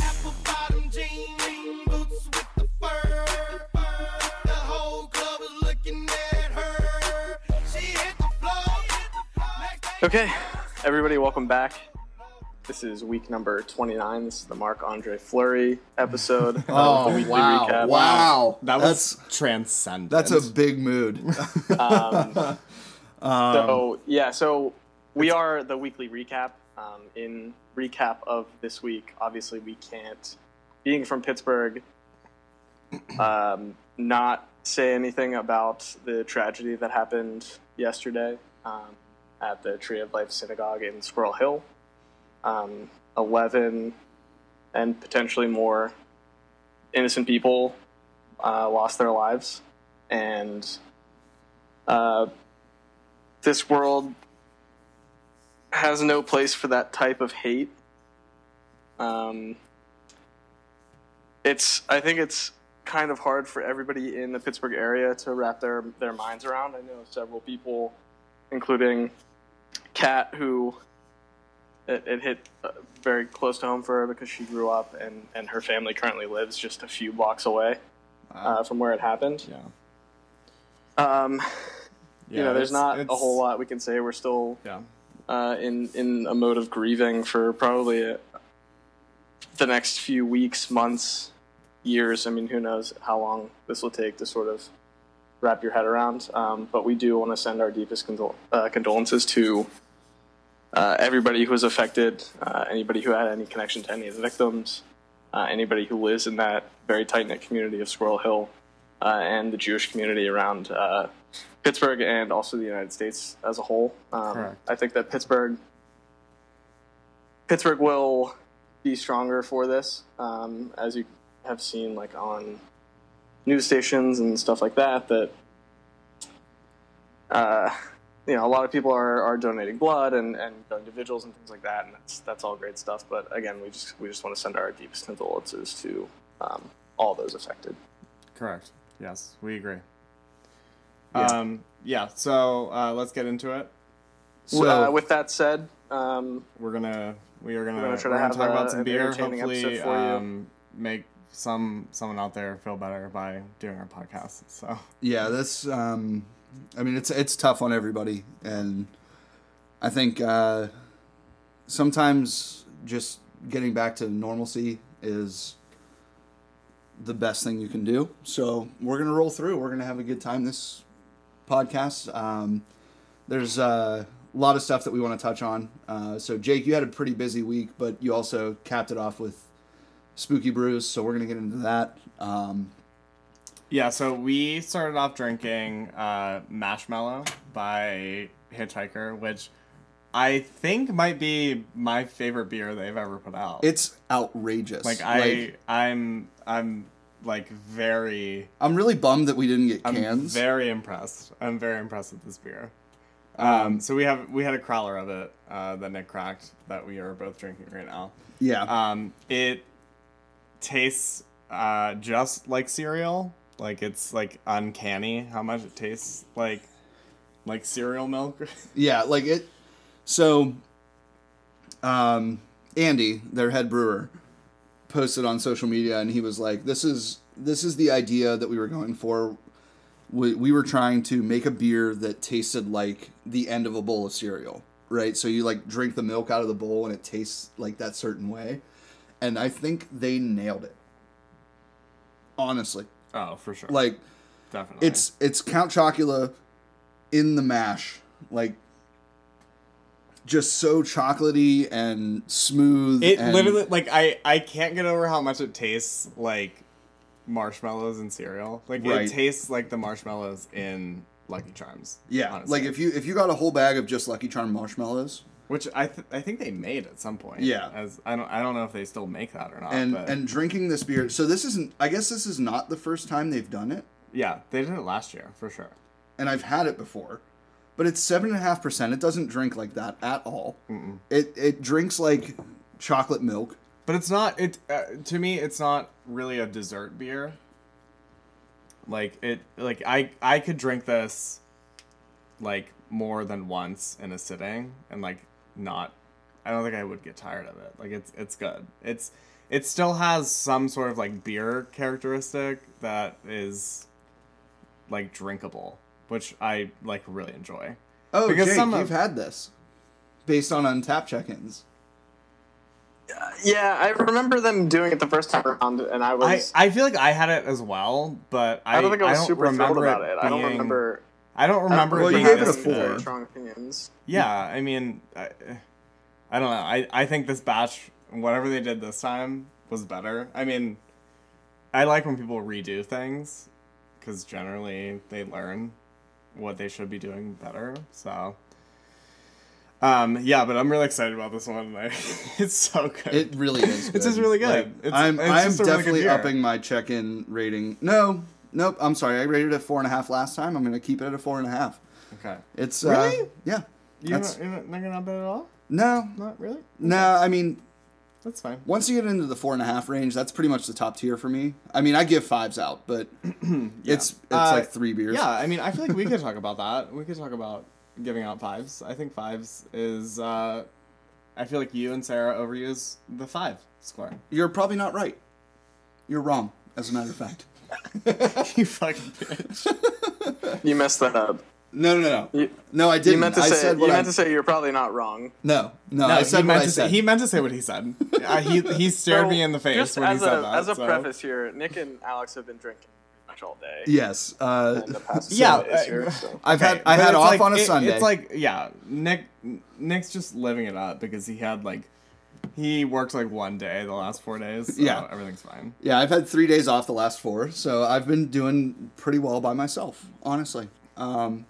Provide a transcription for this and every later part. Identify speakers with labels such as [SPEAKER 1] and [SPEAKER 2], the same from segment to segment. [SPEAKER 1] Apple bottom jean, lean boots with the fur. The whole club was looking at her. She hit the floor. Next thing
[SPEAKER 2] Okay, everybody, welcome back. This is week number 29. This is the Marc Andre Fleury episode.
[SPEAKER 3] Oh,
[SPEAKER 2] of the weekly
[SPEAKER 3] wow,
[SPEAKER 2] recap.
[SPEAKER 3] Wow.
[SPEAKER 4] That was
[SPEAKER 3] That's-
[SPEAKER 4] transcendent.
[SPEAKER 3] That's a big mood.
[SPEAKER 2] Um, So, yeah, so we are the weekly recap. Um, in recap of this week, obviously, we can't, being from Pittsburgh, um, not say anything about the tragedy that happened yesterday um, at the Tree of Life Synagogue in Squirrel Hill. Um, 11 and potentially more innocent people uh, lost their lives. And uh, this world has no place for that type of hate. Um, it's I think it's kind of hard for everybody in the Pittsburgh area to wrap their their minds around. I know several people, including Kat, who it, it hit uh, very close to home for her because she grew up and, and her family currently lives just a few blocks away uh, from where it happened.
[SPEAKER 4] yeah.
[SPEAKER 2] Um, you
[SPEAKER 4] Yeah,
[SPEAKER 2] know, there's
[SPEAKER 4] it's-
[SPEAKER 2] not a
[SPEAKER 4] it's-
[SPEAKER 2] whole lot we can say. We're still
[SPEAKER 4] Yeah.
[SPEAKER 2] uh, in in a mode of grieving for probably uh the next few weeks, months, years. I mean, who knows how long this will take to sort of wrap your head around. Um, but we do want to send our deepest condol- uh, condolences to uh, everybody who was affected, uh, anybody who had any connection to any of the victims, uh, anybody who lives in that very tight knit community of Squirrel Hill, uh, and the Jewish community around uh, Pittsburgh and also the United States as a whole. Um,
[SPEAKER 4] Correct.
[SPEAKER 2] I think that Pittsburgh Pittsburgh will be stronger for this, um, as you have seen, like on news stations and stuff like that. That uh, you know, a lot of people are, are donating blood and, and going to vigils and things like that, and that's that's all great stuff. But again, we just we just want to send our deepest condolences to um, all those affected.
[SPEAKER 4] Correct. Yes, we agree.
[SPEAKER 2] Yeah.
[SPEAKER 4] Um, yeah. So uh, let's get into it.
[SPEAKER 2] So,
[SPEAKER 3] Well-
[SPEAKER 2] uh, with that said, um,
[SPEAKER 4] We're gonna we are gonna,
[SPEAKER 2] We're gonna try to
[SPEAKER 4] we're
[SPEAKER 2] have
[SPEAKER 4] talk
[SPEAKER 2] a-
[SPEAKER 4] about some
[SPEAKER 2] an
[SPEAKER 4] beer.
[SPEAKER 2] entertaining
[SPEAKER 4] Hopefully,
[SPEAKER 2] episode for you.
[SPEAKER 4] um, make some someone out there feel better by doing our podcast. So
[SPEAKER 3] yeah, that's. Um, I mean, it's it's tough on everybody, and I think uh, sometimes just getting back to normalcy is the best thing you can do. So we're gonna roll through. We're gonna have a good time this podcast. Um, there's uh, a lot of stuff that we want to touch on. Uh, so Jake, you had a pretty busy week, but you also capped it off with spooky brews. So we're gonna get into that. Um,
[SPEAKER 4] yeah. So we started off drinking uh, Marshmallow by Hitchhiker, which I think might be my favorite beer they've ever put out.
[SPEAKER 3] It's outrageous.
[SPEAKER 4] like I I'm I'm like very
[SPEAKER 3] I'm really bummed that we didn't get
[SPEAKER 4] I'm
[SPEAKER 3] cans.
[SPEAKER 4] very impressed. I'm very impressed with this beer. Um, so we have we had a crowler of it uh, that Nick cracked that we are both drinking right now.
[SPEAKER 3] yeah,
[SPEAKER 4] Um, it tastes uh, just like cereal. Like it's like uncanny how much it tastes like like cereal milk.
[SPEAKER 3] yeah, like it. So, um, Andy, their head brewer, posted on social media, and he was like, "This is this is the idea that we were going for. We, we were trying to make a beer that tasted like the end of a bowl of cereal, right? So you like drink the milk out of the bowl, and it tastes like that certain way. And I think they nailed it. Honestly,
[SPEAKER 4] oh, for sure.
[SPEAKER 3] like."
[SPEAKER 4] definitely.
[SPEAKER 3] It's it's Count Chocula in the mash, like just so chocolatey and smooth.
[SPEAKER 4] It
[SPEAKER 3] and-
[SPEAKER 4] literally like I I can't get over how much it tastes like marshmallows and cereal. Like
[SPEAKER 3] Right.
[SPEAKER 4] it tastes like the marshmallows in Lucky Charms.
[SPEAKER 3] yeah.
[SPEAKER 4] honestly.
[SPEAKER 3] Like if you if you got a whole bag of just Lucky Charm marshmallows
[SPEAKER 4] which I th- I think they made at some point.
[SPEAKER 3] Yeah.
[SPEAKER 4] As I don't I don't know if they still make that or not.
[SPEAKER 3] and
[SPEAKER 4] but
[SPEAKER 3] and drinking this beer, so this isn't. I guess this is not the first time they've done it,
[SPEAKER 4] yeah, they did it last year for sure.
[SPEAKER 3] and I've had it before, but it's seven and a half percent. It doesn't drink like that at all. It it drinks like chocolate milk.
[SPEAKER 4] But it's not it uh, to me it's not really a dessert beer. Like it like I I could drink this like more than once in a sitting and like not I don't think I would get tired of it. Like it's it's good. It's It still has some sort of like beer characteristic that is like drinkable, which I like really enjoy.
[SPEAKER 3] Oh,
[SPEAKER 4] Because
[SPEAKER 3] Jake,
[SPEAKER 4] some
[SPEAKER 3] you've
[SPEAKER 4] of-
[SPEAKER 3] had this based on untapped check-ins.
[SPEAKER 2] Yeah, I remember them doing it the first time around, and I
[SPEAKER 4] I,
[SPEAKER 2] was. I,
[SPEAKER 4] I feel like I had it as well, but I,
[SPEAKER 2] don't think I was super thrilled
[SPEAKER 4] remember
[SPEAKER 2] about it. I don't
[SPEAKER 4] being-
[SPEAKER 2] remember.
[SPEAKER 4] I don't remember
[SPEAKER 3] Well,
[SPEAKER 4] it
[SPEAKER 3] you
[SPEAKER 4] being
[SPEAKER 3] gave it a
[SPEAKER 4] this
[SPEAKER 2] having
[SPEAKER 3] four.
[SPEAKER 2] very
[SPEAKER 4] good.
[SPEAKER 2] Strong opinions.
[SPEAKER 4] Yeah, I mean, I, I don't know. I, I think this batch, whatever they did this time, was better. I mean, I like when people redo things because generally they learn what they should be doing better. So, um, yeah, but I'm really excited about this one. Like, it's so good.
[SPEAKER 3] It really is. Good.
[SPEAKER 4] It's just really good.
[SPEAKER 3] Like,
[SPEAKER 4] It's-
[SPEAKER 3] I'm
[SPEAKER 4] it's
[SPEAKER 3] I'm
[SPEAKER 4] just a really good
[SPEAKER 3] definitely
[SPEAKER 4] beer.
[SPEAKER 3] upping my check-in rating. No, nope. I'm sorry. I rated it four and a half last time. I'm gonna keep it at a four and a half.
[SPEAKER 4] okay.
[SPEAKER 3] It's uh,
[SPEAKER 4] Really?
[SPEAKER 3] yeah.
[SPEAKER 4] You're
[SPEAKER 3] That's-
[SPEAKER 4] not, you're not, not gonna up it at all?
[SPEAKER 3] No,
[SPEAKER 4] Not really?
[SPEAKER 3] no. I mean,
[SPEAKER 4] That's fine.
[SPEAKER 3] once you get into the four and a half range, that's pretty much the top tier for me. I mean, I give fives out, but it's it's
[SPEAKER 4] Uh,
[SPEAKER 3] like three beers.
[SPEAKER 4] Yeah, I mean, I feel like we could talk about that. We could talk about giving out fives. I think fives is. Uh, I feel like you and Sarah overuse the five score.
[SPEAKER 3] You're probably not right. You're wrong, as a matter of fact.
[SPEAKER 4] you fucking bitch.
[SPEAKER 2] You messed that up.
[SPEAKER 3] No, no, no, no.
[SPEAKER 2] You,
[SPEAKER 3] No, I didn't.
[SPEAKER 2] you meant to
[SPEAKER 3] I
[SPEAKER 2] say.
[SPEAKER 3] said
[SPEAKER 2] You
[SPEAKER 3] what I
[SPEAKER 2] meant to say you're probably not wrong.
[SPEAKER 3] No, no,
[SPEAKER 4] No,
[SPEAKER 3] I
[SPEAKER 4] he,
[SPEAKER 3] said what
[SPEAKER 4] meant
[SPEAKER 3] I
[SPEAKER 4] to
[SPEAKER 3] said.
[SPEAKER 4] Say, he meant to say what he said. Uh, he he stared
[SPEAKER 2] So,
[SPEAKER 4] me in the face
[SPEAKER 2] just
[SPEAKER 4] when he
[SPEAKER 2] as
[SPEAKER 4] said
[SPEAKER 2] a,
[SPEAKER 4] that.
[SPEAKER 2] As a
[SPEAKER 4] so-
[SPEAKER 2] preface here, Nick and Alex have been drinking pretty much all day.
[SPEAKER 3] yes. Uh,
[SPEAKER 2] In the past few
[SPEAKER 4] Yeah,
[SPEAKER 2] days
[SPEAKER 4] uh,
[SPEAKER 2] here, so.
[SPEAKER 3] I've
[SPEAKER 4] Okay,
[SPEAKER 3] had I
[SPEAKER 4] but
[SPEAKER 3] had
[SPEAKER 4] it's
[SPEAKER 3] off
[SPEAKER 4] like-
[SPEAKER 3] on a
[SPEAKER 4] it-
[SPEAKER 3] Sunday.
[SPEAKER 4] It's like yeah, Nick Nick's just living it up because he had like he worked like one day the last four days. So
[SPEAKER 3] Yeah.
[SPEAKER 4] everything's fine.
[SPEAKER 3] yeah, I've had three days off the last four, so I've been doing pretty well by myself, honestly. Um,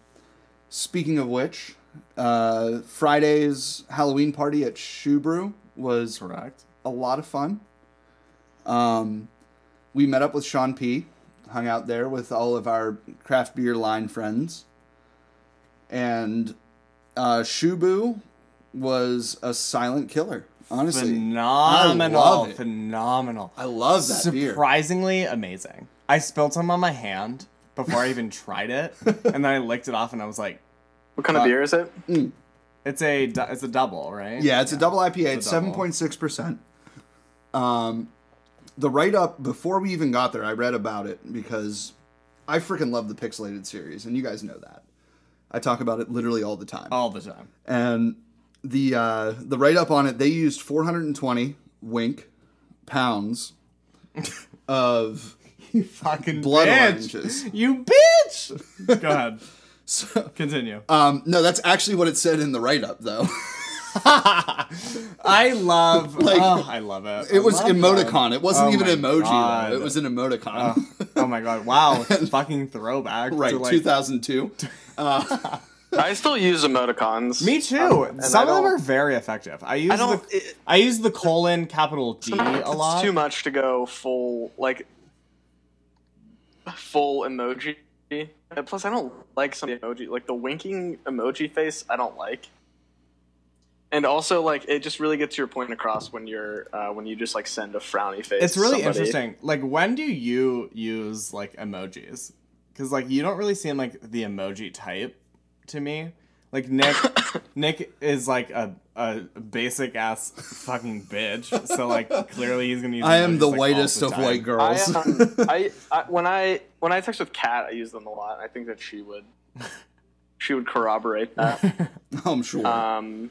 [SPEAKER 3] speaking of which, uh, Friday's Halloween party at Shoe Brew was
[SPEAKER 4] Correct.
[SPEAKER 3] a lot of fun. Um, we met up with Sean P, hung out there with all of our craft beer line friends, and uh, Shubu was a silent killer. Honestly,
[SPEAKER 4] Phenomenal,
[SPEAKER 3] I love it.
[SPEAKER 4] phenomenal.
[SPEAKER 3] I love that beer.
[SPEAKER 4] surprisingly amazing. I spilled some on my hand before I even tried it, and then I licked it off, and I was like,
[SPEAKER 2] What
[SPEAKER 4] Uh,
[SPEAKER 2] kind of beer is it?
[SPEAKER 4] "It's a du- it's a double, right?"
[SPEAKER 3] Yeah, it's a double IPA. It's
[SPEAKER 4] It's a
[SPEAKER 3] seven
[SPEAKER 4] double.
[SPEAKER 3] point six percent. Um, the write up before we even got there, I read about it because I freaking love the pixelated series, and you guys know that. I talk about it literally all the time.
[SPEAKER 4] all the time.
[SPEAKER 3] and the uh, the write up on it, they used 420 wink pounds of
[SPEAKER 4] You fucking
[SPEAKER 3] Blood
[SPEAKER 4] bitch.
[SPEAKER 3] oranges.
[SPEAKER 4] You bitch. Go ahead.
[SPEAKER 3] so,
[SPEAKER 4] Continue.
[SPEAKER 3] um, no, that's actually what it said in the write up though.
[SPEAKER 4] I love.
[SPEAKER 3] like,
[SPEAKER 4] oh, I love it. I
[SPEAKER 3] It was
[SPEAKER 4] love
[SPEAKER 3] emoticon.
[SPEAKER 4] that.
[SPEAKER 3] It wasn't
[SPEAKER 4] Oh
[SPEAKER 3] even
[SPEAKER 4] my
[SPEAKER 3] an emoji
[SPEAKER 4] God.
[SPEAKER 3] though. It was an emoticon.
[SPEAKER 4] oh my god! Wow, fucking throwback.
[SPEAKER 3] right,
[SPEAKER 4] to like,
[SPEAKER 3] 2002.
[SPEAKER 2] I still use emoticons.
[SPEAKER 4] Me too.
[SPEAKER 2] Um, and
[SPEAKER 4] Some
[SPEAKER 2] I
[SPEAKER 4] of them
[SPEAKER 2] don't-
[SPEAKER 4] are very effective. I use
[SPEAKER 2] I don't.
[SPEAKER 4] the
[SPEAKER 2] It,
[SPEAKER 4] I use the colon capital D a lot.
[SPEAKER 2] it's too much to go full like full emoji. And plus, I don't like some of the emoji, like the winking emoji face. I don't like. And also, like it just really gets your point across when you're uh, when you just like send a frowny face.
[SPEAKER 4] it's
[SPEAKER 2] to
[SPEAKER 4] really
[SPEAKER 2] somebody.
[SPEAKER 4] interesting like when do you use like emojis because like you don't really seem like the emoji type to me like nick nick is like a, a basic ass fucking bitch so like clearly he's gonna use
[SPEAKER 3] I am
[SPEAKER 4] emojis,
[SPEAKER 3] the
[SPEAKER 4] like, all
[SPEAKER 3] whitest
[SPEAKER 4] the
[SPEAKER 3] of
[SPEAKER 4] time.
[SPEAKER 3] white
[SPEAKER 2] I,
[SPEAKER 3] girls.
[SPEAKER 2] um, I, I when I when I text with Kat, I use them a lot. I think that she would she would corroborate that.
[SPEAKER 3] I'm sure.
[SPEAKER 2] Um,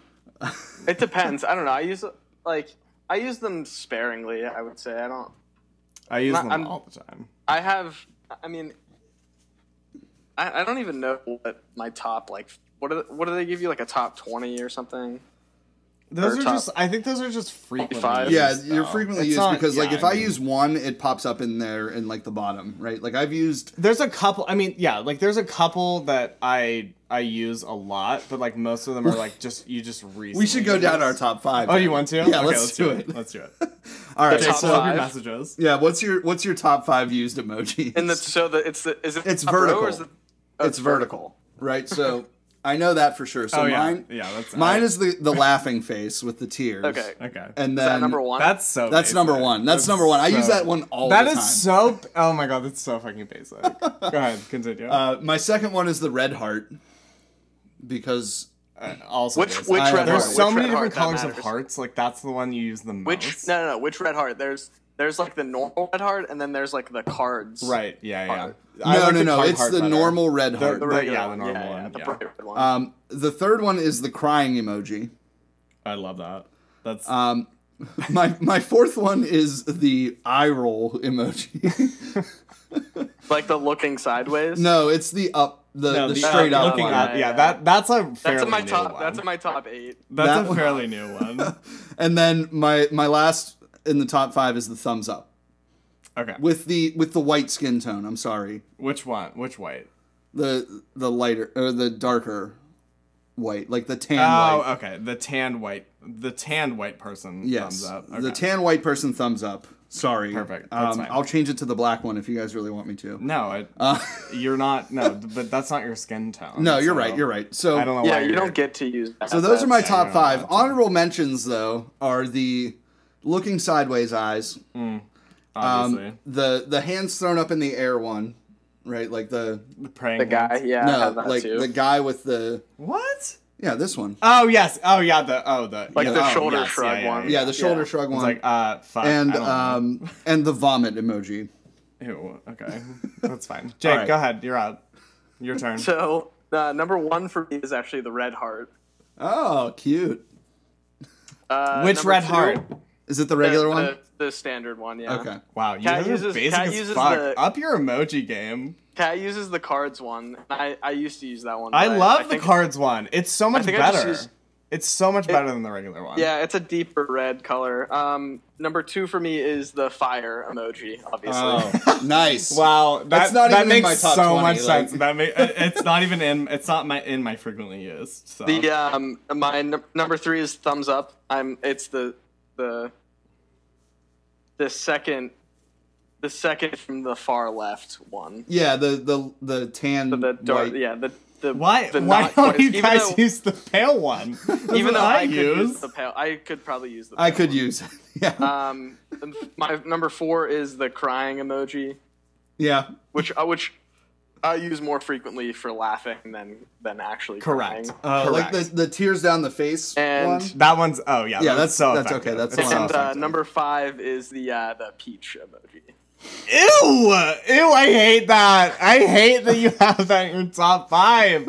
[SPEAKER 2] it depends. I don't know. I use like I use them sparingly. I would say I don't.
[SPEAKER 4] i use
[SPEAKER 2] Not-
[SPEAKER 4] them
[SPEAKER 2] I'm-
[SPEAKER 4] all the time
[SPEAKER 2] I have. I mean, I, I don't even know what my top like. What are the, what do they give you like a top twenty or something?
[SPEAKER 4] those are
[SPEAKER 2] top.
[SPEAKER 4] just i think those are just
[SPEAKER 2] Five.
[SPEAKER 4] frequently
[SPEAKER 3] yeah,
[SPEAKER 4] used,
[SPEAKER 3] you're
[SPEAKER 4] though.
[SPEAKER 3] frequently
[SPEAKER 4] It's
[SPEAKER 3] used
[SPEAKER 4] not-
[SPEAKER 3] because like
[SPEAKER 4] yeah,
[SPEAKER 3] if I,
[SPEAKER 4] mean-
[SPEAKER 3] use one, it pops up in there in like the bottom, right? Like I've used
[SPEAKER 4] there's a couple i mean yeah like there's a couple that i i use a lot but like most of them are like just you just recently
[SPEAKER 3] We should go down
[SPEAKER 4] use.
[SPEAKER 3] our top five.
[SPEAKER 4] Oh, you want to?
[SPEAKER 3] Yeah, let's do it.
[SPEAKER 4] Let's do it.
[SPEAKER 3] All right.
[SPEAKER 2] The
[SPEAKER 4] Okay,
[SPEAKER 2] top
[SPEAKER 4] so
[SPEAKER 3] so-
[SPEAKER 2] five.
[SPEAKER 4] your messages.
[SPEAKER 3] yeah, what's your what's your top five used emojis?
[SPEAKER 2] And the so the it's the is it
[SPEAKER 3] It's
[SPEAKER 2] top row
[SPEAKER 3] vertical.
[SPEAKER 2] or is it- oh,
[SPEAKER 3] it's vertical, right? So I know that for sure. So
[SPEAKER 4] Oh yeah,
[SPEAKER 3] mine,
[SPEAKER 4] yeah. That's
[SPEAKER 3] mine is the the laughing face with the tears.
[SPEAKER 2] Okay.
[SPEAKER 4] okay.
[SPEAKER 3] and then
[SPEAKER 2] Is that number one.
[SPEAKER 4] that's so.
[SPEAKER 3] That's
[SPEAKER 4] basic.
[SPEAKER 3] number one. That's, number one. I use
[SPEAKER 4] so-
[SPEAKER 3] that one all
[SPEAKER 4] That
[SPEAKER 3] the
[SPEAKER 4] is
[SPEAKER 3] time.
[SPEAKER 4] so. Oh my god, that's so fucking basic. go ahead, continue.
[SPEAKER 3] uh, my second one is the red heart because
[SPEAKER 4] Uh, also,
[SPEAKER 2] Which-
[SPEAKER 4] this.
[SPEAKER 2] which
[SPEAKER 4] I-
[SPEAKER 3] red
[SPEAKER 4] there's
[SPEAKER 3] heart?
[SPEAKER 4] so
[SPEAKER 2] Which
[SPEAKER 4] many
[SPEAKER 2] red heart
[SPEAKER 4] different
[SPEAKER 2] that
[SPEAKER 4] colors of
[SPEAKER 2] matters?
[SPEAKER 4] hearts. Like that's the one you use the most.
[SPEAKER 2] Which no, no, no. Which red heart? There's there's like the normal red heart, and then there's like the cards.
[SPEAKER 4] Right. Yeah. Yeah.
[SPEAKER 2] Heart.
[SPEAKER 4] I
[SPEAKER 3] no,
[SPEAKER 4] like
[SPEAKER 3] no,
[SPEAKER 4] the
[SPEAKER 3] no.
[SPEAKER 4] card
[SPEAKER 3] It's
[SPEAKER 4] heart
[SPEAKER 3] the
[SPEAKER 4] better.
[SPEAKER 3] normal red
[SPEAKER 4] The-
[SPEAKER 3] heart.
[SPEAKER 2] The
[SPEAKER 4] Right,
[SPEAKER 2] regular
[SPEAKER 4] yeah, the
[SPEAKER 2] one.
[SPEAKER 4] normal
[SPEAKER 2] yeah,
[SPEAKER 4] one,
[SPEAKER 2] the
[SPEAKER 4] yeah.
[SPEAKER 2] bright red one.
[SPEAKER 3] um, the third one is the crying emoji.
[SPEAKER 4] I love that. That's
[SPEAKER 3] Um, my my fourth one is the eye roll emoji.
[SPEAKER 2] like the looking sideways.
[SPEAKER 3] no, it's the up the,
[SPEAKER 4] no,
[SPEAKER 3] the
[SPEAKER 4] the-
[SPEAKER 3] straight up
[SPEAKER 4] Looking
[SPEAKER 3] one.
[SPEAKER 4] up.
[SPEAKER 2] Yeah,
[SPEAKER 4] Yeah,
[SPEAKER 2] yeah.
[SPEAKER 4] That that's a fairly
[SPEAKER 2] that's in my
[SPEAKER 4] new
[SPEAKER 2] top.
[SPEAKER 4] One.
[SPEAKER 2] That's in my top eight.
[SPEAKER 4] That's
[SPEAKER 3] That
[SPEAKER 4] a
[SPEAKER 3] one-
[SPEAKER 4] fairly new one.
[SPEAKER 3] And then my my last in the top five is the thumbs up
[SPEAKER 4] Okay.
[SPEAKER 3] with the with the white skin tone. I'm sorry,
[SPEAKER 4] Which one? Which white?
[SPEAKER 3] the the lighter or the darker white, like the tan white.
[SPEAKER 4] Oh, okay. The tanned white. The tanned white person.
[SPEAKER 3] Yes,
[SPEAKER 4] Thumbs up. Okay.
[SPEAKER 3] the tan white person thumbs up. Sorry,
[SPEAKER 4] Perfect. That's
[SPEAKER 3] Um,
[SPEAKER 4] fine.
[SPEAKER 3] I'll change it to the black one if you guys really want me to.
[SPEAKER 4] No, I, you're not. No, but that's not your skin tone.
[SPEAKER 3] Uh. No, you're
[SPEAKER 4] so
[SPEAKER 3] right. You're right. So
[SPEAKER 4] uh, I don't know
[SPEAKER 2] Yeah,
[SPEAKER 4] why
[SPEAKER 2] you
[SPEAKER 4] you're-
[SPEAKER 2] don't get to use. That.
[SPEAKER 3] So those are my
[SPEAKER 2] That's-
[SPEAKER 4] I
[SPEAKER 3] top
[SPEAKER 4] don't know
[SPEAKER 3] five.
[SPEAKER 4] about that.
[SPEAKER 3] Honorable mentions, though, are the looking sideways eyes,
[SPEAKER 4] obviously
[SPEAKER 3] um, the the hands thrown up in the air one, right? Like the
[SPEAKER 4] the praying
[SPEAKER 2] The guy,
[SPEAKER 4] hands.
[SPEAKER 2] yeah, I have
[SPEAKER 3] no,
[SPEAKER 2] that
[SPEAKER 3] like
[SPEAKER 2] too.
[SPEAKER 3] the guy with the
[SPEAKER 4] What?
[SPEAKER 3] yeah, this one,
[SPEAKER 4] Oh yes. Oh yeah. The oh the
[SPEAKER 2] Like
[SPEAKER 4] yeah,
[SPEAKER 2] the
[SPEAKER 4] oh,
[SPEAKER 2] shoulder
[SPEAKER 4] yes,
[SPEAKER 2] shrug
[SPEAKER 4] yeah, yeah,
[SPEAKER 2] one.
[SPEAKER 4] Yeah.
[SPEAKER 3] yeah, the shoulder
[SPEAKER 2] Yeah.
[SPEAKER 3] shrug
[SPEAKER 4] It's
[SPEAKER 3] one,
[SPEAKER 4] like uh fuck.
[SPEAKER 3] and
[SPEAKER 4] I don't know.
[SPEAKER 3] um and the vomit emoji.
[SPEAKER 4] Ew, okay, that's fine. Jake,
[SPEAKER 3] right.
[SPEAKER 4] go ahead. You're up. Your turn.
[SPEAKER 2] So uh, number one for me is actually the red heart.
[SPEAKER 3] Oh, cute.
[SPEAKER 2] Uh,
[SPEAKER 4] Which
[SPEAKER 2] number
[SPEAKER 4] red
[SPEAKER 2] two,
[SPEAKER 4] heart?
[SPEAKER 3] Is it the
[SPEAKER 2] the-
[SPEAKER 3] regular
[SPEAKER 2] the,
[SPEAKER 3] one?
[SPEAKER 2] The standard one. Yeah.
[SPEAKER 3] Okay.
[SPEAKER 4] Wow, you
[SPEAKER 2] Cat
[SPEAKER 4] guys are
[SPEAKER 2] uses-
[SPEAKER 4] basic
[SPEAKER 2] cat
[SPEAKER 4] as
[SPEAKER 2] uses
[SPEAKER 4] fuck.
[SPEAKER 2] the-
[SPEAKER 4] Up your emoji game.
[SPEAKER 2] Cat uses the cards one. I I used to use that one.
[SPEAKER 4] I
[SPEAKER 2] but
[SPEAKER 4] love the
[SPEAKER 2] think-
[SPEAKER 4] cards one. It's so much
[SPEAKER 2] think I just
[SPEAKER 4] better.
[SPEAKER 2] used-
[SPEAKER 4] It's so much better than the regular one.
[SPEAKER 2] Yeah, it's a deeper red color. Um, number two for me is the fire emoji. Obviously.
[SPEAKER 3] Oh, nice.
[SPEAKER 4] Wow, that,
[SPEAKER 3] That's not
[SPEAKER 4] that
[SPEAKER 3] even in
[SPEAKER 4] makes
[SPEAKER 3] my top
[SPEAKER 4] so
[SPEAKER 3] 20,
[SPEAKER 4] much
[SPEAKER 3] like-
[SPEAKER 4] sense. That make, it- it's not even in. It's not my in my frequently used. So.
[SPEAKER 2] The um, my n- number three is thumbs up. I'm. It's the the the second the second from the far left one.
[SPEAKER 3] Yeah, the the the tan.
[SPEAKER 2] The dark.
[SPEAKER 3] white.
[SPEAKER 2] Yeah. The the
[SPEAKER 4] why?
[SPEAKER 2] The
[SPEAKER 4] why
[SPEAKER 2] not
[SPEAKER 4] don't
[SPEAKER 2] quite-
[SPEAKER 4] you
[SPEAKER 2] even
[SPEAKER 4] guys
[SPEAKER 2] though-
[SPEAKER 4] use the pale one? That's
[SPEAKER 2] Even
[SPEAKER 4] what
[SPEAKER 2] though I,
[SPEAKER 4] I
[SPEAKER 2] could
[SPEAKER 4] use.
[SPEAKER 2] use the pale, I could probably use the. Pale
[SPEAKER 3] I could use. yeah,
[SPEAKER 2] Um, my number four is the crying emoji,
[SPEAKER 3] yeah.
[SPEAKER 2] which uh, which I use more frequently for laughing than than actually
[SPEAKER 4] Correct.
[SPEAKER 2] crying.
[SPEAKER 3] Uh, like
[SPEAKER 4] Correct.
[SPEAKER 3] the the tears down the face
[SPEAKER 2] And-
[SPEAKER 3] one.
[SPEAKER 4] That one's. Oh yeah.
[SPEAKER 3] Yeah,
[SPEAKER 4] that one's
[SPEAKER 3] that's-
[SPEAKER 4] so.
[SPEAKER 3] that's
[SPEAKER 4] effective.
[SPEAKER 3] okay, that's
[SPEAKER 4] It's
[SPEAKER 3] the
[SPEAKER 4] so
[SPEAKER 3] one.
[SPEAKER 2] And uh,
[SPEAKER 4] effective.
[SPEAKER 2] number five is the uh, the peach emoji.
[SPEAKER 4] Ew! Ew! I hate that. I hate that you have that in your top five.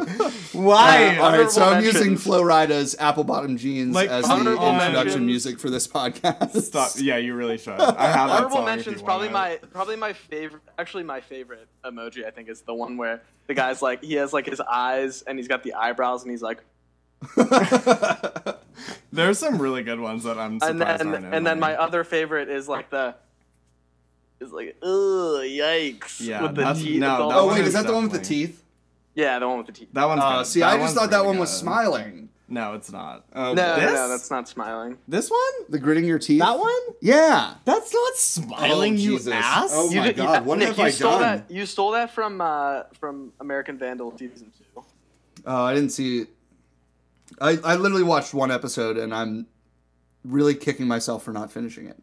[SPEAKER 4] Why?
[SPEAKER 2] Uh,
[SPEAKER 3] All right, so I'm
[SPEAKER 2] Honorable
[SPEAKER 3] using
[SPEAKER 2] mentions.
[SPEAKER 3] Flo Rida's Apple Bottom Jeans
[SPEAKER 4] Like,
[SPEAKER 3] as the
[SPEAKER 2] honorable
[SPEAKER 3] introduction
[SPEAKER 2] mentions.
[SPEAKER 3] music for this podcast.
[SPEAKER 4] Stop. Yeah, you really should. I have that
[SPEAKER 2] Honorable
[SPEAKER 4] song if
[SPEAKER 2] mentions
[SPEAKER 4] you
[SPEAKER 2] probably
[SPEAKER 4] want
[SPEAKER 2] my
[SPEAKER 4] it.
[SPEAKER 2] probably my favorite actually my favorite emoji I think is the one where the guy's like he has like his eyes and he's got the eyebrows and he's like
[SPEAKER 4] There's some really good ones that I'm
[SPEAKER 2] and
[SPEAKER 4] surprised
[SPEAKER 2] then
[SPEAKER 4] aren't in
[SPEAKER 2] and then my
[SPEAKER 4] mine.
[SPEAKER 2] other favorite is like the is like oh yikes
[SPEAKER 4] Yeah,
[SPEAKER 2] with the
[SPEAKER 4] that's-
[SPEAKER 2] teeth.
[SPEAKER 4] no,
[SPEAKER 2] It's all-
[SPEAKER 4] that
[SPEAKER 3] oh
[SPEAKER 4] one
[SPEAKER 3] wait, is that the one with the
[SPEAKER 4] definitely-
[SPEAKER 3] teeth?
[SPEAKER 2] yeah the one with the teeth.
[SPEAKER 4] that one's.
[SPEAKER 3] Uh,
[SPEAKER 4] good.
[SPEAKER 3] see, I just
[SPEAKER 4] one's
[SPEAKER 3] thought that
[SPEAKER 4] really
[SPEAKER 3] one was
[SPEAKER 4] good.
[SPEAKER 3] smiling. Uh,
[SPEAKER 4] No, it's not. Oh,
[SPEAKER 2] No,
[SPEAKER 4] this?
[SPEAKER 2] no, that's not smiling.
[SPEAKER 3] Oh
[SPEAKER 4] This one?
[SPEAKER 3] The gritting your teeth.
[SPEAKER 4] That one?
[SPEAKER 3] Yeah.
[SPEAKER 4] That's not smiling,
[SPEAKER 3] Oh,
[SPEAKER 4] you
[SPEAKER 3] Jesus.
[SPEAKER 4] ass.
[SPEAKER 3] Oh my
[SPEAKER 2] did-
[SPEAKER 3] God, what
[SPEAKER 2] Nick,
[SPEAKER 3] have
[SPEAKER 2] you
[SPEAKER 3] I
[SPEAKER 2] stole
[SPEAKER 3] done?
[SPEAKER 2] That, you stole that from uh, from American Vandal season two.
[SPEAKER 3] Oh, I didn't see. It. I I literally watched one episode and I'm really kicking myself for not finishing it.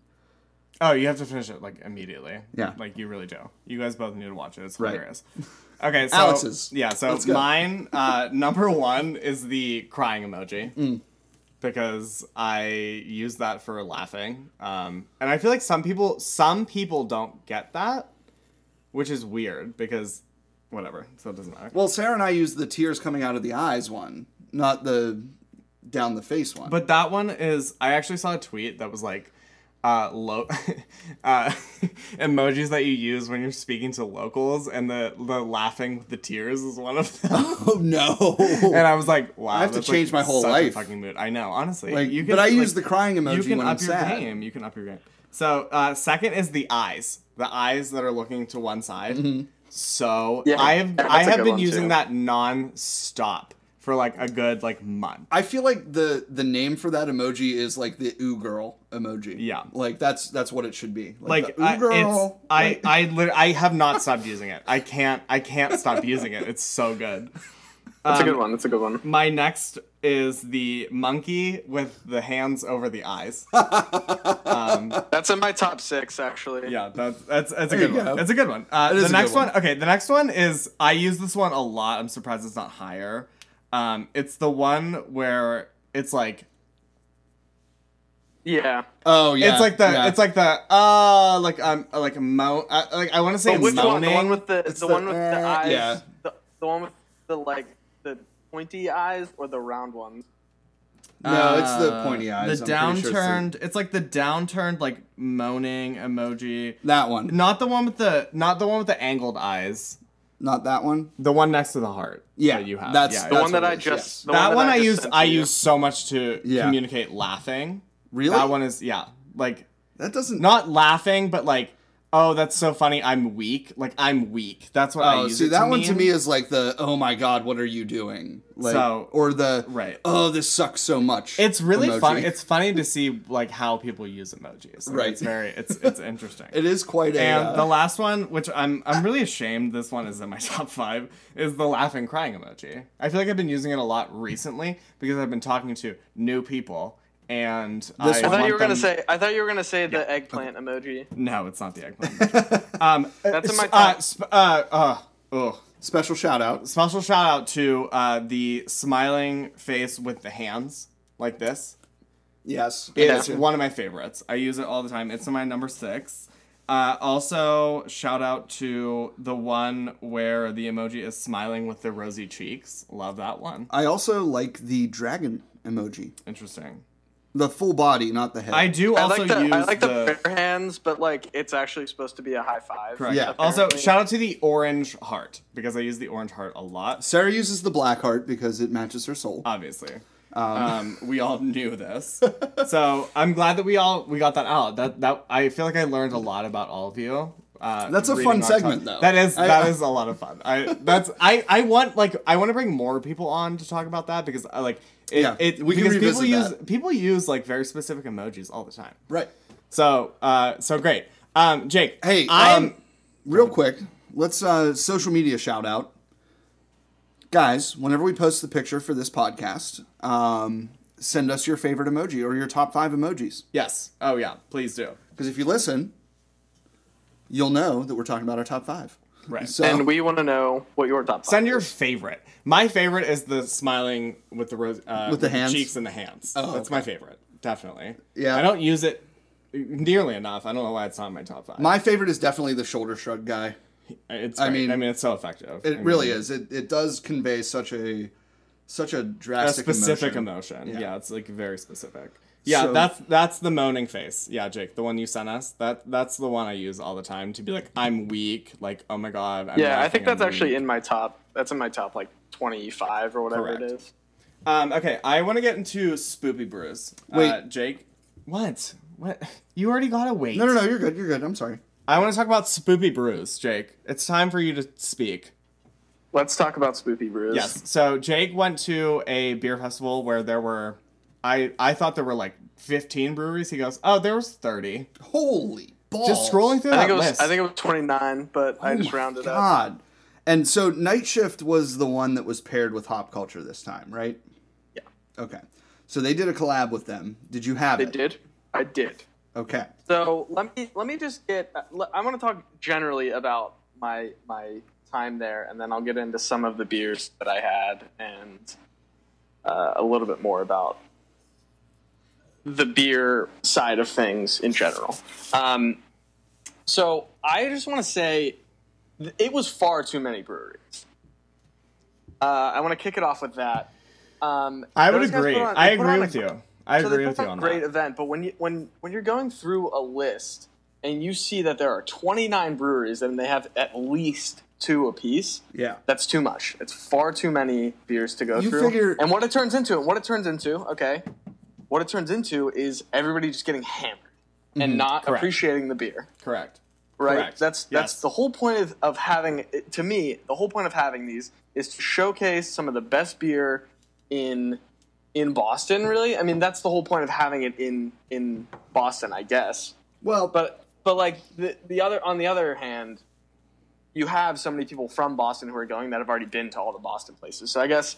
[SPEAKER 4] Oh, you have to finish it like immediately.
[SPEAKER 3] Yeah.
[SPEAKER 4] Like you really do. You guys both need to watch it. It's
[SPEAKER 3] Right.
[SPEAKER 4] hilarious. Okay, so
[SPEAKER 3] Alex's.
[SPEAKER 4] yeah, so
[SPEAKER 3] Let's go.
[SPEAKER 4] mine uh, number one is the crying emoji
[SPEAKER 3] Mm.
[SPEAKER 4] because I use that for laughing, um, and I feel like some people some people don't get that, which is weird because whatever, so it doesn't matter.
[SPEAKER 3] Well, Sarah and I used the tears coming out of the eyes one, not the down the face one.
[SPEAKER 4] But that one is I actually saw a tweet that was like uh low uh emojis that you use when you're speaking to locals and the the laughing with the tears is one of them.
[SPEAKER 3] oh no.
[SPEAKER 4] and I was like, wow.
[SPEAKER 3] have to
[SPEAKER 4] that's, like,
[SPEAKER 3] change my whole
[SPEAKER 4] such a
[SPEAKER 3] life.
[SPEAKER 4] fucking mood. I know, honestly.
[SPEAKER 3] like,
[SPEAKER 4] you can,
[SPEAKER 3] but I
[SPEAKER 4] like,
[SPEAKER 3] use the crying emoji
[SPEAKER 4] you can
[SPEAKER 3] when
[SPEAKER 4] up
[SPEAKER 3] I'm
[SPEAKER 4] your
[SPEAKER 3] sad.
[SPEAKER 4] game. You can up your game. So uh second is the eyes. The eyes that are looking to one side.
[SPEAKER 3] Mm-hmm.
[SPEAKER 4] So
[SPEAKER 2] Yeah,
[SPEAKER 4] I have
[SPEAKER 2] that's
[SPEAKER 4] I
[SPEAKER 2] a
[SPEAKER 4] have
[SPEAKER 2] good
[SPEAKER 4] been
[SPEAKER 2] one,
[SPEAKER 4] using
[SPEAKER 2] too.
[SPEAKER 4] that non stop for like a good like month.
[SPEAKER 3] I feel like the the name for that emoji is like the ooh girl emoji.
[SPEAKER 4] Yeah.
[SPEAKER 3] like that's that's what it should be.
[SPEAKER 4] like
[SPEAKER 3] the, ooh
[SPEAKER 4] I, it's,
[SPEAKER 3] girl.
[SPEAKER 4] I, I, lit- I have not stopped using it. I can't, I can't stop using it. It's so good.
[SPEAKER 2] That's
[SPEAKER 3] Um,
[SPEAKER 2] a good one. That's a good one.
[SPEAKER 4] My next is the monkey with the hands over the eyes.
[SPEAKER 2] That's in my top six actually.
[SPEAKER 4] Yeah, that's that's, that's a
[SPEAKER 3] There
[SPEAKER 4] good
[SPEAKER 3] you
[SPEAKER 4] one.
[SPEAKER 3] go.
[SPEAKER 4] That's a good one. Uh,
[SPEAKER 3] is
[SPEAKER 4] the
[SPEAKER 3] a good
[SPEAKER 4] next
[SPEAKER 3] one.
[SPEAKER 4] one. okay. The next one is I use this one a lot. I'm surprised it's not higher. Um, it's the one where it's like
[SPEAKER 2] Yeah.
[SPEAKER 3] Oh yeah,
[SPEAKER 4] it's like the
[SPEAKER 3] yeah.
[SPEAKER 4] it's like the uh like um like a mo uh, like I want to say
[SPEAKER 2] But which one? The
[SPEAKER 4] moaning.
[SPEAKER 2] one with the
[SPEAKER 3] It's
[SPEAKER 2] the,
[SPEAKER 3] the-
[SPEAKER 2] one with the
[SPEAKER 3] uh,
[SPEAKER 2] eyes.
[SPEAKER 3] yeah.
[SPEAKER 2] The, the one with the like the pointy eyes or the round ones.
[SPEAKER 3] no, it's the
[SPEAKER 4] Uh,
[SPEAKER 3] pointy eyes.
[SPEAKER 4] The
[SPEAKER 3] I'm pretty sure it's the-
[SPEAKER 4] downturned. it's like the downturned like moaning emoji.
[SPEAKER 3] that one,
[SPEAKER 4] Not the one with the not the one with the angled eyes.
[SPEAKER 3] not that one.
[SPEAKER 4] The one next to the heart.
[SPEAKER 3] Yeah,
[SPEAKER 4] that you have.
[SPEAKER 3] that's-
[SPEAKER 4] yeah,
[SPEAKER 2] The
[SPEAKER 3] that's
[SPEAKER 2] one that
[SPEAKER 3] what it
[SPEAKER 2] I
[SPEAKER 3] is,
[SPEAKER 2] just
[SPEAKER 3] yes.
[SPEAKER 2] the
[SPEAKER 4] that one, I
[SPEAKER 2] just
[SPEAKER 4] use
[SPEAKER 2] sent to
[SPEAKER 4] I
[SPEAKER 2] you.
[SPEAKER 4] use so much to
[SPEAKER 3] Yeah.
[SPEAKER 4] communicate laughing.
[SPEAKER 3] Really?
[SPEAKER 4] That one is yeah, like
[SPEAKER 3] That doesn't.
[SPEAKER 4] not laughing, but like oh that's so funny. I'm weak. Like I'm weak. That's what I
[SPEAKER 3] Oh,
[SPEAKER 4] use.
[SPEAKER 3] see,
[SPEAKER 4] it
[SPEAKER 3] that one to
[SPEAKER 4] mean.
[SPEAKER 3] me is like the oh my god, what are you doing? Like,
[SPEAKER 4] So-
[SPEAKER 3] or the
[SPEAKER 4] Right.
[SPEAKER 3] Oh, this sucks so much.
[SPEAKER 4] It's really
[SPEAKER 3] emoji.
[SPEAKER 4] fun. It's funny to see like how people use emojis. Like,
[SPEAKER 3] Right.
[SPEAKER 4] It's very it's it's interesting.
[SPEAKER 3] it is quite a.
[SPEAKER 4] and
[SPEAKER 3] uh,
[SPEAKER 4] the last one, which I'm I'm really ashamed this one is in my top five, is the laughing crying emoji. I feel like I've been using it a lot recently because I've been talking to new people and
[SPEAKER 3] This
[SPEAKER 4] I,
[SPEAKER 2] I thought
[SPEAKER 4] want
[SPEAKER 2] you were gonna
[SPEAKER 4] them-
[SPEAKER 2] say. I thought you were gonna say the eggplant emoji.
[SPEAKER 4] No, it's not the eggplant. emoji. um
[SPEAKER 2] That's in my
[SPEAKER 4] s- uh,
[SPEAKER 2] top.
[SPEAKER 4] sp- uh, uh, ugh.
[SPEAKER 3] special shout out.
[SPEAKER 4] Special shout out to uh, the smiling face with the hands like this.
[SPEAKER 3] Yes,
[SPEAKER 4] It's
[SPEAKER 2] Yeah.
[SPEAKER 4] one of my favorites. I use it all the time. It's my number six. Uh, also, shout out to the one where the emoji is smiling with the rosy cheeks. Love that one.
[SPEAKER 3] I also like the dragon emoji,
[SPEAKER 4] Interesting.
[SPEAKER 3] the full body, not the head.
[SPEAKER 4] I do
[SPEAKER 2] I
[SPEAKER 4] also
[SPEAKER 2] like the
[SPEAKER 4] use
[SPEAKER 2] I like the,
[SPEAKER 4] the.
[SPEAKER 2] bare hands, but like it's actually supposed to be a high five.
[SPEAKER 4] correct.
[SPEAKER 3] Yeah.
[SPEAKER 4] Also,
[SPEAKER 2] apparently.
[SPEAKER 4] shout out to the orange heart because I use the orange heart a lot.
[SPEAKER 3] Sarah uses the black heart because it matches her soul.
[SPEAKER 4] Obviously, um, we all knew this, so I'm glad that we all we got that out. That that I feel like I learned a lot about all of you. Uh,
[SPEAKER 3] That's a
[SPEAKER 4] reading
[SPEAKER 3] fun
[SPEAKER 4] our
[SPEAKER 3] segment,
[SPEAKER 4] top-
[SPEAKER 3] though.
[SPEAKER 4] That is
[SPEAKER 3] I-
[SPEAKER 4] that is a lot of fun. I that's I I want like I want to bring more people on to talk about that because I like it,
[SPEAKER 3] Yeah,
[SPEAKER 4] it
[SPEAKER 3] we can
[SPEAKER 4] because people
[SPEAKER 3] revisit
[SPEAKER 4] use
[SPEAKER 3] that.
[SPEAKER 4] people use like very specific emojis all the time.
[SPEAKER 3] right.
[SPEAKER 4] So uh so great. Um Jake,
[SPEAKER 3] Hey,
[SPEAKER 4] I'm
[SPEAKER 3] um, real quick, let's uh, social media shout out. Guys, whenever we post the picture for this podcast, um, send us your favorite emoji or your top five emojis.
[SPEAKER 4] yes. Oh yeah, please do.
[SPEAKER 3] Because if you listen, you'll know that we're talking about our top five.
[SPEAKER 4] Right.
[SPEAKER 3] So,
[SPEAKER 2] And we want to know what your top. Five
[SPEAKER 4] Send your
[SPEAKER 2] is.
[SPEAKER 4] favorite. My favorite is the smiling with the rose, uh,
[SPEAKER 3] With the hands? Oh,
[SPEAKER 4] cheeks and the hands. That's my favorite, definitely.
[SPEAKER 3] Yeah.
[SPEAKER 4] I don't use it nearly enough. I don't know why it's not in my top five.
[SPEAKER 3] my favorite is definitely the shoulder shrug guy.
[SPEAKER 4] it's.
[SPEAKER 3] I
[SPEAKER 4] I mean,
[SPEAKER 3] mean-
[SPEAKER 4] I mean, it's so effective.
[SPEAKER 3] It really is. It, it does convey such a such a
[SPEAKER 4] a
[SPEAKER 3] drastic
[SPEAKER 4] specific
[SPEAKER 3] emotion.
[SPEAKER 4] emotion.
[SPEAKER 3] Yeah.
[SPEAKER 4] Yeah. it's like very specific. Yeah,
[SPEAKER 3] So-
[SPEAKER 4] that's that's the moaning face. Yeah, Jake, the one you sent us. That that's the one I use all the time to be like, I'm weak. Like, oh my god. I'm
[SPEAKER 2] Yeah, I
[SPEAKER 4] laughing,
[SPEAKER 2] think that's
[SPEAKER 4] I'm
[SPEAKER 2] actually
[SPEAKER 4] weak.
[SPEAKER 2] in my top. That's in my top like twenty five or whatever
[SPEAKER 4] Correct.
[SPEAKER 2] it is.
[SPEAKER 4] Um, okay, I want to get into spoopy brews. uh,
[SPEAKER 3] Wait.
[SPEAKER 4] Jake. What? What? You already got to wait.
[SPEAKER 3] No, no, no. You're good. You're good. I'm sorry.
[SPEAKER 4] I want to talk about spoopy brews, Jake. It's time for you to speak.
[SPEAKER 2] Let's talk about spoopy brews.
[SPEAKER 4] Yes. So Jake went to a beer festival where there were, I I thought there were like 15 breweries. He goes, oh, there was 30.
[SPEAKER 3] Holy balls!
[SPEAKER 4] Just scrolling through
[SPEAKER 2] I
[SPEAKER 4] that
[SPEAKER 2] think it was
[SPEAKER 4] list.
[SPEAKER 2] I think it was twenty nine, but I just rounded up.
[SPEAKER 3] God. And so Night Shift was the one that was paired with Hop Culture this time, right?
[SPEAKER 2] Yeah.
[SPEAKER 3] Okay. So they did a collab with them. Did you have
[SPEAKER 2] They
[SPEAKER 3] it?
[SPEAKER 2] did. I did.
[SPEAKER 3] Okay.
[SPEAKER 2] So let me let me just get. uh, I want to talk generally about my my time there, and then I'll get into some of the beers that I had and uh, a little bit more about the beer side of things in general. Um, so I just want to say th- it was far too many breweries. Uh, I want to kick it off with that. Um,
[SPEAKER 4] I would
[SPEAKER 2] those guys
[SPEAKER 4] agree.
[SPEAKER 2] put on-
[SPEAKER 4] I
[SPEAKER 2] they put
[SPEAKER 4] agree
[SPEAKER 2] on a
[SPEAKER 4] with you. I
[SPEAKER 2] so
[SPEAKER 4] agree
[SPEAKER 2] they
[SPEAKER 4] with
[SPEAKER 2] put
[SPEAKER 4] you
[SPEAKER 2] on
[SPEAKER 4] on
[SPEAKER 2] a great
[SPEAKER 4] that.
[SPEAKER 2] event, but when you when when you're going through a list and you see that there are 29 breweries and they have at least two apiece,
[SPEAKER 3] Yeah.
[SPEAKER 2] that's too much. It's far too many beers to go
[SPEAKER 3] You
[SPEAKER 2] through.
[SPEAKER 3] figure-
[SPEAKER 2] and what it turns into, and what it turns into, okay, what it turns into is everybody just getting hammered and not
[SPEAKER 4] Mm-hmm. correct.
[SPEAKER 2] appreciating the beer
[SPEAKER 4] Correct.
[SPEAKER 2] right
[SPEAKER 4] Correct.
[SPEAKER 2] that's that's
[SPEAKER 4] Yes.
[SPEAKER 2] the whole point of, of having to me the whole point of having these is to showcase some of the best beer in in boston really i mean that's the whole point of having it in in boston i guess
[SPEAKER 3] Well,
[SPEAKER 2] but but like the, the other on the other hand you have so many people from boston who are going that have already been to all the boston places so i guess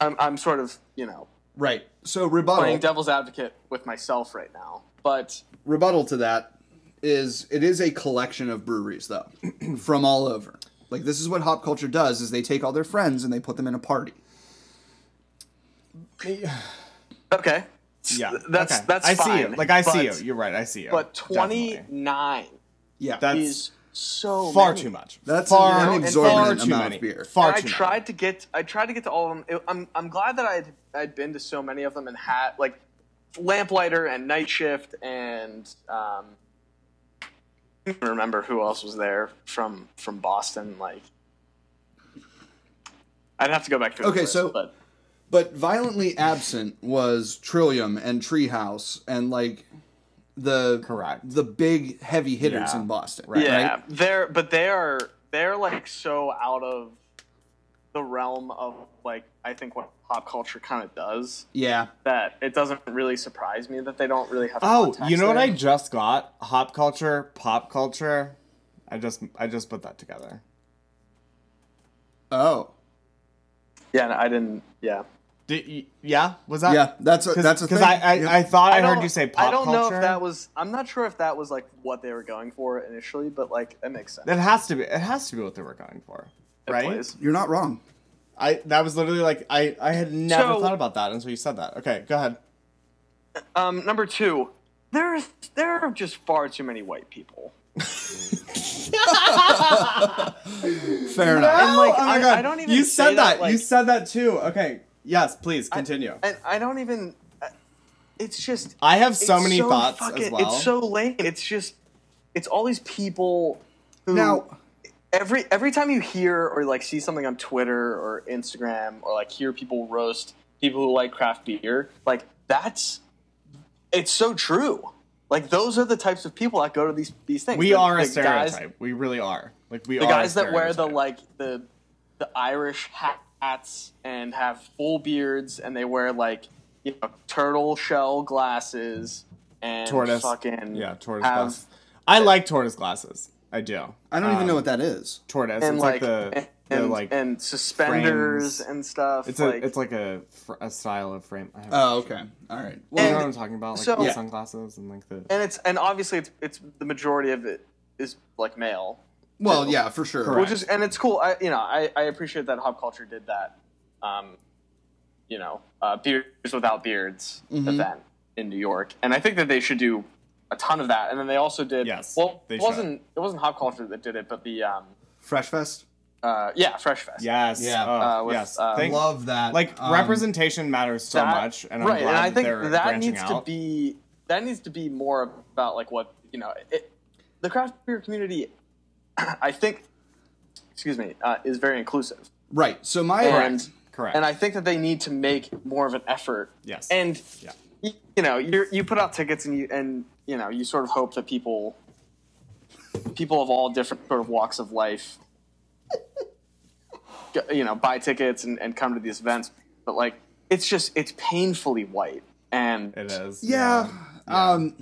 [SPEAKER 2] i'm, I'm sort of you know
[SPEAKER 3] right. So
[SPEAKER 2] playing
[SPEAKER 4] Oh.
[SPEAKER 3] rebuttal
[SPEAKER 2] devil's advocate with myself right now but
[SPEAKER 3] rebuttal to that is it is a collection of breweries though from all over. Like this is what hop culture does: is they take all their friends and they put them in a party.
[SPEAKER 2] Okay.
[SPEAKER 4] Yeah,
[SPEAKER 2] That's
[SPEAKER 4] okay.
[SPEAKER 2] that's
[SPEAKER 4] I
[SPEAKER 2] fine.
[SPEAKER 4] see you. Like I see you.
[SPEAKER 2] but-
[SPEAKER 4] You're right. I see you.
[SPEAKER 2] But
[SPEAKER 4] Definitely.
[SPEAKER 2] 29
[SPEAKER 3] Yeah,
[SPEAKER 4] That's
[SPEAKER 2] is so
[SPEAKER 4] far
[SPEAKER 2] many.
[SPEAKER 4] too much.
[SPEAKER 3] That's
[SPEAKER 4] far
[SPEAKER 3] an
[SPEAKER 4] and
[SPEAKER 3] exorbitant
[SPEAKER 4] far too
[SPEAKER 3] amount
[SPEAKER 4] many.
[SPEAKER 3] of beer.
[SPEAKER 4] Far
[SPEAKER 2] And
[SPEAKER 4] too
[SPEAKER 2] I
[SPEAKER 4] many.
[SPEAKER 2] tried to get I tried to get to all of them. It- I'm I'm glad that I'd I'd been to so many of them and had like Lamplighter and Night Shift and um, I don't remember who else was there from from Boston. Like I'd have to go back to the
[SPEAKER 3] Okay,
[SPEAKER 2] list,
[SPEAKER 3] so-
[SPEAKER 2] but
[SPEAKER 3] But violently absent was Trillium and Treehouse and like the
[SPEAKER 4] Correct.
[SPEAKER 3] the big heavy hitters
[SPEAKER 4] Yeah.
[SPEAKER 3] in Boston.
[SPEAKER 4] Right.
[SPEAKER 2] yeah, they're but they are they're like so out of the realm of like I think what pop culture kind of does
[SPEAKER 3] Yeah.
[SPEAKER 2] that it doesn't really surprise me that they don't really have.
[SPEAKER 4] Oh,
[SPEAKER 2] context
[SPEAKER 4] you know what
[SPEAKER 2] there.
[SPEAKER 4] I just got? Hop culture, pop culture. I just I just put that together.
[SPEAKER 3] Oh.
[SPEAKER 2] Yeah, no, I didn't. Yeah,
[SPEAKER 4] Did you, yeah? Was that
[SPEAKER 3] Yeah, that's a,
[SPEAKER 4] Cause,
[SPEAKER 3] that's a
[SPEAKER 4] 'cause
[SPEAKER 3] thing.
[SPEAKER 4] I I,
[SPEAKER 3] Yep.
[SPEAKER 4] I thought I, heard
[SPEAKER 2] don't-
[SPEAKER 4] you say pop
[SPEAKER 2] I don't
[SPEAKER 4] culture.
[SPEAKER 2] know if that was. I'm not sure if that was like what they were going for initially, but like it makes sense.
[SPEAKER 4] That has to be. It has to be what they were going for,
[SPEAKER 2] It
[SPEAKER 4] right?
[SPEAKER 2] plays.
[SPEAKER 3] You're not wrong.
[SPEAKER 4] I that was literally like I I had never
[SPEAKER 2] So-
[SPEAKER 4] thought about that until you said that. Okay, go ahead.
[SPEAKER 2] Um, number two, there's there are just far too many white people.
[SPEAKER 3] Fair enough.
[SPEAKER 2] And, like,
[SPEAKER 4] oh my
[SPEAKER 2] I-
[SPEAKER 4] god,
[SPEAKER 2] I don't even
[SPEAKER 4] you
[SPEAKER 2] say
[SPEAKER 4] said that.
[SPEAKER 2] that, like-
[SPEAKER 4] you said that too. Okay, yes, please continue. I,
[SPEAKER 2] And I don't even. I- It's just
[SPEAKER 4] have so
[SPEAKER 2] it's
[SPEAKER 4] many thoughts
[SPEAKER 2] fucking-
[SPEAKER 4] as well.
[SPEAKER 2] It's so lame. It's just it's all these people who
[SPEAKER 3] Now,
[SPEAKER 2] every every time you hear or like see something on Twitter or Instagram or like hear people roast people who like craft beer, like that's it's so true. Like those are the types of people that go to these these things.
[SPEAKER 4] we
[SPEAKER 2] The-
[SPEAKER 4] are a
[SPEAKER 2] the
[SPEAKER 4] stereotype.
[SPEAKER 2] Guys,
[SPEAKER 4] we really are. Like we
[SPEAKER 2] the
[SPEAKER 4] are a
[SPEAKER 2] guys that wear the
[SPEAKER 4] stereotype.
[SPEAKER 2] like the the Irish ha- hats and have full beards and they wear like you know turtle shell glasses and
[SPEAKER 4] tortoise
[SPEAKER 2] fucking
[SPEAKER 4] yeah tortoise
[SPEAKER 2] have-
[SPEAKER 4] glasses. I like tortoise glasses. I do.
[SPEAKER 3] I don't even know
[SPEAKER 4] Um,
[SPEAKER 3] what that is.
[SPEAKER 4] tortoise.
[SPEAKER 2] and
[SPEAKER 4] it's
[SPEAKER 2] like,
[SPEAKER 4] like, the,
[SPEAKER 2] and,
[SPEAKER 4] the like
[SPEAKER 2] and suspenders
[SPEAKER 4] frames.
[SPEAKER 2] and stuff.
[SPEAKER 4] it's a
[SPEAKER 2] like,
[SPEAKER 4] it's like a fr- a style of frame. I have-
[SPEAKER 3] Oh, okay. All right.
[SPEAKER 4] you
[SPEAKER 3] Well,
[SPEAKER 4] know
[SPEAKER 2] and-
[SPEAKER 4] what I'm talking about? Like
[SPEAKER 2] so-
[SPEAKER 4] the
[SPEAKER 2] Yeah.
[SPEAKER 4] sunglasses and like the
[SPEAKER 2] and it's and obviously it's it's the majority of it is like male,
[SPEAKER 3] well, yeah, for sure.
[SPEAKER 4] Correct.
[SPEAKER 2] which is and it's cool. I you know I, I appreciate that hop culture did that, um, you know, uh, beards without beards
[SPEAKER 4] Mm-hmm.
[SPEAKER 2] event in New York, and I think that they should do a ton of that. And then they also did
[SPEAKER 4] Yes,
[SPEAKER 2] well
[SPEAKER 4] they
[SPEAKER 2] it wasn't it wasn't hop culture that did it, but the um
[SPEAKER 3] Fresh Fest.
[SPEAKER 2] uh yeah Fresh Fest
[SPEAKER 4] yes
[SPEAKER 3] Yeah.
[SPEAKER 4] oh,
[SPEAKER 2] Uh, with,
[SPEAKER 4] yes.
[SPEAKER 2] uh,
[SPEAKER 4] Thank-
[SPEAKER 3] Love that.
[SPEAKER 4] like
[SPEAKER 3] Um,
[SPEAKER 4] representation matters so
[SPEAKER 2] that-
[SPEAKER 4] much, and I'm
[SPEAKER 2] right,
[SPEAKER 4] glad
[SPEAKER 2] and I think
[SPEAKER 4] they're
[SPEAKER 2] that
[SPEAKER 4] branching
[SPEAKER 2] needs
[SPEAKER 4] out.
[SPEAKER 2] to be that needs to be more about like what you know it, the craft beer community. I think, excuse me, uh, is very inclusive,
[SPEAKER 3] Right. So my
[SPEAKER 2] and
[SPEAKER 4] Correct.
[SPEAKER 2] and I think that they need to make more of an effort.
[SPEAKER 4] Yes.
[SPEAKER 2] and
[SPEAKER 4] Yeah.
[SPEAKER 2] y- you know you you put out tickets and you and you know you sort of hope that people people of all different sort of walks of life g- you know buy tickets and, and come to these events but like it's just it's painfully white and
[SPEAKER 4] it is.
[SPEAKER 3] Yeah. Um,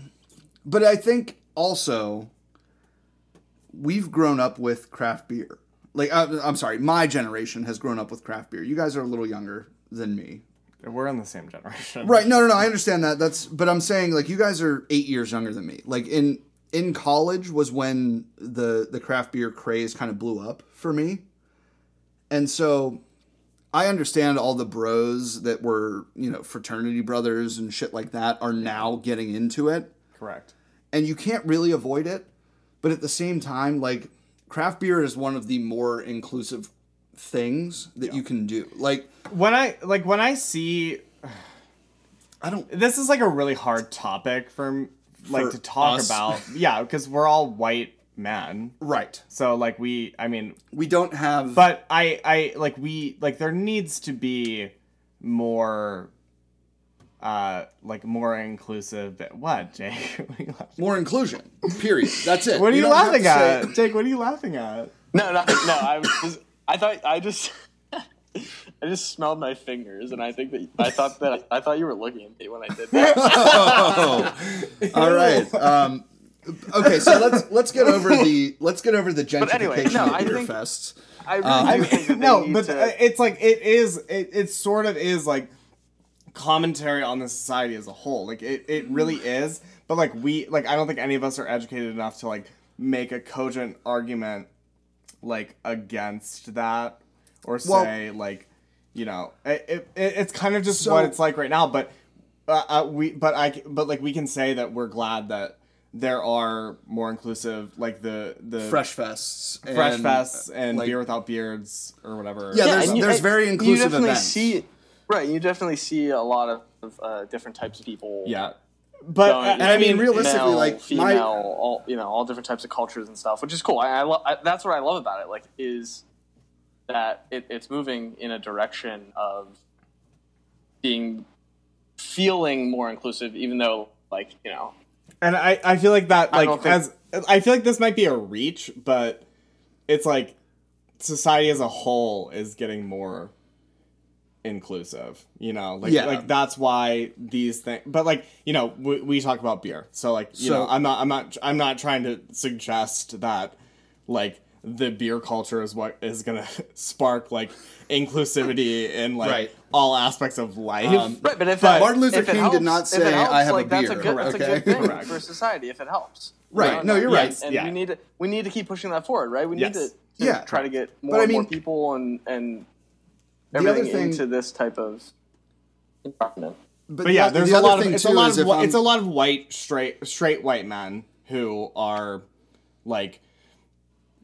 [SPEAKER 3] but I think also we've grown up with craft beer. Like, I, I'm sorry, my generation has grown up with craft beer. You guys are a little younger than me.
[SPEAKER 4] We're in the same generation.
[SPEAKER 3] Right. No, no, no. I understand that. That's, but I'm saying like you guys are eight years younger than me. Like in, in college was when the, the craft beer craze kind of blew up for me. And so I understand all the bros that were, you know, fraternity brothers and shit like that are now getting into it
[SPEAKER 4] Correct.
[SPEAKER 3] and you can't really avoid it. But at the same time, like craft beer is one of the more inclusive things that you can do. Like
[SPEAKER 4] When I like when I see
[SPEAKER 3] I don't
[SPEAKER 4] this is like a really hard topic for m- like
[SPEAKER 3] For
[SPEAKER 4] to talk
[SPEAKER 3] us.
[SPEAKER 4] about. yeah, because we're all white men.
[SPEAKER 3] right.
[SPEAKER 4] So like we, I mean,
[SPEAKER 3] We don't have
[SPEAKER 4] but I, I like we like there needs to be more, uh, like more inclusive. What, Jake? What are you laughing-
[SPEAKER 3] more inclusion. Period. That's it.
[SPEAKER 4] What are you
[SPEAKER 3] don't have to
[SPEAKER 4] laughing at,
[SPEAKER 3] say-
[SPEAKER 4] Jake? What are you laughing at?
[SPEAKER 2] no no no i was just, i thought i just I just smelled my fingers, and I think that I thought that I thought you were looking at me when I did that.
[SPEAKER 3] Oh. All right. Um, okay, so let's let's get over the let's get over the gentrification
[SPEAKER 2] anyway, no,
[SPEAKER 3] of
[SPEAKER 2] I
[SPEAKER 3] beer
[SPEAKER 2] think-
[SPEAKER 3] fests.
[SPEAKER 2] I really
[SPEAKER 3] I
[SPEAKER 4] Uh, I
[SPEAKER 2] do think that
[SPEAKER 4] mean,
[SPEAKER 2] they
[SPEAKER 4] no,
[SPEAKER 2] need
[SPEAKER 4] but
[SPEAKER 2] to-
[SPEAKER 4] uh, it's like it is. It, it sort of is like commentary on the society as a whole. Like it, it really
[SPEAKER 2] Mm.
[SPEAKER 4] is. But like we, like I don't think any of us are educated enough to like make a cogent argument like against that or
[SPEAKER 3] Well-
[SPEAKER 4] say like you know it, it, it's kind of just
[SPEAKER 3] So-
[SPEAKER 4] what it's like right now but uh, uh, we but i c- but like we can say that we're glad that there are more inclusive like the the
[SPEAKER 3] Fresh fests, and,
[SPEAKER 4] fresh fests and
[SPEAKER 3] like-
[SPEAKER 4] beer without beards or whatever
[SPEAKER 3] Yeah, there's-
[SPEAKER 2] and
[SPEAKER 3] there's
[SPEAKER 2] I-
[SPEAKER 3] very inclusive
[SPEAKER 2] You definitely
[SPEAKER 3] events.
[SPEAKER 2] see, right? You definitely see a lot of, of uh, different types of people.
[SPEAKER 4] yeah but
[SPEAKER 2] going,
[SPEAKER 4] and i mean real
[SPEAKER 3] real- realistically,
[SPEAKER 2] male,
[SPEAKER 3] like, my-
[SPEAKER 2] female, all you know, all different types of cultures and stuff, which is cool. I, I, lo- I that's what I love about it. Like, is that it, it's moving in a direction of being feeling more inclusive, even though, like, you know,
[SPEAKER 4] and i i feel like that
[SPEAKER 2] I
[SPEAKER 4] like
[SPEAKER 2] don't think-
[SPEAKER 4] as i feel like this might be a reach but it's like society as a whole is getting more inclusive you know like
[SPEAKER 3] Yeah.
[SPEAKER 4] like that's why these things but like you know we, we talk about beer so like you
[SPEAKER 3] So-
[SPEAKER 4] know i'm not i'm not i'm not trying to suggest that like the beer culture is what is gonna spark like inclusivity in like
[SPEAKER 3] Right.
[SPEAKER 4] all aspects of life
[SPEAKER 3] Um,
[SPEAKER 2] Right, but if
[SPEAKER 4] But
[SPEAKER 2] that-
[SPEAKER 4] Martin
[SPEAKER 3] Luther
[SPEAKER 2] if it
[SPEAKER 3] King did
[SPEAKER 2] helps-
[SPEAKER 3] not
[SPEAKER 2] if it
[SPEAKER 3] say,
[SPEAKER 2] helps,
[SPEAKER 3] "I have a
[SPEAKER 2] like, That's a
[SPEAKER 3] beer,"
[SPEAKER 2] good, that's a
[SPEAKER 3] okay?
[SPEAKER 2] good thing
[SPEAKER 4] Correct.
[SPEAKER 2] for society if it helps.
[SPEAKER 3] Right,
[SPEAKER 2] You
[SPEAKER 3] no, you're
[SPEAKER 2] yeah,
[SPEAKER 3] right.
[SPEAKER 2] And
[SPEAKER 4] Yeah.
[SPEAKER 2] we need to we need to keep pushing that forward, right? We need to,
[SPEAKER 4] Yes.
[SPEAKER 2] to
[SPEAKER 3] Yeah.
[SPEAKER 2] try to get more,
[SPEAKER 3] I
[SPEAKER 2] and more
[SPEAKER 3] mean-
[SPEAKER 2] people and and
[SPEAKER 3] other
[SPEAKER 2] everything
[SPEAKER 3] thing-
[SPEAKER 2] into this type of environment.
[SPEAKER 4] But yeah,
[SPEAKER 3] the-
[SPEAKER 4] there's
[SPEAKER 3] the
[SPEAKER 4] a
[SPEAKER 3] other
[SPEAKER 4] lot of
[SPEAKER 3] thing
[SPEAKER 4] it's a
[SPEAKER 3] too
[SPEAKER 4] lot
[SPEAKER 3] is
[SPEAKER 4] of
[SPEAKER 3] if
[SPEAKER 4] whi-
[SPEAKER 3] I'm-
[SPEAKER 4] it's a lot of white straight straight white men who are like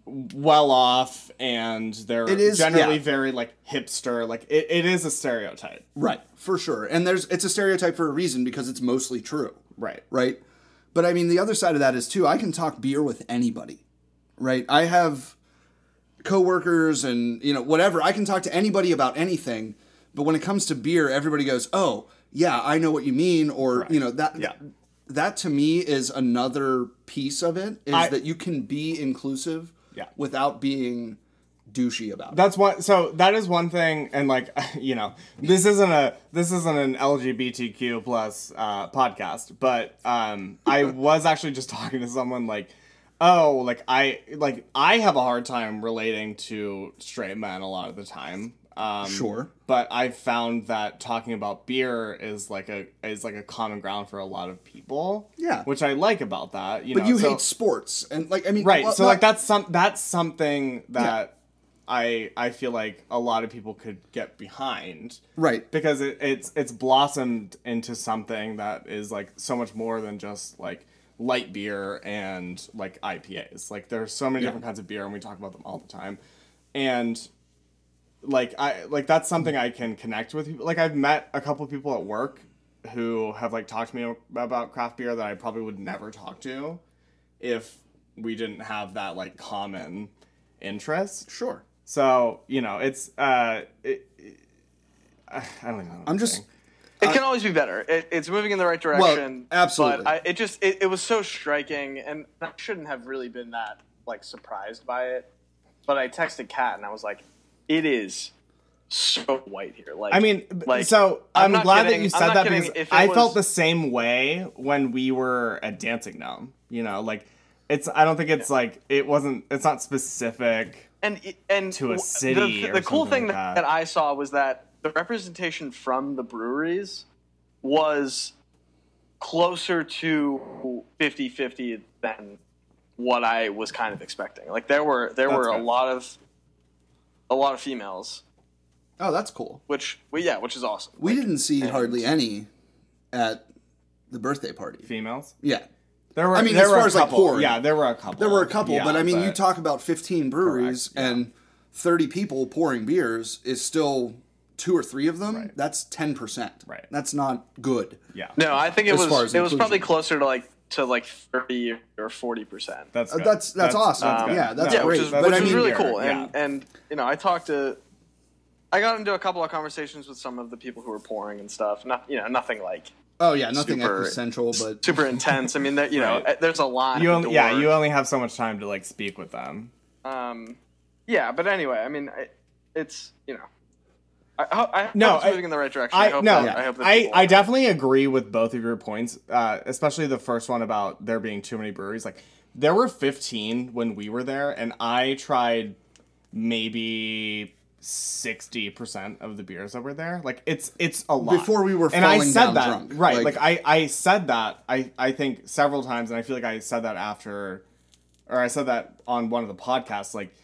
[SPEAKER 4] well off and they're
[SPEAKER 3] It is-
[SPEAKER 4] generally
[SPEAKER 3] yeah.
[SPEAKER 4] very like hipster like it, it is a stereotype
[SPEAKER 3] right for sure, and there's it's a stereotype for a reason because it's mostly true.
[SPEAKER 4] right
[SPEAKER 3] right? But I mean, the other side of that is too. I can talk beer with anybody, right? I have coworkers and you know whatever. I can talk to anybody about anything. But when it comes to beer, everybody goes, "Oh, yeah, I know what you mean," or you know that.
[SPEAKER 4] Yeah.
[SPEAKER 3] That to me is another piece of it is
[SPEAKER 4] I-
[SPEAKER 3] that you can be inclusive
[SPEAKER 4] Yeah.
[SPEAKER 3] without being douchey about it.
[SPEAKER 4] that's one so that is one thing and like you know this isn't a this isn't an lgbtq plus uh podcast but um i was actually just talking to someone like oh like i like i have a hard time relating to straight men a lot of the time um
[SPEAKER 3] Sure.
[SPEAKER 4] but i've found that talking about beer is like a is like a common ground for a lot of people
[SPEAKER 3] Yeah.
[SPEAKER 4] which i like about that you
[SPEAKER 3] But
[SPEAKER 4] know
[SPEAKER 3] you
[SPEAKER 4] so-
[SPEAKER 3] hate sports and like I mean
[SPEAKER 4] right
[SPEAKER 3] well,
[SPEAKER 4] so
[SPEAKER 3] not-
[SPEAKER 4] like that's some that's something that i i feel like a lot of people could get behind
[SPEAKER 3] right
[SPEAKER 4] because it, it's it's blossomed into something that is like so much more than just like light beer and like ipas like there's so many different kinds of beer and we talk about them all the time and like i like that's something i can connect with people like i've met a couple people at work who have like talked to me about craft beer that i probably would never talk to if we didn't have that like common interest.
[SPEAKER 3] sure.
[SPEAKER 4] So you know, it's uh, it, it- I I don't even know. What
[SPEAKER 3] I'm just
[SPEAKER 4] saying.
[SPEAKER 2] It can always be better. It, it's moving in the right direction.
[SPEAKER 3] absolutely.
[SPEAKER 2] But I, it just it, it was so striking, and I shouldn't have really been that like surprised by it. But I texted Kat, and I was like, "It is so white here." Like,
[SPEAKER 4] I mean, b- so I'm,
[SPEAKER 2] not
[SPEAKER 4] glad
[SPEAKER 2] kidding-
[SPEAKER 4] that you
[SPEAKER 2] I'm
[SPEAKER 4] said
[SPEAKER 2] not
[SPEAKER 4] that
[SPEAKER 2] kidding.
[SPEAKER 4] because
[SPEAKER 2] If it
[SPEAKER 4] I felt
[SPEAKER 2] was-
[SPEAKER 4] the same way when we were at Dancing Gnome. You know, like it's. I don't think it's like it wasn't. It's not specific.
[SPEAKER 2] and e, and
[SPEAKER 4] to a
[SPEAKER 2] w-
[SPEAKER 4] city
[SPEAKER 2] The,
[SPEAKER 4] or
[SPEAKER 2] the cool thing
[SPEAKER 4] something like that.
[SPEAKER 2] that. I saw was that the representation from the breweries was closer to 50-50 than what I was kind of expecting. Like there were there
[SPEAKER 4] That's
[SPEAKER 2] were a
[SPEAKER 4] good.
[SPEAKER 2] lot of a lot of females,
[SPEAKER 3] Oh, that's cool.
[SPEAKER 2] which well, yeah, which is awesome.
[SPEAKER 3] We didn't see hardly any at the birthday party.
[SPEAKER 4] Females.
[SPEAKER 3] Yeah.
[SPEAKER 4] There were.
[SPEAKER 3] I mean,
[SPEAKER 4] there
[SPEAKER 3] as
[SPEAKER 4] were
[SPEAKER 3] far
[SPEAKER 4] a
[SPEAKER 3] as, like,
[SPEAKER 4] couple.
[SPEAKER 3] pouring.
[SPEAKER 4] yeah, there were a couple.
[SPEAKER 3] There were a couple,
[SPEAKER 4] Yeah,
[SPEAKER 3] but I mean, you talk about 15 breweries
[SPEAKER 4] Correct, yeah.
[SPEAKER 3] and 30 people pouring beers is still two or three of them.
[SPEAKER 4] Right.
[SPEAKER 3] That's 10%.
[SPEAKER 4] Right.
[SPEAKER 3] That's not good.
[SPEAKER 4] Yeah,
[SPEAKER 2] No, I think it
[SPEAKER 3] As
[SPEAKER 2] was
[SPEAKER 3] far as
[SPEAKER 2] it was probably
[SPEAKER 3] inclusion.
[SPEAKER 2] closer to like to like 30 or 40%.
[SPEAKER 4] that's
[SPEAKER 3] Uh,
[SPEAKER 4] good.
[SPEAKER 3] that's- that's awesome.
[SPEAKER 4] good.
[SPEAKER 3] Yeah, that's
[SPEAKER 2] Um, yeah,
[SPEAKER 3] great.
[SPEAKER 2] which is,
[SPEAKER 3] But
[SPEAKER 2] which
[SPEAKER 3] I
[SPEAKER 2] is
[SPEAKER 3] mean-
[SPEAKER 2] really
[SPEAKER 4] Yeah.
[SPEAKER 2] cool. And and you know, I talked to, I got into a couple of conversations with some of the people who were pouring and stuff. Not you know, nothing like
[SPEAKER 3] Oh, yeah. Nothing
[SPEAKER 2] Super-
[SPEAKER 3] central, but
[SPEAKER 2] super intense. I mean, there, you know, eh,
[SPEAKER 4] Right.
[SPEAKER 2] there's a line.
[SPEAKER 4] you only, yeah, you only have so much time to like speak with them.
[SPEAKER 2] um, yeah. But anyway, I mean, I, it's you know, I, ho- I hope
[SPEAKER 4] No,
[SPEAKER 2] it's
[SPEAKER 4] I-
[SPEAKER 2] moving in the right direction. I,
[SPEAKER 4] I
[SPEAKER 2] hope
[SPEAKER 4] no,
[SPEAKER 2] that, I hope that
[SPEAKER 4] I,
[SPEAKER 2] people-
[SPEAKER 4] I definitely agree with both of your points, uh, especially the first one about there being too many breweries. Like there were 15 when we were there, and I tried maybe 60% of the beers that were there. Like it's it's a lot.
[SPEAKER 3] Before we were
[SPEAKER 4] and I
[SPEAKER 3] falling
[SPEAKER 4] said
[SPEAKER 3] down
[SPEAKER 4] that
[SPEAKER 3] drunk,
[SPEAKER 4] right.
[SPEAKER 3] like-
[SPEAKER 4] Like, I I said that I I think several times, and I feel like I said that after, or I said that on one of the podcasts. Like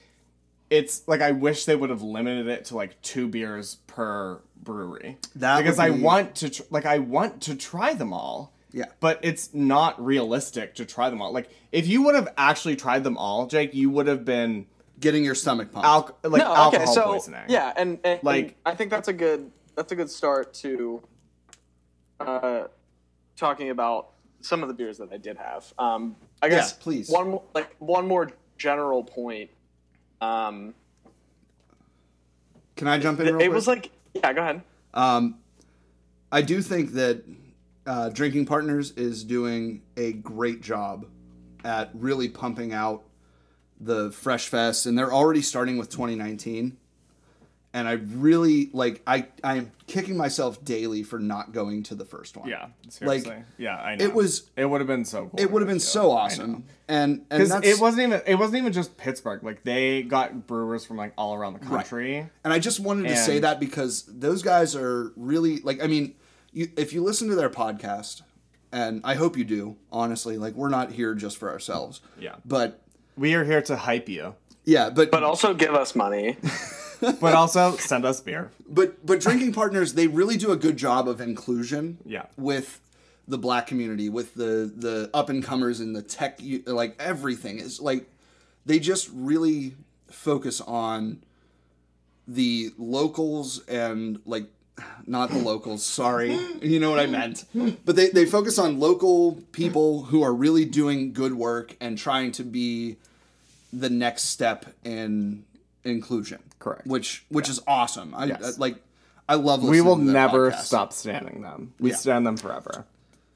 [SPEAKER 4] it's like I wish they would have limited it to like two beers per brewery.
[SPEAKER 3] That
[SPEAKER 4] because
[SPEAKER 3] would
[SPEAKER 4] I
[SPEAKER 3] be-
[SPEAKER 4] want to tr- like I want to try them all.
[SPEAKER 3] Yeah.
[SPEAKER 4] But it's not realistic to try them all. Like if you would have actually tried them all, Jake, you would have been
[SPEAKER 3] Getting your stomach pumped.
[SPEAKER 4] alco- like
[SPEAKER 2] no, okay,
[SPEAKER 4] alcohol
[SPEAKER 2] so
[SPEAKER 4] poisoning.
[SPEAKER 2] yeah, and, and
[SPEAKER 4] Like-
[SPEAKER 2] and I think that's a good that's a good start to uh, talking about some of the beers that I did have. Um, I
[SPEAKER 3] Yeah,
[SPEAKER 2] guess
[SPEAKER 3] please.
[SPEAKER 2] one mo- like one more general point. Um,
[SPEAKER 3] Can I jump in?
[SPEAKER 2] it
[SPEAKER 3] Real quick?
[SPEAKER 2] was like yeah, go ahead.
[SPEAKER 3] Um, I do think that uh, Drinking Partners is doing a great job at really pumping out the Fresh Fest, and they're already starting with 2019. And I really like I I am kicking myself daily for not going to the first one.
[SPEAKER 4] Yeah. Seriously. yeah, I know.
[SPEAKER 3] it was-
[SPEAKER 4] it would have been so cool.
[SPEAKER 3] it would have been
[SPEAKER 4] Yeah,
[SPEAKER 3] so
[SPEAKER 4] I know.
[SPEAKER 3] awesome. And and
[SPEAKER 4] Because
[SPEAKER 3] that's,
[SPEAKER 4] it wasn't even it wasn't even just Pittsburgh. Like they got brewers from like all around the country.
[SPEAKER 3] And I just wanted to say
[SPEAKER 4] And-
[SPEAKER 3] that because those guys are really like I mean, you if you listen to their podcast, and I hope you do, honestly, like we're not here just for ourselves.
[SPEAKER 4] Yeah.
[SPEAKER 3] But
[SPEAKER 4] We are here to hype you,
[SPEAKER 3] yeah, but
[SPEAKER 2] But also give us money.
[SPEAKER 4] but also send us beer.
[SPEAKER 3] but but drinking partners, they really do a good job of inclusion.
[SPEAKER 4] Yeah.
[SPEAKER 3] With the black community, with the the up and comers and the tech, u- like everything is like they just really focus on the locals and like not the locals sorry you know what i meant but they, they focus on local people who are really doing good work and trying to be the next step in inclusion
[SPEAKER 4] Correct.
[SPEAKER 3] which which is awesome I,
[SPEAKER 4] Yes.
[SPEAKER 3] I- like i love
[SPEAKER 4] We
[SPEAKER 3] listening
[SPEAKER 4] will
[SPEAKER 3] to their
[SPEAKER 4] never
[SPEAKER 3] podcast.
[SPEAKER 4] stop standing them. We
[SPEAKER 3] Yeah.
[SPEAKER 4] stand them forever.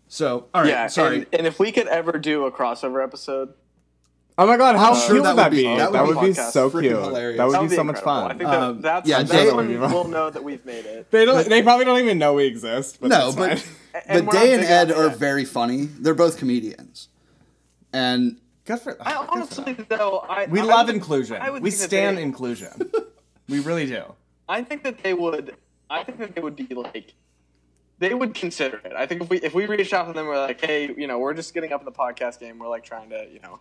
[SPEAKER 3] so all right
[SPEAKER 2] yeah,
[SPEAKER 3] sorry
[SPEAKER 2] And, and if we could ever do a crossover episode,
[SPEAKER 4] Oh my god, how
[SPEAKER 3] sure
[SPEAKER 4] cute
[SPEAKER 3] that
[SPEAKER 4] would that
[SPEAKER 3] would be-
[SPEAKER 4] be?
[SPEAKER 3] that
[SPEAKER 4] That
[SPEAKER 3] would
[SPEAKER 4] would
[SPEAKER 2] be
[SPEAKER 4] be so
[SPEAKER 3] freaking
[SPEAKER 4] cute.
[SPEAKER 3] hilarious.
[SPEAKER 4] That
[SPEAKER 2] that
[SPEAKER 4] would
[SPEAKER 2] would
[SPEAKER 4] be
[SPEAKER 2] be
[SPEAKER 4] so much
[SPEAKER 2] incredible. I
[SPEAKER 4] fun.
[SPEAKER 2] think that,
[SPEAKER 3] Um,
[SPEAKER 2] that's
[SPEAKER 3] yeah,
[SPEAKER 2] yeah,
[SPEAKER 3] Jay-
[SPEAKER 2] that's when
[SPEAKER 4] That would be
[SPEAKER 2] we'll know that we've made it.
[SPEAKER 4] They don't. They probably don't even know we exist. But
[SPEAKER 3] no
[SPEAKER 4] no,
[SPEAKER 3] but
[SPEAKER 2] And
[SPEAKER 3] but
[SPEAKER 2] we're not
[SPEAKER 3] day and
[SPEAKER 2] big on
[SPEAKER 3] ed
[SPEAKER 2] it
[SPEAKER 3] are
[SPEAKER 2] yet.
[SPEAKER 3] very funny they're both comedians and
[SPEAKER 4] good for.
[SPEAKER 2] I honestly though, I
[SPEAKER 4] we
[SPEAKER 2] I
[SPEAKER 4] love
[SPEAKER 2] would-
[SPEAKER 4] inclusion.
[SPEAKER 2] I would
[SPEAKER 4] We
[SPEAKER 2] think that
[SPEAKER 4] stand
[SPEAKER 2] they-
[SPEAKER 4] inclusion. we really do.
[SPEAKER 2] I think that they would. I think that they would be like, they would consider it. I think if we if we reached out to them, we're like, hey, you know, we're just getting up in the podcast game. We're like trying to, you know,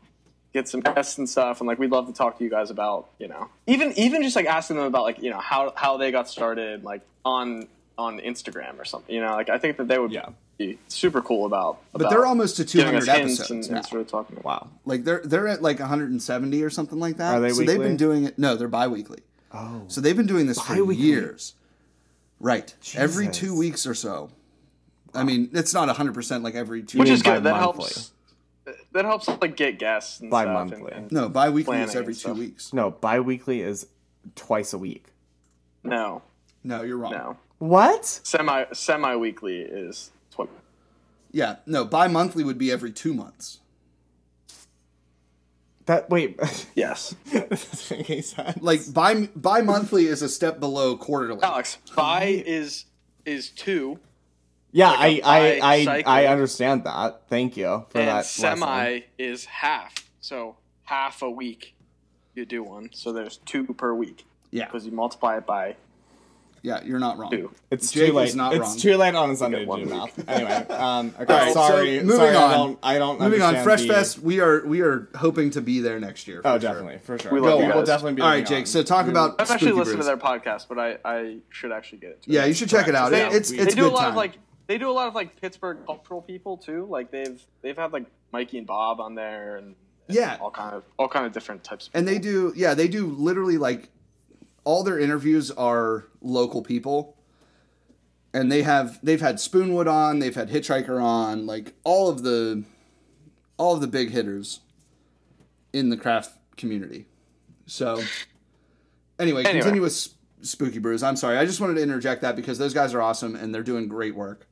[SPEAKER 2] get some guests and stuff, and like we'd love to talk to you guys about, you know, even even just like asking them about like you know how how they got started, like on on Instagram or something. You know, like I think that they would
[SPEAKER 4] Yeah.
[SPEAKER 2] be super cool about.
[SPEAKER 3] but they're almost to
[SPEAKER 2] giving us
[SPEAKER 3] 200
[SPEAKER 2] hints
[SPEAKER 3] episodes
[SPEAKER 2] and,
[SPEAKER 3] now.
[SPEAKER 2] and sort of talking. About.
[SPEAKER 4] Wow.
[SPEAKER 3] Like they're they're at like 170 or something like that.
[SPEAKER 4] Are they
[SPEAKER 3] so they've
[SPEAKER 4] weekly?
[SPEAKER 3] been doing it. No, they're biweekly.
[SPEAKER 4] Oh.
[SPEAKER 3] So they've been doing this for
[SPEAKER 4] Biweekly.
[SPEAKER 3] years. Right. Every
[SPEAKER 4] Jesus.
[SPEAKER 3] two weeks or so. I mean, it's not 100 percent like every two.
[SPEAKER 2] which is
[SPEAKER 4] mean
[SPEAKER 2] good. That
[SPEAKER 4] bi-monthly?
[SPEAKER 2] helps. That helps like get guests and
[SPEAKER 4] Bi-monthly.
[SPEAKER 2] stuff. and- and-
[SPEAKER 3] no biweekly
[SPEAKER 2] planning
[SPEAKER 3] is every
[SPEAKER 2] and
[SPEAKER 3] two
[SPEAKER 2] stuff.
[SPEAKER 3] weeks.
[SPEAKER 4] No, bi-weekly is twice a week.
[SPEAKER 2] no,
[SPEAKER 3] No, you're wrong.
[SPEAKER 2] no.
[SPEAKER 4] What?
[SPEAKER 2] semi semi weekly is tw-
[SPEAKER 3] Yeah, no bi-monthly would be every two months.
[SPEAKER 4] That wait.
[SPEAKER 2] yes.
[SPEAKER 4] that doesn't make any sense.
[SPEAKER 3] Like bi bi-monthly is a step below quarterly.
[SPEAKER 2] Alex, bi is is two,
[SPEAKER 4] yeah,
[SPEAKER 2] like a
[SPEAKER 4] I, I,
[SPEAKER 2] bi-cycle.
[SPEAKER 4] I, I understand that. Thank you for
[SPEAKER 2] and
[SPEAKER 4] that.
[SPEAKER 2] semi
[SPEAKER 4] lesson.
[SPEAKER 2] is half. So half a week, you do one. So there's two per week
[SPEAKER 3] Yeah,
[SPEAKER 2] because you multiply it by
[SPEAKER 3] yeah, you're not wrong.
[SPEAKER 2] two.
[SPEAKER 4] It's
[SPEAKER 3] Jake
[SPEAKER 4] too
[SPEAKER 3] is
[SPEAKER 4] late.
[SPEAKER 3] not
[SPEAKER 4] it's
[SPEAKER 3] wrong.
[SPEAKER 4] too late on a Sunday to
[SPEAKER 2] one
[SPEAKER 4] do
[SPEAKER 2] week.
[SPEAKER 4] math. Anyway, um, okay,
[SPEAKER 3] right, so
[SPEAKER 4] sorry.
[SPEAKER 3] moving
[SPEAKER 4] sorry,
[SPEAKER 3] on.
[SPEAKER 4] I don't. I don't
[SPEAKER 3] Moving on,
[SPEAKER 4] understand
[SPEAKER 3] Fresh
[SPEAKER 4] the-
[SPEAKER 3] Fest. We are we are hoping to be there next year. for
[SPEAKER 4] Oh,
[SPEAKER 3] sure.
[SPEAKER 4] definitely, for sure.
[SPEAKER 2] We
[SPEAKER 4] Go
[SPEAKER 2] love you
[SPEAKER 4] on. We'll
[SPEAKER 2] guys.
[SPEAKER 4] definitely be.
[SPEAKER 3] All right,
[SPEAKER 4] moving
[SPEAKER 3] Jake.
[SPEAKER 4] on.
[SPEAKER 3] So talk
[SPEAKER 4] We-
[SPEAKER 3] about.
[SPEAKER 2] I've actually
[SPEAKER 3] Spooky
[SPEAKER 2] listened to
[SPEAKER 3] Brews.
[SPEAKER 2] their podcast, but I, I should actually get it. To
[SPEAKER 3] Yeah, you should check it out.
[SPEAKER 4] They-
[SPEAKER 3] It- it's
[SPEAKER 4] they
[SPEAKER 3] it's
[SPEAKER 2] they do
[SPEAKER 3] good
[SPEAKER 2] a lot
[SPEAKER 3] time.
[SPEAKER 2] of like they do a lot of like Pittsburgh cultural people too. Like they've they've had like Mikey and Bob on there and, and
[SPEAKER 3] Yeah.
[SPEAKER 2] all kind of all kind of different types. Of
[SPEAKER 3] and they
[SPEAKER 2] people.
[SPEAKER 3] do yeah they do literally like all their interviews are local people and they have they've had spoonwood on they've had hitchhiker on like all of the all of the big hitters in the craft community so anyway,
[SPEAKER 2] Anyway.
[SPEAKER 3] continue with Sp- spooky brews i'm sorry i just wanted to interject that because those guys are awesome and they're doing great work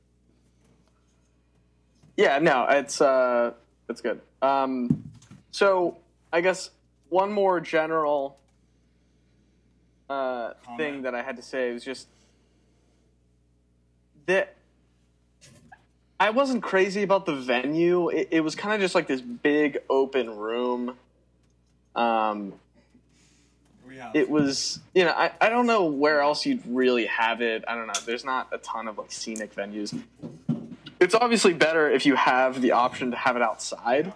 [SPEAKER 2] Yeah, no, it's uh, it's good. Um, so I guess one more general uh, thing that I had to say was just that I wasn't crazy about the venue. It, it was kind of just like this big open room. Um,
[SPEAKER 4] We have-
[SPEAKER 2] it was you know I, I don't know where else you'd really have it i don't know there's not a ton of like scenic venues it's obviously better if you have the option to have it outside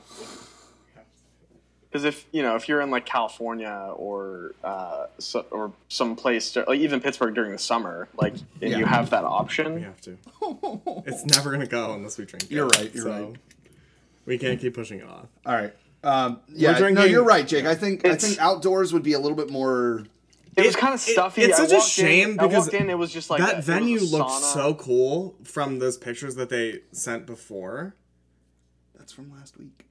[SPEAKER 2] because if you know if you're in like California or uh, so, or some place like even Pittsburgh during the summer, like and
[SPEAKER 3] Yeah.
[SPEAKER 2] you have that option.
[SPEAKER 4] We have to. It's never gonna go unless we drink. it,
[SPEAKER 3] You're right, you're right.
[SPEAKER 4] We can't keep pushing it off.
[SPEAKER 3] All right. Um, yeah, no,
[SPEAKER 4] drinking-
[SPEAKER 3] you're right, Jake. I think I
[SPEAKER 2] It's-
[SPEAKER 3] think outdoors would be a little bit more.
[SPEAKER 2] It, was
[SPEAKER 4] It-
[SPEAKER 2] kind
[SPEAKER 4] it-
[SPEAKER 2] of stuffy.
[SPEAKER 4] it's
[SPEAKER 2] I
[SPEAKER 4] such a
[SPEAKER 2] walked in-
[SPEAKER 4] shame
[SPEAKER 2] I
[SPEAKER 4] because
[SPEAKER 2] walked in, it was just like a- it
[SPEAKER 4] that
[SPEAKER 2] was
[SPEAKER 4] venue
[SPEAKER 2] a
[SPEAKER 4] looked
[SPEAKER 2] sauna.
[SPEAKER 4] so cool from those pictures that they sent before.
[SPEAKER 3] That's from last week.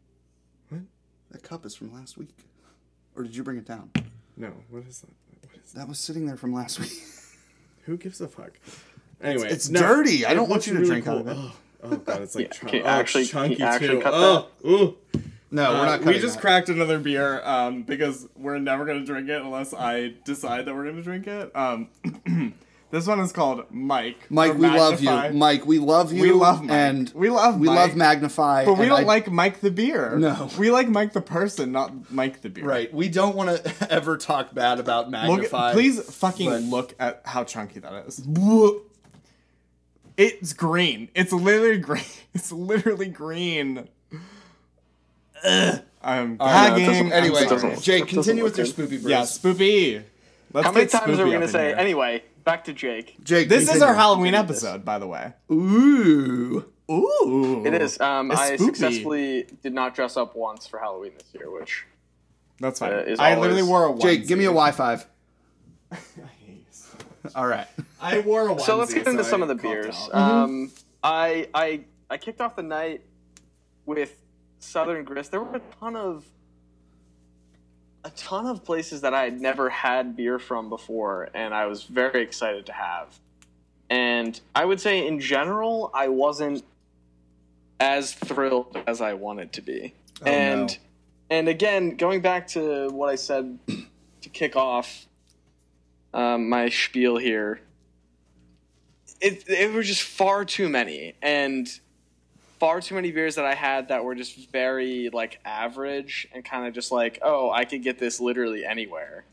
[SPEAKER 3] That cup is from last week, or did you bring it down?
[SPEAKER 4] No, what is that? What is that?
[SPEAKER 3] That was sitting there from last week.
[SPEAKER 4] Who gives a fuck? Anyway,
[SPEAKER 3] it's
[SPEAKER 4] no,
[SPEAKER 3] dirty. I
[SPEAKER 4] it
[SPEAKER 3] don't want
[SPEAKER 4] looks
[SPEAKER 3] you to
[SPEAKER 4] really
[SPEAKER 3] drink
[SPEAKER 4] cool.
[SPEAKER 3] out of it.
[SPEAKER 4] Oh, oh god, it's like
[SPEAKER 2] Yeah,
[SPEAKER 4] chun-
[SPEAKER 2] can you
[SPEAKER 4] oh,
[SPEAKER 2] actually-
[SPEAKER 4] it's chunky
[SPEAKER 2] can you actually
[SPEAKER 4] too.
[SPEAKER 2] cut
[SPEAKER 4] oh, ooh.
[SPEAKER 3] No, we're
[SPEAKER 4] Uh,
[SPEAKER 3] not. Cutting
[SPEAKER 4] we just
[SPEAKER 3] that.
[SPEAKER 4] cracked another beer um, because we're never gonna drink it unless I decide that we're gonna drink it. Um, this one is called Mike.
[SPEAKER 3] Mike,
[SPEAKER 4] or
[SPEAKER 3] we love
[SPEAKER 4] Magnify.
[SPEAKER 3] you. Mike, we love you.
[SPEAKER 4] We love Mike.
[SPEAKER 3] and
[SPEAKER 4] we love
[SPEAKER 3] we
[SPEAKER 4] Mike,
[SPEAKER 3] love Magnify.
[SPEAKER 4] but we
[SPEAKER 3] and
[SPEAKER 4] don't
[SPEAKER 3] I-
[SPEAKER 4] like Mike the beer.
[SPEAKER 3] No.
[SPEAKER 4] we like Mike the person, not Mike the beer.
[SPEAKER 3] Right, we don't want to ever talk bad about
[SPEAKER 4] Look,
[SPEAKER 3] Magnify.
[SPEAKER 4] please fucking
[SPEAKER 3] but-
[SPEAKER 4] look at how chunky that is. It's green. It's literally green. It's literally green. Ugh. I'm
[SPEAKER 2] no, it
[SPEAKER 3] Alright,
[SPEAKER 2] doesn't-
[SPEAKER 4] gagging. I'm
[SPEAKER 3] Anyway,
[SPEAKER 2] It
[SPEAKER 4] sorry.
[SPEAKER 2] doesn't- it
[SPEAKER 3] Jake,
[SPEAKER 2] doesn't
[SPEAKER 3] continue with
[SPEAKER 2] look
[SPEAKER 3] your
[SPEAKER 2] good.
[SPEAKER 3] spoopy brews.
[SPEAKER 4] Yeah, spoopy. Let's
[SPEAKER 2] How many
[SPEAKER 4] get
[SPEAKER 2] times are we
[SPEAKER 4] spoopy up
[SPEAKER 2] gonna
[SPEAKER 4] in
[SPEAKER 2] say?
[SPEAKER 4] here.
[SPEAKER 2] Anyway, back to Jake.
[SPEAKER 3] Jake,
[SPEAKER 4] This is
[SPEAKER 3] continue.
[SPEAKER 4] our Halloween
[SPEAKER 2] Continue this.
[SPEAKER 4] episode, by the way.
[SPEAKER 3] Ooh,
[SPEAKER 4] Ooh,
[SPEAKER 2] It is. Um,
[SPEAKER 4] It's
[SPEAKER 2] I
[SPEAKER 4] spoopy.
[SPEAKER 2] successfully did not dress up once for Halloween this year, which
[SPEAKER 4] That's fine.
[SPEAKER 2] uh, is
[SPEAKER 4] I
[SPEAKER 2] always-
[SPEAKER 4] literally wore a onesie.
[SPEAKER 3] Jake, give me a Y five.
[SPEAKER 4] I hate you so much.
[SPEAKER 3] All right.
[SPEAKER 4] I wore a onesie.
[SPEAKER 2] so let's get into
[SPEAKER 4] so
[SPEAKER 2] some
[SPEAKER 4] I
[SPEAKER 2] of the
[SPEAKER 4] coughed
[SPEAKER 2] beers.
[SPEAKER 4] out.
[SPEAKER 2] Um, I I I kicked off the night with Southern Grist. There were a ton of a ton of places that I had never had beer from before, and I was very excited to have. And I would say, in general, I wasn't as thrilled as I wanted to be.
[SPEAKER 3] no.
[SPEAKER 2] and and again, going back to what I said to kick off um, my spiel here, it it were just far too many and far too many beers that I had that were just very like average and kind of just like, oh, I could get this literally anywhere.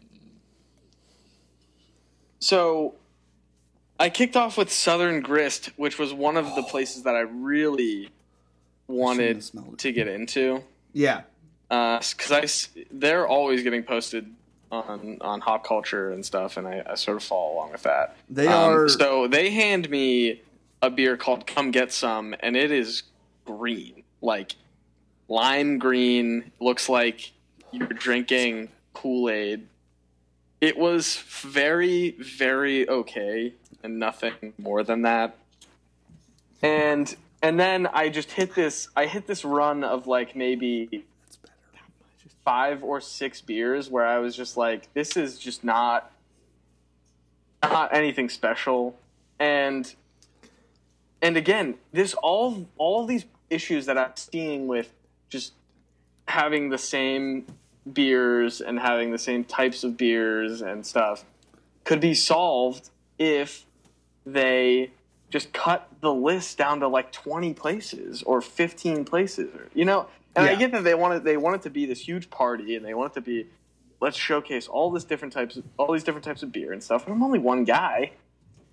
[SPEAKER 2] So I kicked off with Southern Grist, which was one of the places that I really
[SPEAKER 3] shouldn't
[SPEAKER 2] wanted
[SPEAKER 3] have smelled it.
[SPEAKER 2] to get into
[SPEAKER 3] Yeah.
[SPEAKER 2] because I s they're always getting posted on on hop culture and stuff, and I, I sort of follow along with that.
[SPEAKER 3] They
[SPEAKER 2] Um,
[SPEAKER 3] are-
[SPEAKER 2] so they hand me a beer called Come Get Some, and it is green, like lime green. Looks like you're drinking Kool Aid. It was very very okay, and nothing more than that and and then I just hit this I hit this run of like maybe five or six beers where I was just like this is just not not anything special and and again this all all these issues that I'm seeing with just having the same beers and having the same types of beers and stuff could be solved if they just cut the list down to like 20 places or 15 places or you know and i
[SPEAKER 3] Yeah.
[SPEAKER 2] get that they want it they want it to be this huge party and they want it to be let's showcase all this different types of, all these different types of beer and stuff and i'm only one guy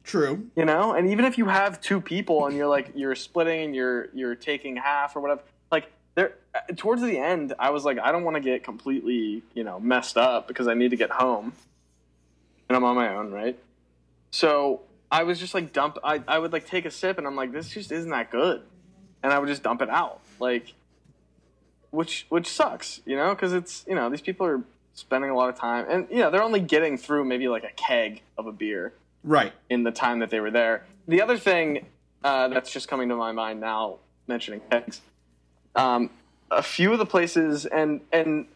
[SPEAKER 3] True.
[SPEAKER 2] you know and even if you have two people and you're like you're splitting and you're you're taking half or whatever like there uh, towards the end i was like i don't want to get completely you know messed up because i need to get home and i'm on my own right so i was just like dump i, I would like take a sip and i'm like this just isn't that good and i would just dump it out like which which sucks you know because it's you know these people are spending a lot of time and you know they're only getting through maybe like a keg of a beer
[SPEAKER 3] Right.
[SPEAKER 2] in the time that they were there. The other thing uh, that's just coming to my mind now, mentioning kegs, um, a few of the places, and and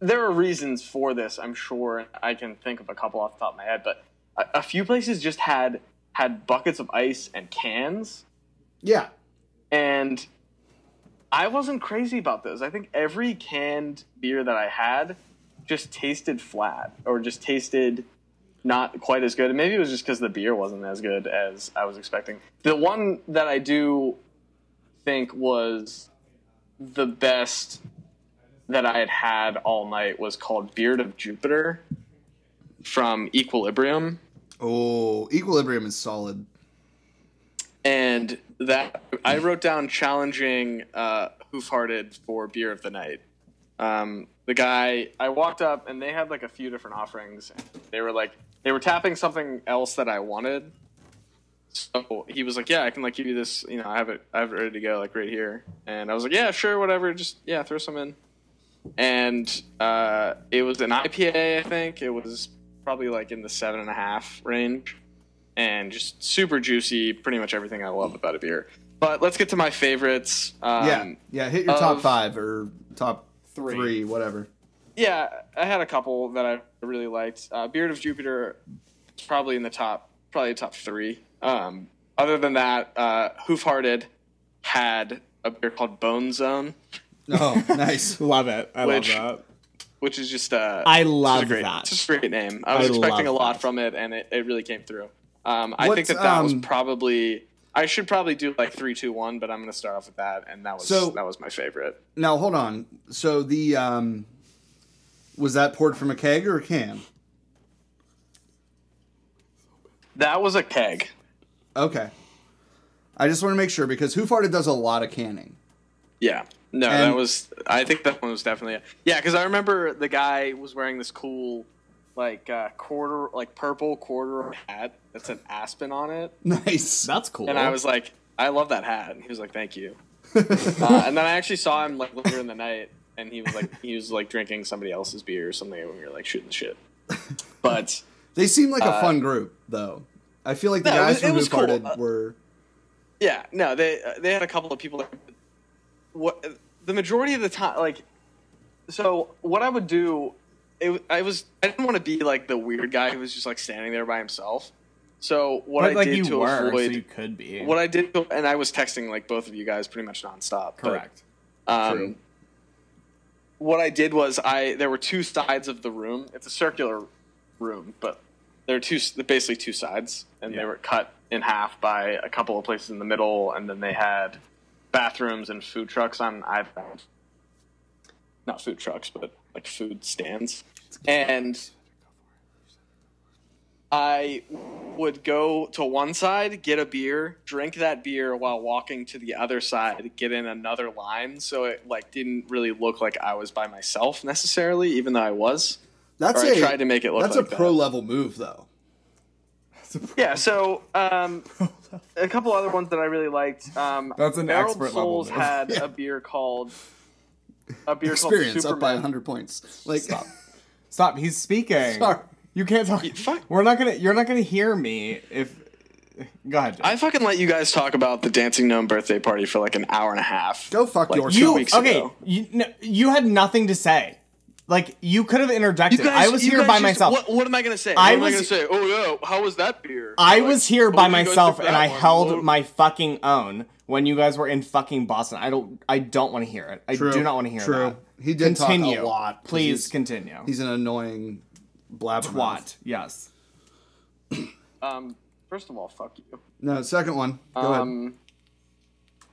[SPEAKER 2] there are reasons for this, I'm sure. I can think of a couple off the top of my head, but a, a few places just had had buckets of ice and cans,
[SPEAKER 3] Yeah.
[SPEAKER 2] and I wasn't crazy about those. I think every canned beer that I had just tasted flat or just tasted not quite as good. And maybe it was just because the beer wasn't as good as I was expecting. The one that I do think was the best that I had had all night was called Beard of Jupiter from Equilibrium.
[SPEAKER 3] Oh, equilibrium is solid.
[SPEAKER 2] and that I wrote down challenging uh, Hoof Hearted for beer of the night um, the guy I walked up and they had like a few different offerings. They were like they were tapping something else that I wanted. So he was like, "Yeah, I can like give you this. You know, I have it. I have it ready to go, like right here." And I was like, "Yeah, sure, whatever. Just yeah, throw some in." And uh, it was an IPA, I think. It was probably like in the seven and a half range, and just super juicy. Pretty much everything I love about a beer. But let's get to my favorites. Um,
[SPEAKER 3] yeah, yeah. Hit your top
[SPEAKER 2] of-
[SPEAKER 3] five or top three,
[SPEAKER 4] Three.
[SPEAKER 3] whatever.
[SPEAKER 2] yeah, I had a couple that I really liked. Uh, Beard of Jupiter is probably in the top, probably top three. Um, other than that, uh, Hoofhearted had a beer called Bone Zone,
[SPEAKER 3] Oh, nice.
[SPEAKER 4] Love it. I
[SPEAKER 2] Which-
[SPEAKER 4] love that.
[SPEAKER 2] which is just uh,
[SPEAKER 4] I
[SPEAKER 2] such
[SPEAKER 4] love
[SPEAKER 2] a great,
[SPEAKER 4] that.
[SPEAKER 2] such a great name. I was
[SPEAKER 4] I
[SPEAKER 2] expecting a
[SPEAKER 4] love
[SPEAKER 2] lot
[SPEAKER 4] that.
[SPEAKER 2] from it, and it, it really came through. Um, I
[SPEAKER 3] What,
[SPEAKER 2] think that that was
[SPEAKER 3] um,
[SPEAKER 2] probably. I should probably do like three, two, one, but I'm gonna start off with that, and that was
[SPEAKER 3] So-
[SPEAKER 2] that was my favorite.
[SPEAKER 3] now hold on. So the um, was that poured from a keg or a can?
[SPEAKER 2] That was a keg.
[SPEAKER 3] Okay. I just want to make sure because Who Farted does a lot of canning.
[SPEAKER 2] Yeah. No,
[SPEAKER 3] And-
[SPEAKER 2] that was. I think that one was definitely. yeah, because I remember the guy was wearing this cool, like uh, quarter, like purple quarter hat that said Aspen on it,
[SPEAKER 3] Nice.
[SPEAKER 4] That's cool.
[SPEAKER 2] and I was like, I love that hat, and he was like, thank you. uh, and then I actually saw him like later in the night, and he was like, he was like drinking somebody else's beer or something, and we were like shooting the shit. But
[SPEAKER 3] They seem like a
[SPEAKER 2] Uh,
[SPEAKER 3] fun group, though. I feel like the
[SPEAKER 2] No, it
[SPEAKER 3] guys
[SPEAKER 2] was- it
[SPEAKER 3] from Who
[SPEAKER 2] was cool.
[SPEAKER 3] Farted
[SPEAKER 2] Uh,
[SPEAKER 3] were
[SPEAKER 2] Yeah, no, they uh, they had a couple of people. That, what the majority of the time, like, so what I would do, it, I was I didn't want to be like the weird guy who was just like standing there by himself. So what I
[SPEAKER 4] but like
[SPEAKER 2] did
[SPEAKER 4] you
[SPEAKER 2] to
[SPEAKER 4] were, so
[SPEAKER 2] avoid
[SPEAKER 4] you could be.
[SPEAKER 2] what I did, to, and I was texting like both of you guys pretty much nonstop. but,
[SPEAKER 4] Correct.
[SPEAKER 2] um,
[SPEAKER 3] True.
[SPEAKER 2] What I did was I there were two sides of the room. It's a circular room, but there are two basically two sides, and they
[SPEAKER 4] Yeah.
[SPEAKER 2] were cut in half by a couple of places in the middle, and then they had bathrooms and food trucks on either. end. Not food trucks, but like food stands, and. I would go to one side, get a beer, drink that beer while walking to the other side, get in another line, so it like didn't really look like I was by myself necessarily, even though I was.
[SPEAKER 3] that's
[SPEAKER 2] or
[SPEAKER 3] a
[SPEAKER 2] I tried to make it look
[SPEAKER 3] that's
[SPEAKER 2] like
[SPEAKER 3] a
[SPEAKER 2] that. Oh,
[SPEAKER 3] pro level move though.
[SPEAKER 2] Yeah, so um, a couple other ones that I really liked. Um,
[SPEAKER 4] That's an
[SPEAKER 2] Barreled
[SPEAKER 4] expert level
[SPEAKER 2] Souls
[SPEAKER 4] move.
[SPEAKER 2] had a beer called a beer
[SPEAKER 3] Experience
[SPEAKER 2] called
[SPEAKER 3] up by
[SPEAKER 2] Superman.
[SPEAKER 3] 100 points. Like
[SPEAKER 4] Stop. Stop. He's speaking.
[SPEAKER 3] Sorry.
[SPEAKER 4] You can't talk.
[SPEAKER 2] fuck.
[SPEAKER 4] We're not gonna. You're not gonna hear me if. Go ahead. Jake.
[SPEAKER 2] I fucking let you guys talk about the Dancing Gnome birthday party for like an hour and a half.
[SPEAKER 3] go fuck
[SPEAKER 2] Like,
[SPEAKER 3] yourself.
[SPEAKER 2] two
[SPEAKER 4] you
[SPEAKER 2] weeks
[SPEAKER 4] okay?
[SPEAKER 2] ago.
[SPEAKER 4] You no, you had nothing to say. Like you could have interjected.
[SPEAKER 2] You guys-
[SPEAKER 4] I was
[SPEAKER 2] you
[SPEAKER 4] here
[SPEAKER 2] guys
[SPEAKER 4] by
[SPEAKER 2] just-
[SPEAKER 4] myself.
[SPEAKER 2] What, what am I gonna say? what
[SPEAKER 4] I
[SPEAKER 2] am I
[SPEAKER 4] was-
[SPEAKER 2] gonna say? Oh yeah, how was that beer?
[SPEAKER 4] I
[SPEAKER 2] Like,
[SPEAKER 4] was here
[SPEAKER 2] oh,
[SPEAKER 4] by
[SPEAKER 2] you guys
[SPEAKER 4] myself
[SPEAKER 2] took
[SPEAKER 4] and
[SPEAKER 2] that
[SPEAKER 4] I
[SPEAKER 2] one.
[SPEAKER 4] held
[SPEAKER 2] Oh.
[SPEAKER 4] my fucking own when you guys were in fucking Boston. I don't I don't want to hear it. I
[SPEAKER 3] True.
[SPEAKER 4] do not want to hear
[SPEAKER 3] True.
[SPEAKER 4] that.
[SPEAKER 3] He did talk a
[SPEAKER 4] continue.
[SPEAKER 3] lot, 'cause
[SPEAKER 4] Please
[SPEAKER 3] he's-
[SPEAKER 4] continue.
[SPEAKER 3] He's an annoying blabbermouth.
[SPEAKER 4] what? Yes.
[SPEAKER 2] Um, first of all, fuck you.
[SPEAKER 3] No, second one. Go ahead.
[SPEAKER 2] Um,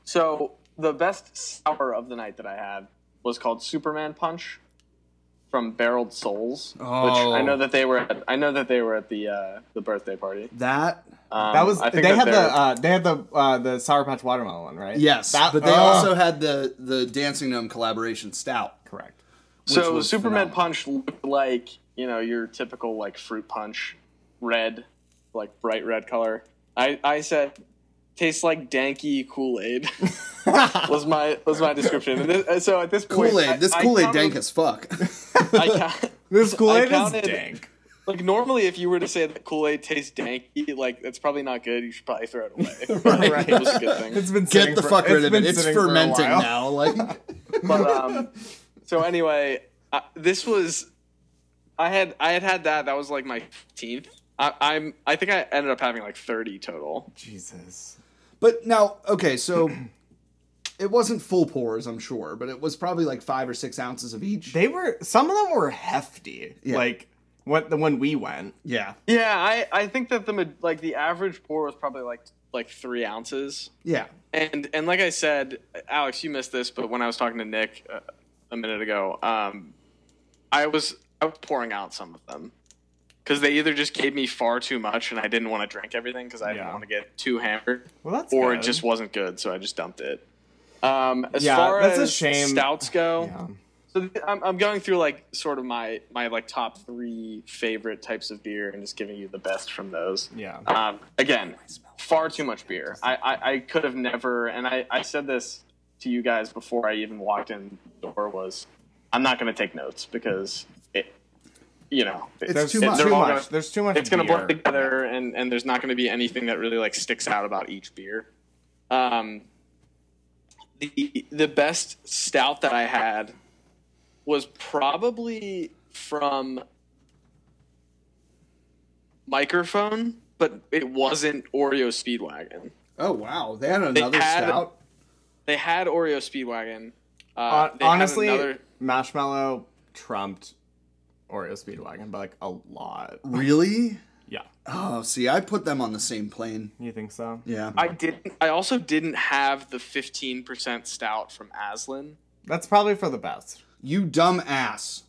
[SPEAKER 2] so the best sour of the night that I had was called Superman Punch from Barreled Souls,
[SPEAKER 3] Oh.
[SPEAKER 2] which I know that they were. At, I know that they were at the uh, the birthday party.
[SPEAKER 3] That
[SPEAKER 2] Um,
[SPEAKER 4] That was
[SPEAKER 2] I think
[SPEAKER 4] they
[SPEAKER 2] that
[SPEAKER 4] had the
[SPEAKER 2] they're-
[SPEAKER 4] uh, they had the uh, the sour patch watermelon one, right?
[SPEAKER 3] yes,
[SPEAKER 4] That- oh,
[SPEAKER 3] but they
[SPEAKER 4] Ugh.
[SPEAKER 3] also had the the Dancing Gnome collaboration stout.
[SPEAKER 4] correct.
[SPEAKER 2] so
[SPEAKER 3] was
[SPEAKER 2] Superman
[SPEAKER 3] phenomenal.
[SPEAKER 2] Punch looked like you know your typical like fruit punch, red, like bright red color. I I said tastes like danky Kool Aid was my was my description. And this, so at this point,
[SPEAKER 3] Kool
[SPEAKER 2] I-
[SPEAKER 3] Aid. This
[SPEAKER 2] I
[SPEAKER 3] Kool Aid
[SPEAKER 2] counted-
[SPEAKER 3] dank as fuck.
[SPEAKER 2] I count,
[SPEAKER 4] This Kool Aid is
[SPEAKER 2] counted-
[SPEAKER 4] dank.
[SPEAKER 2] like normally, if you were to say that Kool Aid tastes danky, like that's probably not good. You should probably throw it away.
[SPEAKER 4] Right.
[SPEAKER 2] It was a good thing.
[SPEAKER 4] It's been
[SPEAKER 3] Get
[SPEAKER 4] sitting
[SPEAKER 3] the
[SPEAKER 4] for-
[SPEAKER 3] fuck rid of
[SPEAKER 4] been
[SPEAKER 3] it. It's
[SPEAKER 4] sitting for a
[SPEAKER 3] fermenting
[SPEAKER 4] while.
[SPEAKER 3] now. Like
[SPEAKER 2] But um, so anyway, I, this was I had I had had that. That was like my fifteenth. I'm I think I ended up having like thirty total.
[SPEAKER 4] Jesus.
[SPEAKER 3] But now, okay, so it wasn't full pours, I'm sure, but it was probably like five or six ounces of each.
[SPEAKER 4] They were some of them were hefty.
[SPEAKER 3] Yeah.
[SPEAKER 4] Like what the when we went.
[SPEAKER 3] yeah,
[SPEAKER 2] Yeah, I I think that the ma- like the average pour was probably like like three ounces.
[SPEAKER 3] yeah,
[SPEAKER 2] And and like I said, Alex, you missed this, but when I was talking to Nick uh, a minute ago, um, I was I was pouring out some of them because they either just gave me far too much and I didn't want to drink everything because I didn't
[SPEAKER 4] Yeah.
[SPEAKER 2] want to get too hammered,
[SPEAKER 4] Well, that's
[SPEAKER 2] or
[SPEAKER 4] good.
[SPEAKER 2] it just wasn't good, so I just dumped it. Um, as
[SPEAKER 4] Yeah,
[SPEAKER 2] far
[SPEAKER 4] that's a
[SPEAKER 2] as
[SPEAKER 4] shame.
[SPEAKER 2] stouts go,
[SPEAKER 4] Yeah.
[SPEAKER 2] So th- I'm, I'm going through like sort of my my like top three favorite types of beer and just giving you the best from those.
[SPEAKER 4] Yeah.
[SPEAKER 2] Um, again, far too much beer. I, I, I could have never, and I, I said this to you guys before I even walked in the door was, I'm not going to take notes because it, you know,
[SPEAKER 3] It's
[SPEAKER 4] There's
[SPEAKER 3] too
[SPEAKER 4] too
[SPEAKER 3] much.
[SPEAKER 4] much.
[SPEAKER 2] They're all gonna-
[SPEAKER 4] There's too much.
[SPEAKER 2] it's going to blend
[SPEAKER 4] beer.
[SPEAKER 2] together and, and there's not going to be anything that really like sticks out about each beer um, the the best stout that i had was probably from microphone but it wasn't oreo speedwagon
[SPEAKER 3] Oh wow, they had
[SPEAKER 2] They
[SPEAKER 3] another
[SPEAKER 2] had-
[SPEAKER 3] stout.
[SPEAKER 2] they had oreo speedwagon uh,
[SPEAKER 4] Hon-
[SPEAKER 2] they had
[SPEAKER 4] honestly,
[SPEAKER 2] another-
[SPEAKER 4] Marshmallow trumped Oreo Speedwagon by like a lot.
[SPEAKER 3] Really?
[SPEAKER 4] Yeah.
[SPEAKER 3] Oh, see, I put them on the same plane.
[SPEAKER 4] You think so?
[SPEAKER 3] Yeah.
[SPEAKER 2] i didn't i also didn't have the 15% stout from aslan
[SPEAKER 4] That's probably for the best.
[SPEAKER 3] You dumb ass.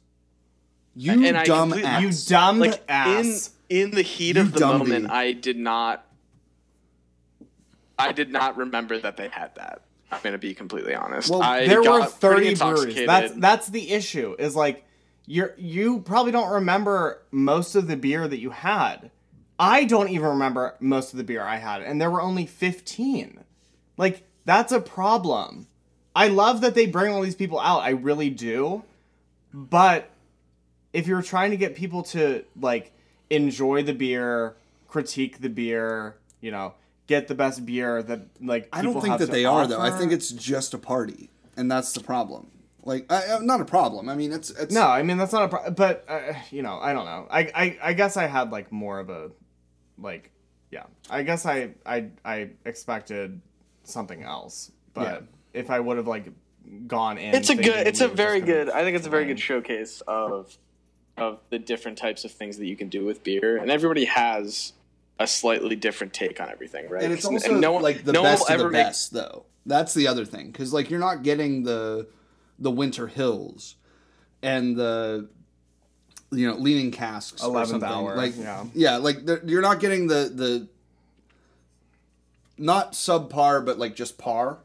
[SPEAKER 3] You
[SPEAKER 2] And I
[SPEAKER 3] dumb
[SPEAKER 2] complete-
[SPEAKER 3] ass.
[SPEAKER 4] You dumb
[SPEAKER 2] like
[SPEAKER 4] ass.
[SPEAKER 2] in in the heat
[SPEAKER 3] You
[SPEAKER 2] of the
[SPEAKER 3] dumb
[SPEAKER 2] moment
[SPEAKER 3] bee.
[SPEAKER 2] i did not i did not remember that they had that i'm gonna be completely honest
[SPEAKER 3] Well,
[SPEAKER 2] I
[SPEAKER 4] there were
[SPEAKER 2] got pretty
[SPEAKER 4] 30 breweries.
[SPEAKER 2] intoxicated.
[SPEAKER 4] That's that's the issue. Is like you're you probably don't remember most of the beer that you had. I don't even remember most of the beer I had, and there were only 15. Like that's a problem. I love that they bring all these people out. I really do. But if you're trying to get people to like enjoy the beer, critique the beer, you know, get the best beer that like
[SPEAKER 3] I don't
[SPEAKER 4] people
[SPEAKER 3] think
[SPEAKER 4] have
[SPEAKER 3] that
[SPEAKER 4] to
[SPEAKER 3] they are though. I
[SPEAKER 4] offer.
[SPEAKER 3] think it's just a party, and that's the problem. Like, I, I- not a problem. I mean, it's it's
[SPEAKER 4] No, I mean that's not a problem. But uh, you know, I don't know. I, I I guess I had like more of a, like, yeah. I guess I I I expected something else. But if I would have like gone in,
[SPEAKER 2] it's a
[SPEAKER 4] thinking
[SPEAKER 2] good it's
[SPEAKER 4] we
[SPEAKER 2] a
[SPEAKER 4] were just
[SPEAKER 2] very
[SPEAKER 4] gonna-
[SPEAKER 2] good i think it's a very good showcase of of the different types of things that you can do with beer and everybody has a slightly different take on everything right
[SPEAKER 3] and it's
[SPEAKER 2] And
[SPEAKER 3] also
[SPEAKER 2] no one-
[SPEAKER 3] like the
[SPEAKER 2] no one
[SPEAKER 3] best
[SPEAKER 2] will
[SPEAKER 3] of the
[SPEAKER 2] ever make-
[SPEAKER 3] best though that's the other thing because like you're not getting the the winter hills and the you know leaning casks 11th
[SPEAKER 4] 11th
[SPEAKER 3] or something
[SPEAKER 4] hour,
[SPEAKER 3] like
[SPEAKER 4] yeah.
[SPEAKER 3] yeah like they're- you're not getting the the not subpar but like just par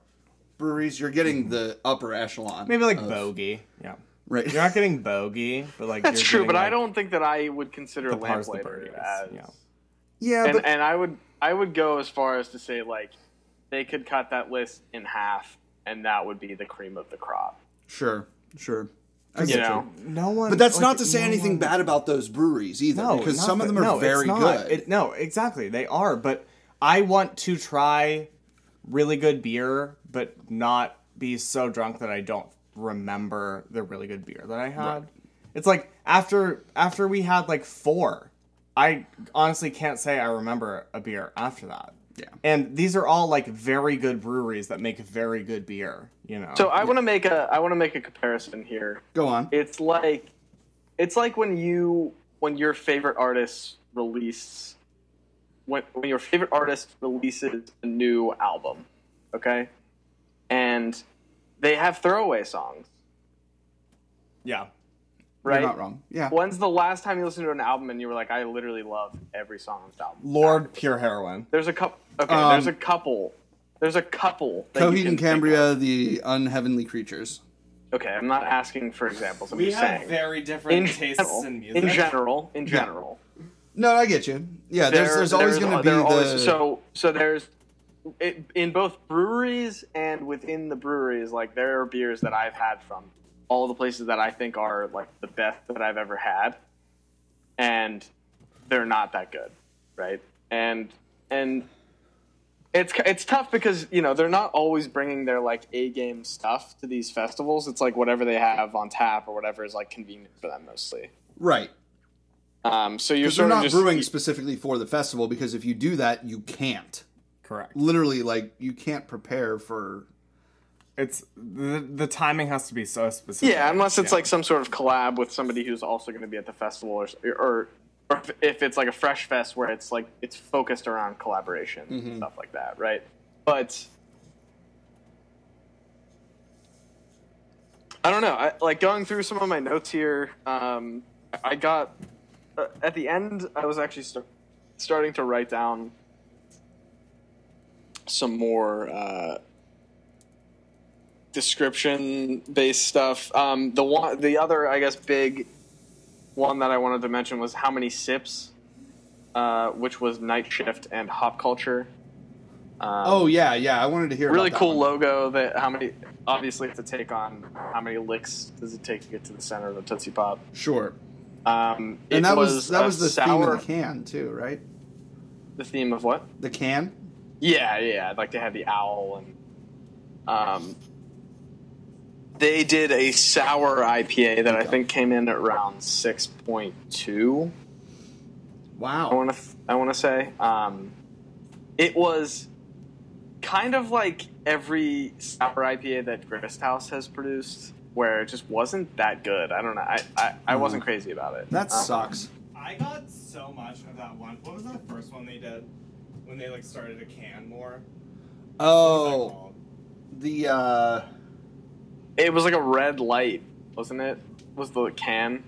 [SPEAKER 3] breweries you're getting the upper echelon
[SPEAKER 4] Mm-hmm. Maybe like
[SPEAKER 3] of-
[SPEAKER 4] bogey. Yeah,
[SPEAKER 3] right
[SPEAKER 4] you're not getting bogey, but like
[SPEAKER 2] that's
[SPEAKER 4] you're
[SPEAKER 2] true
[SPEAKER 4] getting,
[SPEAKER 2] but i
[SPEAKER 4] like,
[SPEAKER 2] don't think that i would consider
[SPEAKER 4] the parts of the
[SPEAKER 2] lamplighter
[SPEAKER 4] birdies.
[SPEAKER 2] as
[SPEAKER 4] Yeah.
[SPEAKER 3] yeah
[SPEAKER 2] and,
[SPEAKER 3] but
[SPEAKER 2] and I would I would go as far as to say like they could cut that list in half and that would be the cream of the crop.
[SPEAKER 3] sure sure I
[SPEAKER 2] You
[SPEAKER 3] get
[SPEAKER 2] know,
[SPEAKER 4] No one.
[SPEAKER 3] But that's
[SPEAKER 4] like,
[SPEAKER 3] not to say
[SPEAKER 4] no
[SPEAKER 3] anything
[SPEAKER 4] one-
[SPEAKER 3] bad about those breweries either,
[SPEAKER 4] No,
[SPEAKER 3] because
[SPEAKER 4] not
[SPEAKER 3] some of
[SPEAKER 4] that-
[SPEAKER 3] them are
[SPEAKER 4] no, it's
[SPEAKER 3] very
[SPEAKER 4] not.
[SPEAKER 3] good.
[SPEAKER 4] It- no, exactly, they are. But I want to try really good beer, but not be so drunk that I don't remember the really good beer that I had. It's like after after we had like four, I honestly can't say I remember a beer after that.
[SPEAKER 3] Yeah.
[SPEAKER 4] And these are all like very good breweries that make very good beer. You know.
[SPEAKER 2] So uh, I want to make a I want to make a comparison here.
[SPEAKER 3] Go on.
[SPEAKER 2] It's like it's like when you when your favorite artist release when when your favorite artist releases a new album, okay? And they have throwaway songs,
[SPEAKER 4] yeah.
[SPEAKER 2] right?
[SPEAKER 3] You're not wrong. Yeah.
[SPEAKER 2] When's the last time you listened to an album and you were like, I literally love every song on this album?
[SPEAKER 4] Lord Pure Heroin.
[SPEAKER 2] There's a couple. Okay,
[SPEAKER 3] Um,
[SPEAKER 2] there's a couple. There's a couple. That you
[SPEAKER 3] Coheed
[SPEAKER 2] can think
[SPEAKER 3] and Cambria, the unheavenly creatures.
[SPEAKER 2] of. Okay, I'm not asking for examples. I'm just saying.
[SPEAKER 4] very different
[SPEAKER 2] in general, in general, in general,
[SPEAKER 3] No, I get you. Yeah, there's
[SPEAKER 2] there-
[SPEAKER 3] there's always going to be
[SPEAKER 2] there
[SPEAKER 3] the
[SPEAKER 2] are always- so so there's it, in both breweries and within the breweries, like there are beers that I've had from all the places that I think are like the best that I've ever had, and they're not that good, right? And and it's it's tough because you know they're not always bringing their like a game stuff to these festivals. It's like whatever they have on tap or whatever is like convenient for them mostly.
[SPEAKER 3] right.
[SPEAKER 2] Um, so you're
[SPEAKER 3] Because they're
[SPEAKER 2] sort of
[SPEAKER 3] not
[SPEAKER 2] just
[SPEAKER 3] brewing specifically for the festival. Because if you do that, you can't.
[SPEAKER 4] Correct.
[SPEAKER 3] Literally, like you can't prepare for.
[SPEAKER 4] It's the the timing has to be so specific.
[SPEAKER 2] Yeah, unless it's
[SPEAKER 4] Yeah.
[SPEAKER 2] like some sort of collab with somebody who's also going to be at the festival, or or, or if, if it's like a fresh fest where it's like it's focused around collaboration and stuff like that, right? But I don't know. I, like going through some of my notes here, um, I got uh, at the end. I was actually st- starting to write down some more. Uh, description based stuff. Um, the one, the other, I guess, big one that I wanted to mention was how many sips, uh, which was Night Shift and Hop Culture. Um,
[SPEAKER 3] Oh yeah, yeah. I wanted to hear.
[SPEAKER 2] really
[SPEAKER 3] about that
[SPEAKER 2] cool
[SPEAKER 3] one.
[SPEAKER 2] logo that how many obviously it's a take on how many licks does it take to get to the center of a tootsie pop
[SPEAKER 3] Sure.
[SPEAKER 2] um it
[SPEAKER 3] And that was, that
[SPEAKER 2] a
[SPEAKER 3] was the theme
[SPEAKER 2] sour
[SPEAKER 3] of the can too, right?
[SPEAKER 2] the theme of what
[SPEAKER 3] The can.
[SPEAKER 2] yeah yeah like they had the owl and um they did a sour ipa that i think came in at round 6.2 I
[SPEAKER 3] Wow.
[SPEAKER 2] want to. I want to say um, it was kind of like every sour IPA that Grist House has produced, where it just wasn't that good. I don't know. I I, I wasn't crazy about it.
[SPEAKER 3] That
[SPEAKER 2] Um,
[SPEAKER 3] sucks.
[SPEAKER 4] I got so much of that one. What was that first one they did when they like started a can more? What was that
[SPEAKER 3] Oh,
[SPEAKER 4] called?
[SPEAKER 3] the uh,
[SPEAKER 2] It was like a red light, wasn't it? Was the can?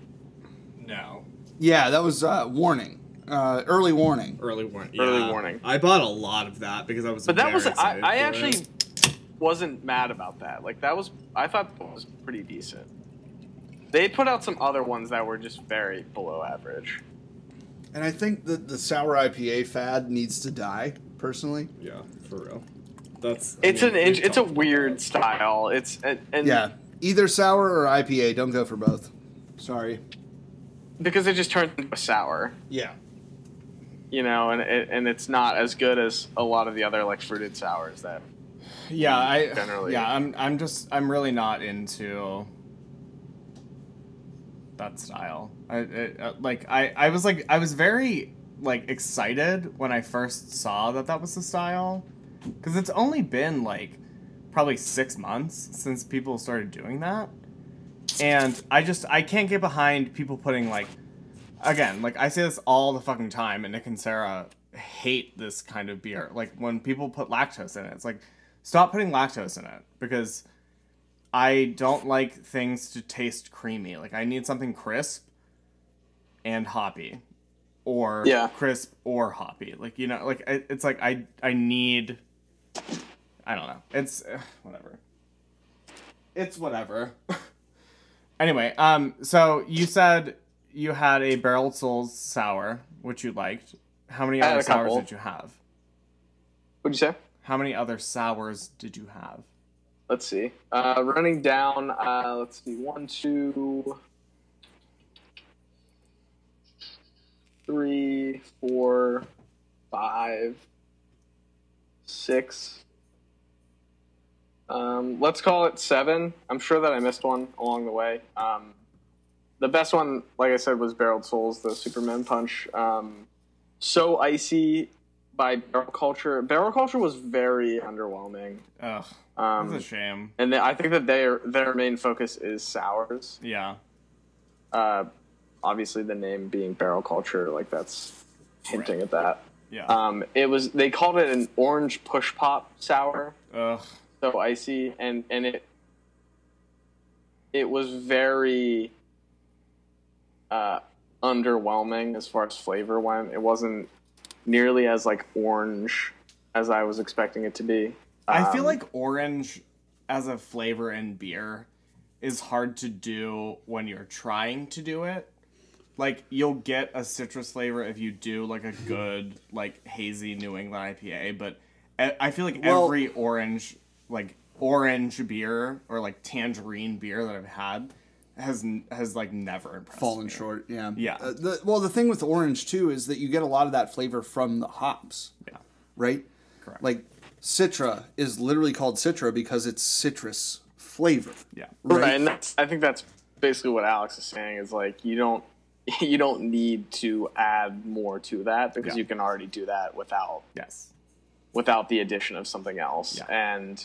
[SPEAKER 4] no.
[SPEAKER 3] yeah, that was uh, warning, uh, early warning.
[SPEAKER 4] Early warning.
[SPEAKER 2] Early warning.
[SPEAKER 4] I bought a lot of that because I was.
[SPEAKER 2] But that
[SPEAKER 4] very
[SPEAKER 2] was. I,
[SPEAKER 4] excited
[SPEAKER 2] I
[SPEAKER 4] for
[SPEAKER 2] actually
[SPEAKER 4] it.
[SPEAKER 2] wasn't mad about that. Like that was. I thought that was pretty decent. They put out some other ones that were just very below average.
[SPEAKER 3] And I think that the sour IPA fad needs to die. Personally,
[SPEAKER 4] Yeah, for real. That's. I
[SPEAKER 2] It's an
[SPEAKER 4] mean, we've
[SPEAKER 2] int- it's a
[SPEAKER 4] talked about
[SPEAKER 2] weird
[SPEAKER 4] that.
[SPEAKER 2] style. It's and, and
[SPEAKER 3] yeah, either sour or IPA. Don't go for both. Sorry.
[SPEAKER 2] because it just turns into a sour,
[SPEAKER 3] Yeah.
[SPEAKER 2] you know, and it, and it's not as good as a lot of the other like fruited sours that.
[SPEAKER 4] Yeah, I
[SPEAKER 2] Generally.
[SPEAKER 4] Yeah, I'm. I'm just. I'm really not into that style. I it, uh, like. I. I was like. I was very like excited when I first saw that that was the style, because it's only been like probably six months since people started doing that, and I just I can't get behind people putting like again, like I say this all the fucking time, and Nick and Sarah hate this kind of beer. Like when people put lactose in it, it's like stop putting lactose in it because I don't like things to taste creamy. Like I need something crisp and hoppy, or
[SPEAKER 2] Yeah.
[SPEAKER 4] crisp or hoppy. Like you know, like it- it's like I I need. I don't know. It's uh, whatever. It's whatever. Anyway, um, so you said you had a barrel souls sour, which you liked. How many
[SPEAKER 2] I had
[SPEAKER 4] other
[SPEAKER 2] a couple.
[SPEAKER 4] sours did you have?
[SPEAKER 2] What'd you say?
[SPEAKER 4] How many other sours did you have?
[SPEAKER 2] Let's see. Uh, running down. Uh, let's see. One, two, three, four, five, six. Um, let's call it seven. I'm sure that I missed one along the way. Um, the best one, like I said, was Barreled Souls, the Superman Punch. Um, so icy by Barrel Culture. Barrel Culture was very underwhelming.
[SPEAKER 4] Ugh,
[SPEAKER 2] Um,
[SPEAKER 4] that's a shame.
[SPEAKER 2] and then I think that their their main focus is sours.
[SPEAKER 4] Yeah,
[SPEAKER 2] Uh, obviously, the name being barrel culture, like that's hinting at that.
[SPEAKER 4] yeah.
[SPEAKER 2] Um, it was they called it an orange push pop sour,
[SPEAKER 4] Ugh,
[SPEAKER 2] so icy, and and it it was very uh, underwhelming as far as flavor went. It wasn't nearly as like orange as I was expecting it to be.
[SPEAKER 4] I feel
[SPEAKER 2] Um,
[SPEAKER 4] like orange as a flavor in beer is hard to do when you're trying to do it. Like you'll get a citrus flavor if you do like a good like hazy New England IPA, but e- I feel like
[SPEAKER 3] Well-
[SPEAKER 4] every orange like orange beer or like tangerine beer that I've had has n- has like never impressed
[SPEAKER 3] Falling
[SPEAKER 4] me.
[SPEAKER 3] short. Yeah.
[SPEAKER 4] Yeah.
[SPEAKER 3] Uh, the, well, the thing with orange too is that you get a lot of that flavor from the hops.
[SPEAKER 4] Yeah.
[SPEAKER 3] right?
[SPEAKER 4] Correct.
[SPEAKER 3] Like Citra is literally called Citra because it's citrus flavor.
[SPEAKER 4] Yeah.
[SPEAKER 2] right, and that's, i think that's basically what alex is saying is like you don't you don't need to add more to that because
[SPEAKER 4] Yeah.
[SPEAKER 2] you can already do that without
[SPEAKER 4] Yes.
[SPEAKER 2] without the addition of something else
[SPEAKER 4] Yeah.
[SPEAKER 2] and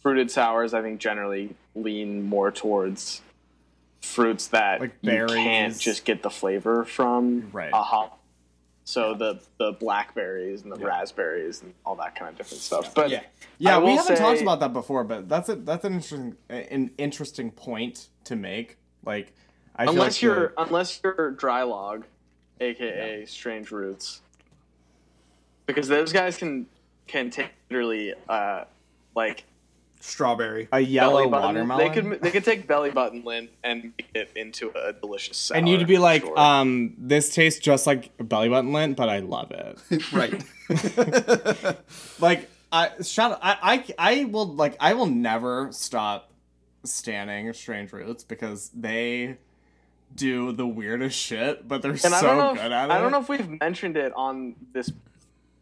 [SPEAKER 2] fruited sours i think generally lean more towards fruits that
[SPEAKER 4] Like
[SPEAKER 2] you can't
[SPEAKER 4] berries.
[SPEAKER 2] just get the flavor from
[SPEAKER 4] Right.
[SPEAKER 2] a hop so the the blackberries and the raspberries and all that kind of different stuff but
[SPEAKER 4] yeah,
[SPEAKER 2] I
[SPEAKER 4] yeah. We
[SPEAKER 2] will
[SPEAKER 4] haven't talked
[SPEAKER 2] say-
[SPEAKER 4] about that before, but that's a that's an interesting an interesting point to make. Like, I feel
[SPEAKER 2] unless
[SPEAKER 4] like
[SPEAKER 2] you're unless you're dry log aka strange roots because those guys can can take literally uh like
[SPEAKER 3] Strawberry.
[SPEAKER 4] a
[SPEAKER 2] belly
[SPEAKER 4] yellow
[SPEAKER 2] button.
[SPEAKER 4] watermelon.
[SPEAKER 2] They could they could take belly button lin and make it into a delicious salad.
[SPEAKER 4] and you'd be like, um, this tastes just like belly button lint, but I love it.
[SPEAKER 3] right.
[SPEAKER 4] like, I shut. I, I I will like I will never stop standing Strange Roots because they do the weirdest shit, but they're
[SPEAKER 2] and
[SPEAKER 4] so
[SPEAKER 2] I don't know.
[SPEAKER 4] good
[SPEAKER 2] If,
[SPEAKER 4] at it.
[SPEAKER 2] I don't know if we've mentioned it on this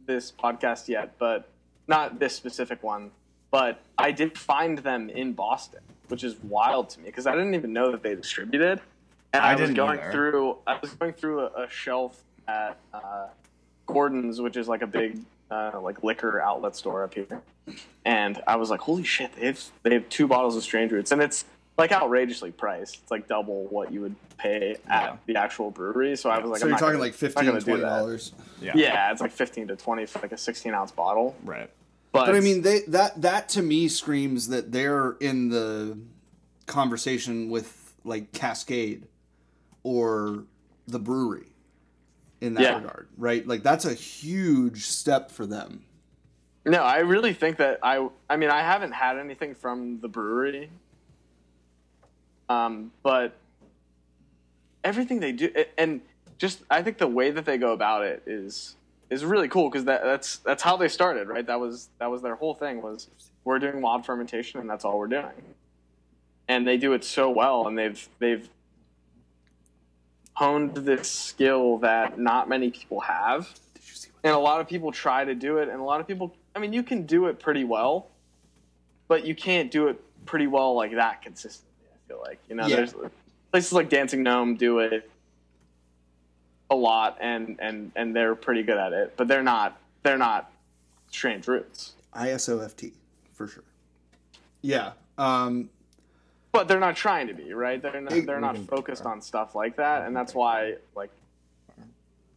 [SPEAKER 2] this podcast yet, but not this specific one. But I did find them in Boston, which is wild to me because I didn't even know that they distributed. And
[SPEAKER 4] I
[SPEAKER 2] I, was
[SPEAKER 4] didn't
[SPEAKER 2] going
[SPEAKER 4] either.
[SPEAKER 2] through. I was going through a, a shelf at uh, Gordon's, which is like a big uh, like liquor outlet store up here. And I was like, "Holy shit! They have they have two bottles of Strange Roots, and it's like outrageously priced. It's like double what you would pay at
[SPEAKER 4] Yeah.
[SPEAKER 2] the actual brewery." So I was like,
[SPEAKER 3] so
[SPEAKER 2] "I'm
[SPEAKER 3] you're
[SPEAKER 2] not
[SPEAKER 3] talking
[SPEAKER 2] gonna-
[SPEAKER 3] like
[SPEAKER 2] not
[SPEAKER 3] 15
[SPEAKER 2] gonna do that.
[SPEAKER 3] $20. dollars.
[SPEAKER 4] Yeah.
[SPEAKER 2] Yeah, it's like fifteen to twenty for like a sixteen ounce bottle.
[SPEAKER 4] Right.
[SPEAKER 2] But,
[SPEAKER 3] But I mean, they that that to me screams that they're in the conversation with like Cascade or the brewery in that
[SPEAKER 2] Yeah.
[SPEAKER 3] regard, right? Like that's a huge step for them.
[SPEAKER 2] no, I really think that I. I mean, I haven't had anything from the brewery, um, but everything they do, and just I think the way that they go about it is is really cool because that, that's that's how they started, right? That was that was their whole thing was we're doing wild fermentation and that's all we're doing, and they do it so well, and they've they've honed this skill that not many people have,
[SPEAKER 3] Did you see what?
[SPEAKER 2] and a lot of people try to do it, and a lot of people, I mean, you can do it pretty well, but you can't do it pretty well like that consistently. I feel like you know,
[SPEAKER 3] Yeah.
[SPEAKER 2] there's places like Dancing Gnome do it a lot, and and and they're pretty good at it, but they're not they're not strange roots.
[SPEAKER 3] ISOFT for sure. Yeah. Um,
[SPEAKER 2] but they're not trying to be right they're not, they're not
[SPEAKER 4] can be
[SPEAKER 2] focused
[SPEAKER 4] fair.
[SPEAKER 2] on stuff like that and that's why like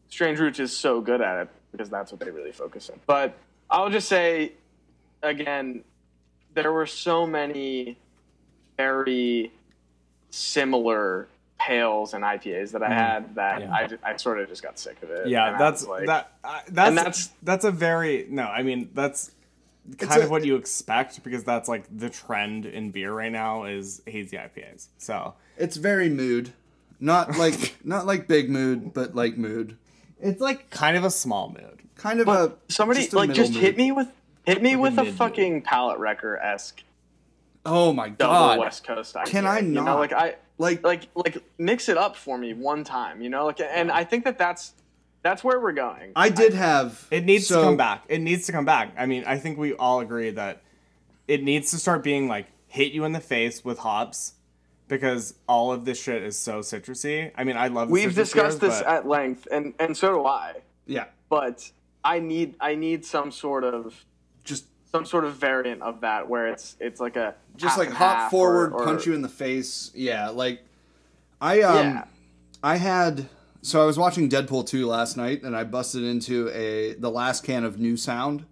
[SPEAKER 2] strange roots is so good at it because that's what they really focus on but i'll just say again there were so many very similar pales and ipas that i had that
[SPEAKER 4] Yeah.
[SPEAKER 2] I, ju- I sort of just got sick of it
[SPEAKER 4] Yeah,
[SPEAKER 2] And I
[SPEAKER 4] that's
[SPEAKER 2] was like
[SPEAKER 4] that. Uh, that's, that's
[SPEAKER 2] that's-
[SPEAKER 4] a very no. I mean, that's kind
[SPEAKER 3] a-
[SPEAKER 4] of what you expect because that's like the trend in beer right now is hazy IPAs. So
[SPEAKER 3] it's very mood, not like not like big mood, but like mood.
[SPEAKER 4] it's like kind of a small mood.
[SPEAKER 3] Kind of a
[SPEAKER 2] somebody
[SPEAKER 3] uh, a
[SPEAKER 2] like
[SPEAKER 3] middle
[SPEAKER 2] just
[SPEAKER 3] mood.
[SPEAKER 2] hit me with hit me with a
[SPEAKER 4] mid-mood.
[SPEAKER 2] fucking palette wrecker-esque
[SPEAKER 3] Oh my
[SPEAKER 2] double
[SPEAKER 3] god!
[SPEAKER 2] west coast IPA.
[SPEAKER 3] Can I
[SPEAKER 2] you know
[SPEAKER 3] not?
[SPEAKER 2] like i
[SPEAKER 3] Like
[SPEAKER 2] like like mix it up for me one time you know like and i think that that's that's where we're going
[SPEAKER 3] I did have
[SPEAKER 4] It needs
[SPEAKER 3] so-
[SPEAKER 4] to come back. It needs to come back. I mean, I think we all agree that it needs to start being like hit you in the face with hops because all of this shit is so citrusy. I mean, I love the
[SPEAKER 2] we've
[SPEAKER 4] citrus
[SPEAKER 2] discussed
[SPEAKER 4] beers,
[SPEAKER 2] this
[SPEAKER 4] but-
[SPEAKER 2] at length and and so do i
[SPEAKER 3] Yeah,
[SPEAKER 2] but i need i need some sort of
[SPEAKER 3] just
[SPEAKER 2] some sort of variant of that where it's it's like a
[SPEAKER 3] just
[SPEAKER 2] half
[SPEAKER 3] like
[SPEAKER 2] and
[SPEAKER 3] hop
[SPEAKER 2] half
[SPEAKER 3] forward,
[SPEAKER 2] or- or-
[SPEAKER 3] punch you in the face. Yeah, like I um
[SPEAKER 2] Yeah.
[SPEAKER 3] I had so I was watching Deadpool 2 last night and I busted into a the last can of New Sound,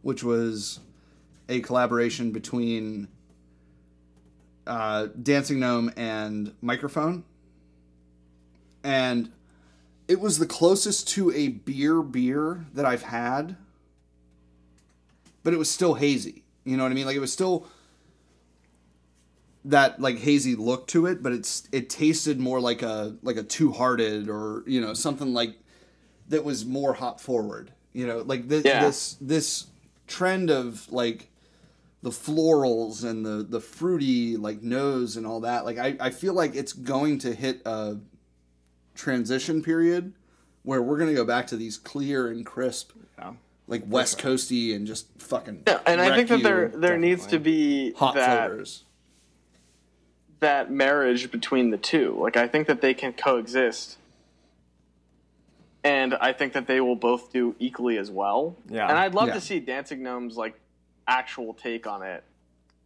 [SPEAKER 3] which was a collaboration between uh, Dancing Gnome and Microphone. And it was the closest to a beer beer that I've had, but it was still hazy. You know what I mean? Like it was still that like hazy look to it, but it's it tasted more like a like a two hearted or you know something like that was more hop forward. You know, like this
[SPEAKER 2] Yeah.
[SPEAKER 3] this this trend of like the florals and the the fruity like nose and all that. Like I I feel like it's going to hit a transition period where we're gonna go back to these clear and crisp,
[SPEAKER 4] Yeah.
[SPEAKER 3] like West Coasty and just fucking.
[SPEAKER 2] yeah, and i
[SPEAKER 3] wreck
[SPEAKER 2] think that
[SPEAKER 3] you
[SPEAKER 2] there there needs to be
[SPEAKER 3] hot
[SPEAKER 2] that
[SPEAKER 3] flavors.
[SPEAKER 2] that marriage between the two. Like I think that they can coexist. And I think that they will both do equally as well.
[SPEAKER 4] Yeah.
[SPEAKER 2] And I'd love
[SPEAKER 3] Yeah.
[SPEAKER 2] to see Dancing Gnome's like actual take on it.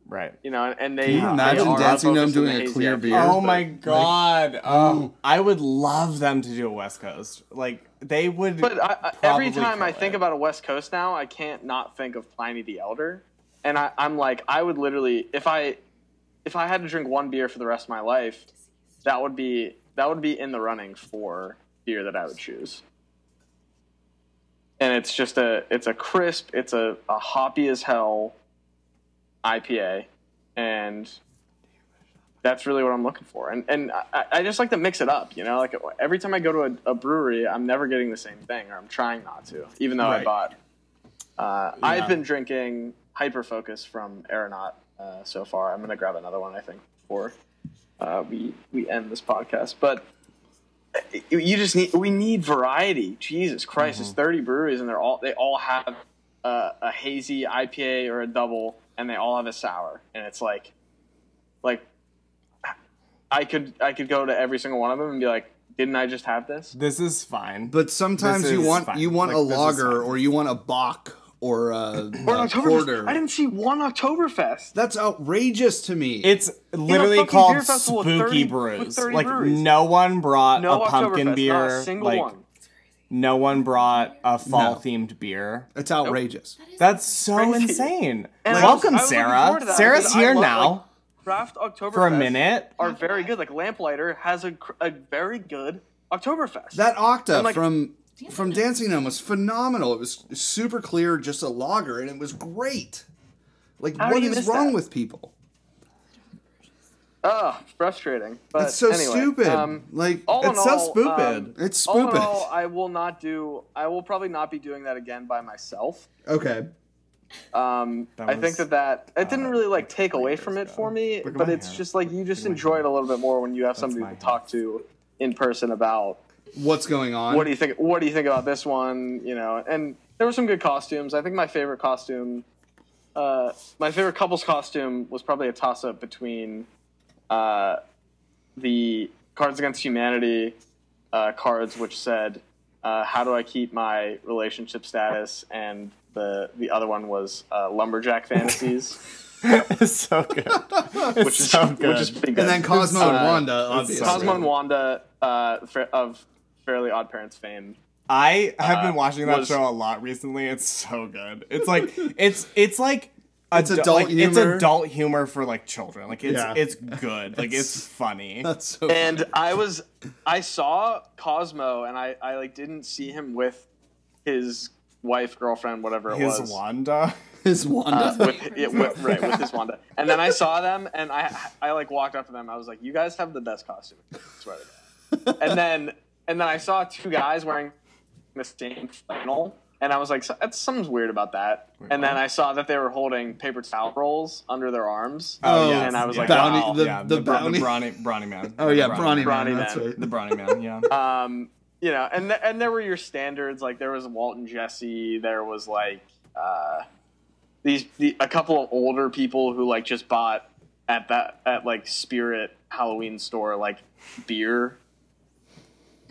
[SPEAKER 4] right.
[SPEAKER 2] You know, and, and they
[SPEAKER 4] you
[SPEAKER 2] they
[SPEAKER 4] imagine
[SPEAKER 2] are
[SPEAKER 3] Dancing Gnome
[SPEAKER 2] focused on
[SPEAKER 3] doing
[SPEAKER 2] the
[SPEAKER 3] a
[SPEAKER 2] hazy
[SPEAKER 3] clear
[SPEAKER 2] IPAs,
[SPEAKER 3] beer?
[SPEAKER 2] but-
[SPEAKER 4] Oh my god! oh, I would love them to do a West Coast. Like they would.
[SPEAKER 2] But I, I, every
[SPEAKER 4] probably
[SPEAKER 2] time I
[SPEAKER 4] kill
[SPEAKER 2] think
[SPEAKER 4] it.
[SPEAKER 2] about a West Coast now, I can't not think of Pliny the Elder, and I, I'm like, I would literally, if I, if I had to drink one beer for the rest of my life, that would be that would be in the running for beer that I would choose. And it's just a, it's a crisp, it's a, a hoppy as hell, IPA, and that's really what I'm looking for. And and I, I just like to mix it up. You know, like every time I go to a, a brewery, I'm never getting the same thing, or I'm trying not to. Even though I
[SPEAKER 4] Right.
[SPEAKER 2] bought, uh,
[SPEAKER 4] Yeah.
[SPEAKER 2] I've been drinking Hyper Focus from Aeronaut uh, so far. I'm gonna grab another one, I think, before uh, we we end this podcast. But you- you just need we need variety. Jesus Christ,
[SPEAKER 4] Mm-hmm.
[SPEAKER 2] it's 30 breweries, and they're all they all have uh, a hazy IPA or a double, and they all have a sour, and it's like, like I could I could go to every single one of them and be like, didn't I just have this?
[SPEAKER 4] This is fine.
[SPEAKER 3] But sometimes
[SPEAKER 4] This
[SPEAKER 3] you
[SPEAKER 4] is
[SPEAKER 3] want
[SPEAKER 4] fine.
[SPEAKER 3] you want
[SPEAKER 4] Like,
[SPEAKER 3] a
[SPEAKER 4] this is
[SPEAKER 3] lager
[SPEAKER 4] fine.
[SPEAKER 3] or you want a Bach
[SPEAKER 2] Or
[SPEAKER 3] or a, a
[SPEAKER 2] an
[SPEAKER 3] porter.
[SPEAKER 2] Oktoberfest. I didn't see one Oktoberfest.
[SPEAKER 3] That's outrageous to me.
[SPEAKER 4] it's
[SPEAKER 2] fucking
[SPEAKER 4] literally
[SPEAKER 2] beer
[SPEAKER 4] called
[SPEAKER 2] festival with
[SPEAKER 4] Spooky
[SPEAKER 2] 30 with
[SPEAKER 4] Brews.
[SPEAKER 2] 30
[SPEAKER 4] Like
[SPEAKER 2] breweries.
[SPEAKER 4] no one brought
[SPEAKER 2] No
[SPEAKER 4] a pumpkin
[SPEAKER 2] Oktoberfest,
[SPEAKER 4] beer.
[SPEAKER 2] not a single
[SPEAKER 4] like
[SPEAKER 2] one.
[SPEAKER 4] no one brought a fall themed beer.
[SPEAKER 3] it's outrageous.
[SPEAKER 4] That's so
[SPEAKER 2] Crazy.
[SPEAKER 4] insane.
[SPEAKER 2] And I was-
[SPEAKER 4] Welcome,
[SPEAKER 2] I was looking
[SPEAKER 4] Sarah.
[SPEAKER 2] forward to that
[SPEAKER 4] Sarah's
[SPEAKER 2] because I
[SPEAKER 4] here
[SPEAKER 2] love,
[SPEAKER 4] now
[SPEAKER 2] like, Craft Oktoberfest
[SPEAKER 4] for a minute.
[SPEAKER 2] are very good. Like Lamplighter has a, cr- a very good Oktoberfest.
[SPEAKER 3] That Octa
[SPEAKER 2] And, like,
[SPEAKER 3] from from Dancing Gnome was phenomenal. It was super clear, just a lager, and it was great. Like,
[SPEAKER 2] How do
[SPEAKER 3] what
[SPEAKER 2] you
[SPEAKER 3] is
[SPEAKER 2] miss
[SPEAKER 3] wrong
[SPEAKER 2] that?
[SPEAKER 3] with people?
[SPEAKER 2] Oh, frustrating. But
[SPEAKER 3] It's so
[SPEAKER 2] anyway,
[SPEAKER 3] stupid.
[SPEAKER 2] Um,
[SPEAKER 3] like,
[SPEAKER 2] all in
[SPEAKER 4] It's so
[SPEAKER 2] all,
[SPEAKER 4] stupid.
[SPEAKER 2] um,
[SPEAKER 3] it's
[SPEAKER 2] all in
[SPEAKER 3] stupid.
[SPEAKER 2] all, I will not do. I will probably not be doing that again by myself.
[SPEAKER 3] okay.
[SPEAKER 2] Um,
[SPEAKER 4] That
[SPEAKER 2] I think
[SPEAKER 4] was,
[SPEAKER 2] that that it didn't
[SPEAKER 4] uh,
[SPEAKER 2] really like
[SPEAKER 4] like
[SPEAKER 2] take
[SPEAKER 4] 20
[SPEAKER 2] away
[SPEAKER 4] years
[SPEAKER 2] from it
[SPEAKER 4] ago.
[SPEAKER 2] for me,
[SPEAKER 4] Look at
[SPEAKER 2] but
[SPEAKER 4] my
[SPEAKER 2] it's
[SPEAKER 4] hand.
[SPEAKER 2] just like you just
[SPEAKER 4] at my
[SPEAKER 2] enjoy it a little bit more when you have somebody
[SPEAKER 4] my
[SPEAKER 2] to
[SPEAKER 4] hand.
[SPEAKER 2] talk to in person about
[SPEAKER 3] What's going on?
[SPEAKER 2] what do you think what do you think about this one you know and there were some good costumes i think my favorite costume uh, my favorite couple's costume was probably a toss up between uh, the cards against humanity uh, cards which said uh, how do i keep my relationship status and the the other one was uh, lumberjack fantasies
[SPEAKER 4] it's so good. It's
[SPEAKER 2] which is
[SPEAKER 4] so good.
[SPEAKER 2] which is pretty good
[SPEAKER 3] and then Cosmo and
[SPEAKER 2] Uh,
[SPEAKER 3] Wanda,
[SPEAKER 4] it's
[SPEAKER 3] obviously.
[SPEAKER 4] so
[SPEAKER 2] cosmo and wanda uh, fa- of fairly odd parents fame
[SPEAKER 4] I have been
[SPEAKER 2] uh,
[SPEAKER 4] watching that
[SPEAKER 2] was-
[SPEAKER 4] show a lot recently. It's so good. It's like it's it's like
[SPEAKER 3] It's adult
[SPEAKER 4] like, It's
[SPEAKER 3] humor.
[SPEAKER 4] adult humor for like children. Like it's
[SPEAKER 3] Yeah.
[SPEAKER 4] it's good. Like it's, funny.
[SPEAKER 3] That's so
[SPEAKER 2] and I was I saw Cosmo and I I like didn't see him with his wife, girlfriend, whatever it
[SPEAKER 4] His
[SPEAKER 2] was.
[SPEAKER 4] Wanda.
[SPEAKER 3] his
[SPEAKER 2] Uh,
[SPEAKER 3] Wanda.
[SPEAKER 2] with, yeah, with- right with his Wanda, and then I saw them, and I I like walked up to them. I was like, "You guys have the best costume, I swear to God." And then and then I saw two guys wearing the same flannel, and I was like, "So- "That's something's weird about that." And then I saw that they were holding paper towel rolls under their arms.
[SPEAKER 4] Oh, yeah.
[SPEAKER 2] and I was like,
[SPEAKER 3] Bounty-
[SPEAKER 2] wow.
[SPEAKER 3] the,
[SPEAKER 4] yeah,
[SPEAKER 3] the,
[SPEAKER 4] the, bro-
[SPEAKER 3] bounty.
[SPEAKER 4] the brawny, brawny man.
[SPEAKER 3] oh yeah,
[SPEAKER 4] The
[SPEAKER 3] Brawny,
[SPEAKER 2] Brawny
[SPEAKER 3] man. That's
[SPEAKER 2] Man.
[SPEAKER 3] right.
[SPEAKER 4] The brawny man. Yeah.
[SPEAKER 2] um, you know, and th- and there were your standards. Like there was Walton Jesse. There was like uh, these the, a couple of older people who like just bought at that at like Spirit Halloween store like beer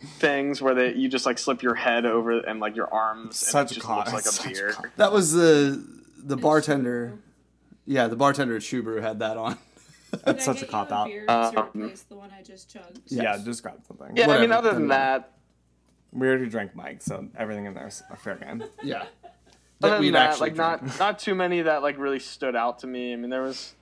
[SPEAKER 2] things where they you just like slip your head over and like your arms
[SPEAKER 4] Such
[SPEAKER 2] and it just
[SPEAKER 4] cost.
[SPEAKER 2] looks
[SPEAKER 4] such
[SPEAKER 2] like a beer.
[SPEAKER 4] cost.
[SPEAKER 3] That was the the bartender. Yeah, the bartender at Shubaru had that on.
[SPEAKER 4] That's such a cop out.
[SPEAKER 2] Um,
[SPEAKER 5] To replace the one I just chugged.
[SPEAKER 4] Yeah,
[SPEAKER 3] Yes.
[SPEAKER 4] just grab something.
[SPEAKER 2] Yeah, I mean,
[SPEAKER 3] Whatever,
[SPEAKER 2] other than
[SPEAKER 3] doesn't
[SPEAKER 2] that,
[SPEAKER 4] We already drank Mike, so everything in there is a fair game.
[SPEAKER 3] Yeah.
[SPEAKER 2] other than
[SPEAKER 3] we'd
[SPEAKER 2] that,
[SPEAKER 3] actually
[SPEAKER 2] like not not too many that like really stood out to me. I mean, there was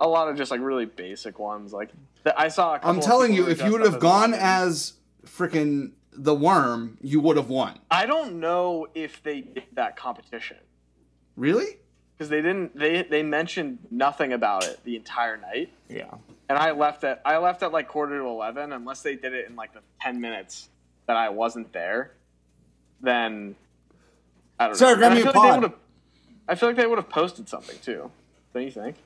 [SPEAKER 2] a lot of just like really basic ones. Like th- I saw. A couple
[SPEAKER 3] I'm
[SPEAKER 2] of
[SPEAKER 3] telling
[SPEAKER 2] people
[SPEAKER 3] you,
[SPEAKER 2] who
[SPEAKER 3] if you
[SPEAKER 2] dressed
[SPEAKER 3] would
[SPEAKER 2] up
[SPEAKER 3] have gone
[SPEAKER 2] Muppets.
[SPEAKER 3] as frickin' the worm, you would have won.
[SPEAKER 2] I don't know if they did that competition
[SPEAKER 3] Really?
[SPEAKER 2] because they didn't. They they mentioned nothing about it the entire night,
[SPEAKER 4] Yeah.
[SPEAKER 2] and I left at I left at like quarter to eleven. Unless they did it in like the ten minutes that I wasn't there, then I don't
[SPEAKER 3] Sir,
[SPEAKER 2] know.
[SPEAKER 3] grab
[SPEAKER 2] And
[SPEAKER 3] me a
[SPEAKER 2] I feel like
[SPEAKER 3] pod.
[SPEAKER 2] they would've- I feel like they would have posted something too. Don't you think?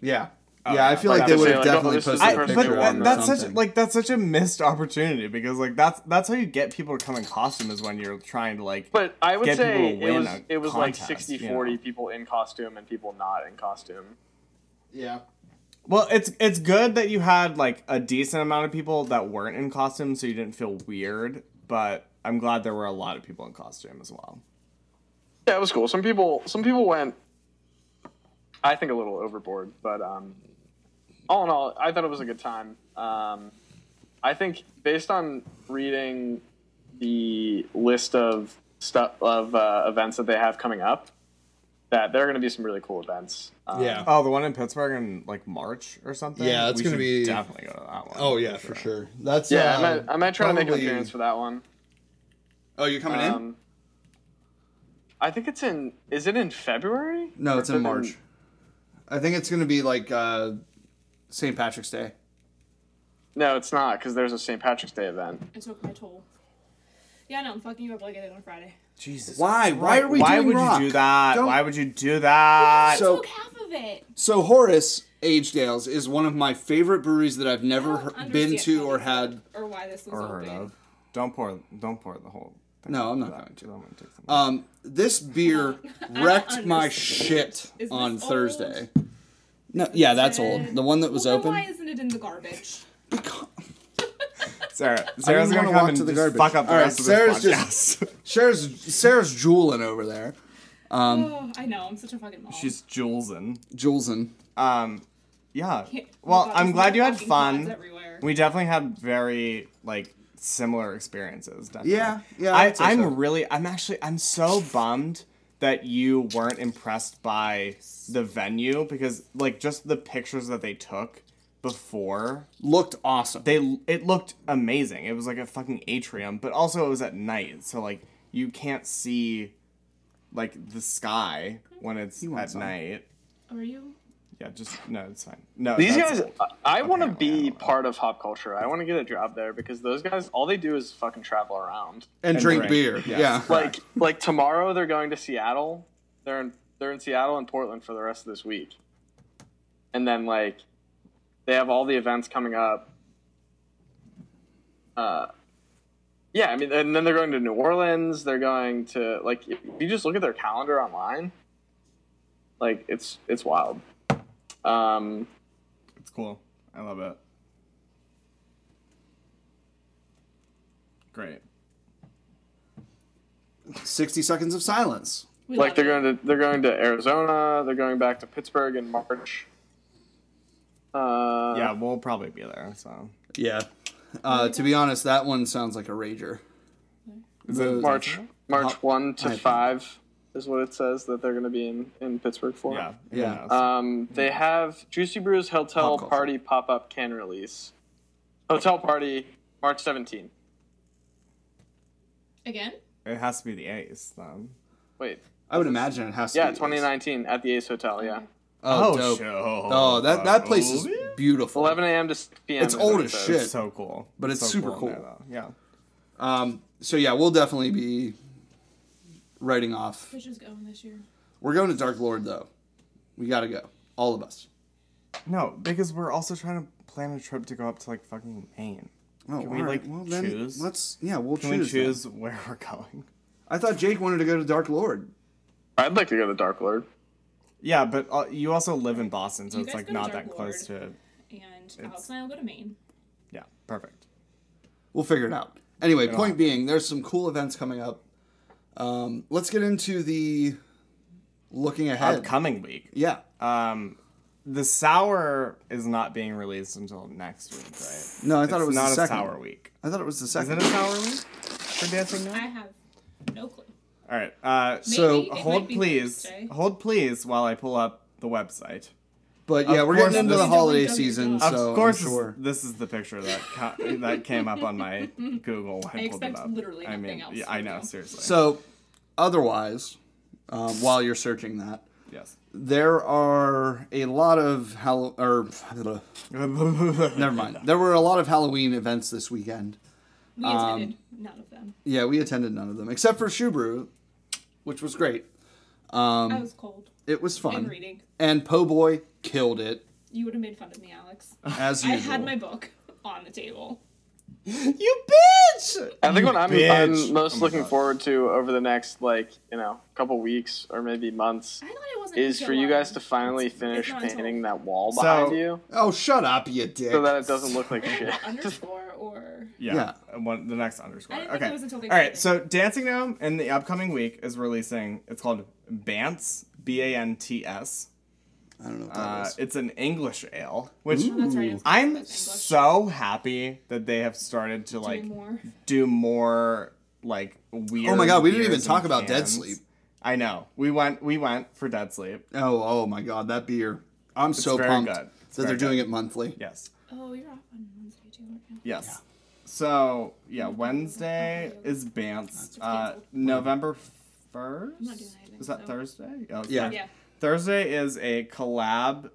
[SPEAKER 3] Yeah. yeah,
[SPEAKER 4] Oh, yeah,
[SPEAKER 3] I feel
[SPEAKER 4] but
[SPEAKER 3] like they
[SPEAKER 2] obviously,
[SPEAKER 3] would have
[SPEAKER 2] like, oh,
[SPEAKER 3] definitely
[SPEAKER 2] this is
[SPEAKER 3] posted
[SPEAKER 2] the
[SPEAKER 4] I,
[SPEAKER 3] a
[SPEAKER 2] first
[SPEAKER 4] but
[SPEAKER 3] picture
[SPEAKER 2] one
[SPEAKER 4] that-
[SPEAKER 3] on or
[SPEAKER 4] that's such
[SPEAKER 3] something.
[SPEAKER 4] like that's such a missed opportunity because like that's that's how you get people to come in costume is when you're trying to like
[SPEAKER 2] But I would
[SPEAKER 4] Get
[SPEAKER 2] say
[SPEAKER 4] people to
[SPEAKER 2] it
[SPEAKER 4] win
[SPEAKER 2] was
[SPEAKER 4] a
[SPEAKER 2] it was
[SPEAKER 4] contest,
[SPEAKER 2] like 60
[SPEAKER 4] you
[SPEAKER 2] 40
[SPEAKER 4] know.
[SPEAKER 2] people in costume and people not in costume.
[SPEAKER 3] yeah.
[SPEAKER 4] well it's it's good that you had like a decent amount of people that weren't in costume so you didn't feel weird but I'm glad there were a lot of people in costume as well.
[SPEAKER 2] Yeah, it was cool. Some people some people went I think a little overboard, but um all in all, I thought it was a good time. Um I think based on reading the list of stuff of uh, events that they have coming up, that there are going to be some really cool events. Um,
[SPEAKER 3] Yeah.
[SPEAKER 4] Oh, the one in Pittsburgh in like March or something.
[SPEAKER 3] Yeah, it's
[SPEAKER 4] We
[SPEAKER 3] gonna
[SPEAKER 4] should
[SPEAKER 3] be-
[SPEAKER 4] definitely go to that one.
[SPEAKER 3] Oh yeah, for sure. That's
[SPEAKER 2] yeah.
[SPEAKER 3] Uh,
[SPEAKER 2] I might I might try to make an
[SPEAKER 3] probably-
[SPEAKER 2] appearance for that one.
[SPEAKER 3] Oh, you're coming in?
[SPEAKER 2] Um, I think it's in. Is it in February?
[SPEAKER 3] No,
[SPEAKER 2] Or
[SPEAKER 3] it's
[SPEAKER 2] is
[SPEAKER 3] in
[SPEAKER 2] it
[SPEAKER 3] March. I think it's gonna be like uh, St. Patrick's Day.
[SPEAKER 2] No, it's not because there's a St. Patrick's Day event.
[SPEAKER 5] I took my toll. Yeah, no, I'm fucking you up like I did on Friday.
[SPEAKER 4] Jesus.
[SPEAKER 3] Why? Why are we
[SPEAKER 4] Why
[SPEAKER 3] doing
[SPEAKER 4] would
[SPEAKER 3] rock?
[SPEAKER 4] you do that?
[SPEAKER 3] Don't-
[SPEAKER 4] Why would you do that?
[SPEAKER 3] So-
[SPEAKER 5] I took half of it.
[SPEAKER 3] So Horace Agedale's is one of my favorite breweries that I've
[SPEAKER 5] I
[SPEAKER 3] never
[SPEAKER 5] don't
[SPEAKER 3] he- been
[SPEAKER 5] understand
[SPEAKER 3] to
[SPEAKER 5] how
[SPEAKER 3] or
[SPEAKER 5] this
[SPEAKER 3] had.
[SPEAKER 5] worked or why this was
[SPEAKER 4] or heard
[SPEAKER 5] open.
[SPEAKER 4] of. Don't pour. Don't pour the whole. Thing
[SPEAKER 3] No, I'm not
[SPEAKER 4] That-
[SPEAKER 3] going to.
[SPEAKER 4] that might take some-
[SPEAKER 3] Um, this beer wrecked my shit
[SPEAKER 5] Is
[SPEAKER 3] on
[SPEAKER 5] this old?
[SPEAKER 3] Thursday. No, yeah, that's old. The one that was
[SPEAKER 5] well, then
[SPEAKER 3] open.
[SPEAKER 5] Why isn't it in the garbage?
[SPEAKER 4] Sarah, Sarah's
[SPEAKER 3] wanna
[SPEAKER 4] gonna
[SPEAKER 3] walk
[SPEAKER 4] come and
[SPEAKER 3] to the
[SPEAKER 4] just
[SPEAKER 3] garbage.
[SPEAKER 4] fuck up the
[SPEAKER 3] All right,
[SPEAKER 4] rest of
[SPEAKER 3] Sarah's
[SPEAKER 4] this
[SPEAKER 3] just-
[SPEAKER 4] podcast.
[SPEAKER 3] Sarah's Sarah's jeweling over there.
[SPEAKER 5] oh, I know. I'm such a fucking mom.
[SPEAKER 4] Um, She's julesing.
[SPEAKER 3] Julesing.
[SPEAKER 4] Um, yeah.
[SPEAKER 5] Can't- oh
[SPEAKER 4] Well,
[SPEAKER 5] my God,
[SPEAKER 4] I'm
[SPEAKER 5] there's
[SPEAKER 4] glad you had
[SPEAKER 5] fucking pods
[SPEAKER 4] fun.
[SPEAKER 5] everywhere.
[SPEAKER 4] We definitely had very like similar experiences. Definitely.
[SPEAKER 3] Yeah, yeah, I
[SPEAKER 4] I,
[SPEAKER 3] would say
[SPEAKER 4] I'm
[SPEAKER 3] so.
[SPEAKER 4] really. I'm actually. I'm so bummed that you weren't impressed by the venue because like just the pictures that they took before
[SPEAKER 3] Looked awesome.
[SPEAKER 4] they it looked amazing. It was like a fucking atrium, but also it was at night, so like you can't see like the sky when it's at
[SPEAKER 3] wants some.
[SPEAKER 4] night.
[SPEAKER 5] Are you?
[SPEAKER 4] Yeah, just no, it's fine. No,
[SPEAKER 2] These guys,
[SPEAKER 4] that's old.
[SPEAKER 2] I, I want to
[SPEAKER 4] Apparently, I
[SPEAKER 2] be
[SPEAKER 4] don't know.
[SPEAKER 2] part of hop culture. I want to get a job there because those guys, all they do is fucking travel around.
[SPEAKER 4] and
[SPEAKER 3] and, drink,
[SPEAKER 4] drink.
[SPEAKER 3] beer.
[SPEAKER 4] Yes.
[SPEAKER 3] Yeah.
[SPEAKER 2] Like, like tomorrow they're going to Seattle. They're in they're in Seattle and Portland for the rest of this week, and then like they have all the events coming up. Uh, yeah, I mean, and then they're going to New Orleans. They're going to like if you just look at their calendar online, like it's it's wild. Um,
[SPEAKER 4] It's cool. I love it. Great.
[SPEAKER 3] Sixty seconds of silence.
[SPEAKER 5] We
[SPEAKER 2] like
[SPEAKER 5] love
[SPEAKER 2] they're
[SPEAKER 5] it.
[SPEAKER 2] going to they're going to Arizona. They're going back to Pittsburgh in March. Uh,
[SPEAKER 4] yeah, we'll probably be there. So
[SPEAKER 3] Yeah. Uh, to be honest, that one sounds like a rager.
[SPEAKER 4] Is Uh-huh.
[SPEAKER 3] The-
[SPEAKER 4] it-
[SPEAKER 2] March March one to
[SPEAKER 3] I-
[SPEAKER 2] five is what it says that they're going to be in in Pittsburgh for.
[SPEAKER 4] Yeah. who
[SPEAKER 3] Yeah. uh,
[SPEAKER 4] knows?
[SPEAKER 2] Um, they have Juicy Brews Hotel
[SPEAKER 3] Pop culture.
[SPEAKER 2] Party pop up can release. Hotel Party March 17.
[SPEAKER 5] Again?
[SPEAKER 4] it has to be the ace then.
[SPEAKER 2] Wait,
[SPEAKER 3] I would imagine it has to.
[SPEAKER 2] yeah,
[SPEAKER 3] be
[SPEAKER 2] 2019 at the Ace Hotel. Yeah,
[SPEAKER 3] Oh, dope.
[SPEAKER 4] sure.
[SPEAKER 3] Oh, that that place is beautiful.
[SPEAKER 2] 11 a.m. to 6 p.m.
[SPEAKER 3] It's
[SPEAKER 2] is what
[SPEAKER 3] old
[SPEAKER 2] it
[SPEAKER 3] as
[SPEAKER 2] says.
[SPEAKER 3] shit.
[SPEAKER 4] It's so cool.
[SPEAKER 3] But it's
[SPEAKER 4] So
[SPEAKER 3] super
[SPEAKER 4] in
[SPEAKER 3] cool.
[SPEAKER 4] though. yeah.
[SPEAKER 3] Um, so yeah, we'll definitely be writing off.
[SPEAKER 5] Which is going this year?
[SPEAKER 3] We're going to Dark Lord though. We gotta go, all of us.
[SPEAKER 4] No, because we're also trying to plan a trip to go up to like fucking Maine.
[SPEAKER 3] Oh,
[SPEAKER 4] Can we,
[SPEAKER 3] all
[SPEAKER 4] like, choose?
[SPEAKER 3] Let's yeah, we'll
[SPEAKER 4] Can
[SPEAKER 3] choose.
[SPEAKER 4] we choose where we're going?
[SPEAKER 3] then. I thought Jake wanted to go to Dark Lord.
[SPEAKER 2] I'd like to go to Dark Lord.
[SPEAKER 4] Yeah, but uh, you also live in Boston, so
[SPEAKER 5] You
[SPEAKER 4] it's
[SPEAKER 5] guys
[SPEAKER 4] like
[SPEAKER 5] go to
[SPEAKER 4] not
[SPEAKER 5] Dark
[SPEAKER 4] that close
[SPEAKER 5] Lord.
[SPEAKER 4] to.
[SPEAKER 5] And Alex and I will go to Maine.
[SPEAKER 4] Yeah, perfect.
[SPEAKER 3] We'll figure it out. Anyway, point
[SPEAKER 4] happen.
[SPEAKER 3] being, there's some cool events coming up. Um, let's get into the looking ahead.
[SPEAKER 4] Upcoming week.
[SPEAKER 3] yeah,
[SPEAKER 4] Um, the sour is not being released until next week, right?
[SPEAKER 3] No, I thought it
[SPEAKER 4] It's
[SPEAKER 3] was the
[SPEAKER 4] not a
[SPEAKER 3] second.
[SPEAKER 4] sour week.
[SPEAKER 3] I thought it was the
[SPEAKER 4] Is it
[SPEAKER 3] second.
[SPEAKER 4] a sour week for dancing
[SPEAKER 5] I
[SPEAKER 4] now?
[SPEAKER 5] have no clue.
[SPEAKER 4] All right. Uh,
[SPEAKER 3] So,
[SPEAKER 5] Maybe. It might
[SPEAKER 4] hold
[SPEAKER 5] be
[SPEAKER 4] please,
[SPEAKER 5] Thursday.
[SPEAKER 4] hold please, while I pull up the website.
[SPEAKER 3] but yeah,
[SPEAKER 4] Of
[SPEAKER 3] we're getting
[SPEAKER 4] course
[SPEAKER 3] into the
[SPEAKER 4] this-
[SPEAKER 3] holiday
[SPEAKER 5] WWW.
[SPEAKER 3] season,
[SPEAKER 5] Of
[SPEAKER 4] Of
[SPEAKER 3] so
[SPEAKER 4] course,
[SPEAKER 3] I'm
[SPEAKER 4] this-
[SPEAKER 3] sure.
[SPEAKER 4] this is the picture that ca- that came up on my Google when I,
[SPEAKER 5] I
[SPEAKER 4] pulled it
[SPEAKER 5] expect
[SPEAKER 4] up.
[SPEAKER 5] literally
[SPEAKER 4] I
[SPEAKER 5] nothing
[SPEAKER 4] mean,
[SPEAKER 5] else
[SPEAKER 4] yeah,
[SPEAKER 5] from
[SPEAKER 4] I know,
[SPEAKER 5] you.
[SPEAKER 4] seriously.
[SPEAKER 3] So, otherwise, um, while you're searching that,
[SPEAKER 4] yes.
[SPEAKER 3] there are a lot of Hall- or never
[SPEAKER 4] Never
[SPEAKER 3] mind. There were a lot of Halloween events this weekend.
[SPEAKER 5] We attended
[SPEAKER 4] um,
[SPEAKER 5] none of them.
[SPEAKER 3] Yeah, we attended none of them except for Shoe Brew, which was great.
[SPEAKER 4] um,
[SPEAKER 5] I was cold
[SPEAKER 3] It was
[SPEAKER 5] and
[SPEAKER 3] fun.
[SPEAKER 5] reading.
[SPEAKER 3] And Po Boy killed it
[SPEAKER 5] You would have made fun of me, Alex.
[SPEAKER 3] as
[SPEAKER 5] I
[SPEAKER 3] usual.
[SPEAKER 5] had my book on the table.
[SPEAKER 4] You bitch!
[SPEAKER 2] I think what I'm, I'm
[SPEAKER 4] bitch.
[SPEAKER 2] most
[SPEAKER 4] Oh my
[SPEAKER 2] looking
[SPEAKER 4] God.
[SPEAKER 2] forward to over the next like you know couple weeks or maybe months
[SPEAKER 5] I thought it wasn't.
[SPEAKER 2] is for you guys to
[SPEAKER 5] until,
[SPEAKER 2] finally finish
[SPEAKER 5] not until-
[SPEAKER 2] painting that wall
[SPEAKER 4] So-
[SPEAKER 2] behind you
[SPEAKER 3] oh, shut up, you dick!
[SPEAKER 2] so that it doesn't look like
[SPEAKER 5] um,
[SPEAKER 2] shit.
[SPEAKER 5] what, underscore or
[SPEAKER 4] Yeah. One, the next underscore.
[SPEAKER 5] I didn't think
[SPEAKER 4] okay.
[SPEAKER 5] it was until they
[SPEAKER 4] All right.
[SPEAKER 5] started.
[SPEAKER 4] So Dancing Gnome in the upcoming week is releasing. It's called Bants. B A N T S.
[SPEAKER 3] I don't know. What that
[SPEAKER 4] Uh,
[SPEAKER 3] was.
[SPEAKER 4] it's an English ale, which
[SPEAKER 5] Oh, that's right. it was called
[SPEAKER 4] I'm
[SPEAKER 5] English.
[SPEAKER 4] so happy that they have started to like
[SPEAKER 5] Doing more.
[SPEAKER 4] do more like weird.
[SPEAKER 3] Oh my God, we didn't
[SPEAKER 4] beers
[SPEAKER 3] even talk
[SPEAKER 4] and
[SPEAKER 3] about Dead
[SPEAKER 4] cans.
[SPEAKER 3] Sleep.
[SPEAKER 4] I know. We went. We went for Dead Sleep.
[SPEAKER 3] Oh, oh my God, that beer! I'm so
[SPEAKER 4] very
[SPEAKER 3] pumped
[SPEAKER 4] good. It's
[SPEAKER 3] that they're
[SPEAKER 4] very
[SPEAKER 3] doing
[SPEAKER 4] good.
[SPEAKER 3] it monthly.
[SPEAKER 4] Yes.
[SPEAKER 5] Oh, you're off on Wednesday too, aren't you?
[SPEAKER 4] Yes. So yeah, Wednesday is Bants. Uh, November
[SPEAKER 5] not doing
[SPEAKER 4] first.
[SPEAKER 5] anything,
[SPEAKER 4] Is that
[SPEAKER 5] so-
[SPEAKER 4] Thursday? Oh, it's
[SPEAKER 3] Yeah.
[SPEAKER 4] Thursday.
[SPEAKER 5] Yeah.
[SPEAKER 4] Thursday is a collab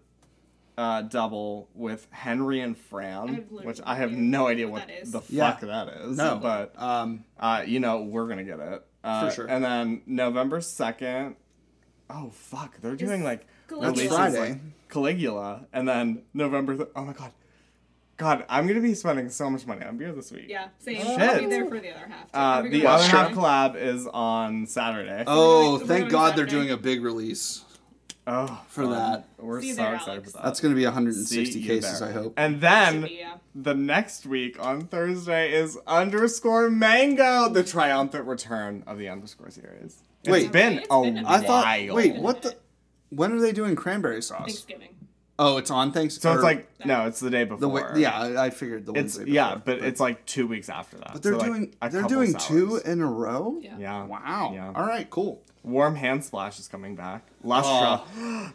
[SPEAKER 4] uh, double with Henry and Fran,
[SPEAKER 5] I have literally
[SPEAKER 4] which I have
[SPEAKER 5] no
[SPEAKER 4] no
[SPEAKER 5] idea
[SPEAKER 4] idea
[SPEAKER 5] what
[SPEAKER 4] what,
[SPEAKER 5] that is.
[SPEAKER 4] the
[SPEAKER 3] Yeah.
[SPEAKER 4] fuck that is.
[SPEAKER 3] No,
[SPEAKER 4] but
[SPEAKER 3] um,
[SPEAKER 4] uh, you know we're gonna get it uh,
[SPEAKER 3] For sure.
[SPEAKER 4] And then November second. Oh fuck, they're doing like
[SPEAKER 5] Caligula. That's
[SPEAKER 4] releases,
[SPEAKER 3] Friday.
[SPEAKER 4] like, Caligula, and then November. Th- oh my god, God, I'm gonna be spending so much money on beer this week.
[SPEAKER 5] Yeah, same.
[SPEAKER 4] Oh, Shit.
[SPEAKER 5] I'll be there for the other half. too.
[SPEAKER 4] Uh,
[SPEAKER 5] We're
[SPEAKER 4] the
[SPEAKER 5] gonna
[SPEAKER 4] other
[SPEAKER 5] watch
[SPEAKER 4] half
[SPEAKER 5] it.
[SPEAKER 4] collab is on Saturday.
[SPEAKER 3] oh,
[SPEAKER 5] We're going
[SPEAKER 3] thank God they're
[SPEAKER 5] Saturday.
[SPEAKER 3] doing a big release.
[SPEAKER 4] Oh,
[SPEAKER 3] For
[SPEAKER 4] fun.
[SPEAKER 3] that.
[SPEAKER 4] We're
[SPEAKER 5] See you
[SPEAKER 4] so
[SPEAKER 5] there,
[SPEAKER 4] excited
[SPEAKER 5] Alex.
[SPEAKER 4] for that.
[SPEAKER 3] That's going to be
[SPEAKER 4] Uh, See
[SPEAKER 3] 160
[SPEAKER 4] you
[SPEAKER 3] cases,
[SPEAKER 4] there.
[SPEAKER 3] I hope.
[SPEAKER 4] And
[SPEAKER 5] Should be,
[SPEAKER 4] then
[SPEAKER 5] yeah.
[SPEAKER 4] the next week on Thursday is underscore mango, the triumphant return of the underscore series.
[SPEAKER 3] Wait.
[SPEAKER 4] it's been
[SPEAKER 5] It's
[SPEAKER 4] a
[SPEAKER 5] been a
[SPEAKER 3] I thought.
[SPEAKER 4] while.
[SPEAKER 3] Wait, what the? When are they doing cranberry sauce?
[SPEAKER 5] Thanksgiving.
[SPEAKER 3] Oh, it's on Thanksgiving.
[SPEAKER 4] So it's like no, it's the day
[SPEAKER 3] the
[SPEAKER 4] before.
[SPEAKER 3] wi- yeah, I I figured the
[SPEAKER 4] it's
[SPEAKER 3] Wednesday.
[SPEAKER 4] yeah,
[SPEAKER 3] before,
[SPEAKER 4] but, it's like two weeks after that.
[SPEAKER 3] But they're
[SPEAKER 4] so, like,
[SPEAKER 3] doing
[SPEAKER 4] a
[SPEAKER 3] they're
[SPEAKER 4] couple
[SPEAKER 3] doing two
[SPEAKER 4] sours.
[SPEAKER 3] in a row.
[SPEAKER 5] Yeah.
[SPEAKER 4] yeah.
[SPEAKER 3] Wow.
[SPEAKER 4] Yeah.
[SPEAKER 3] All right. Cool.
[SPEAKER 4] Warm hand splash is coming back. Lustra,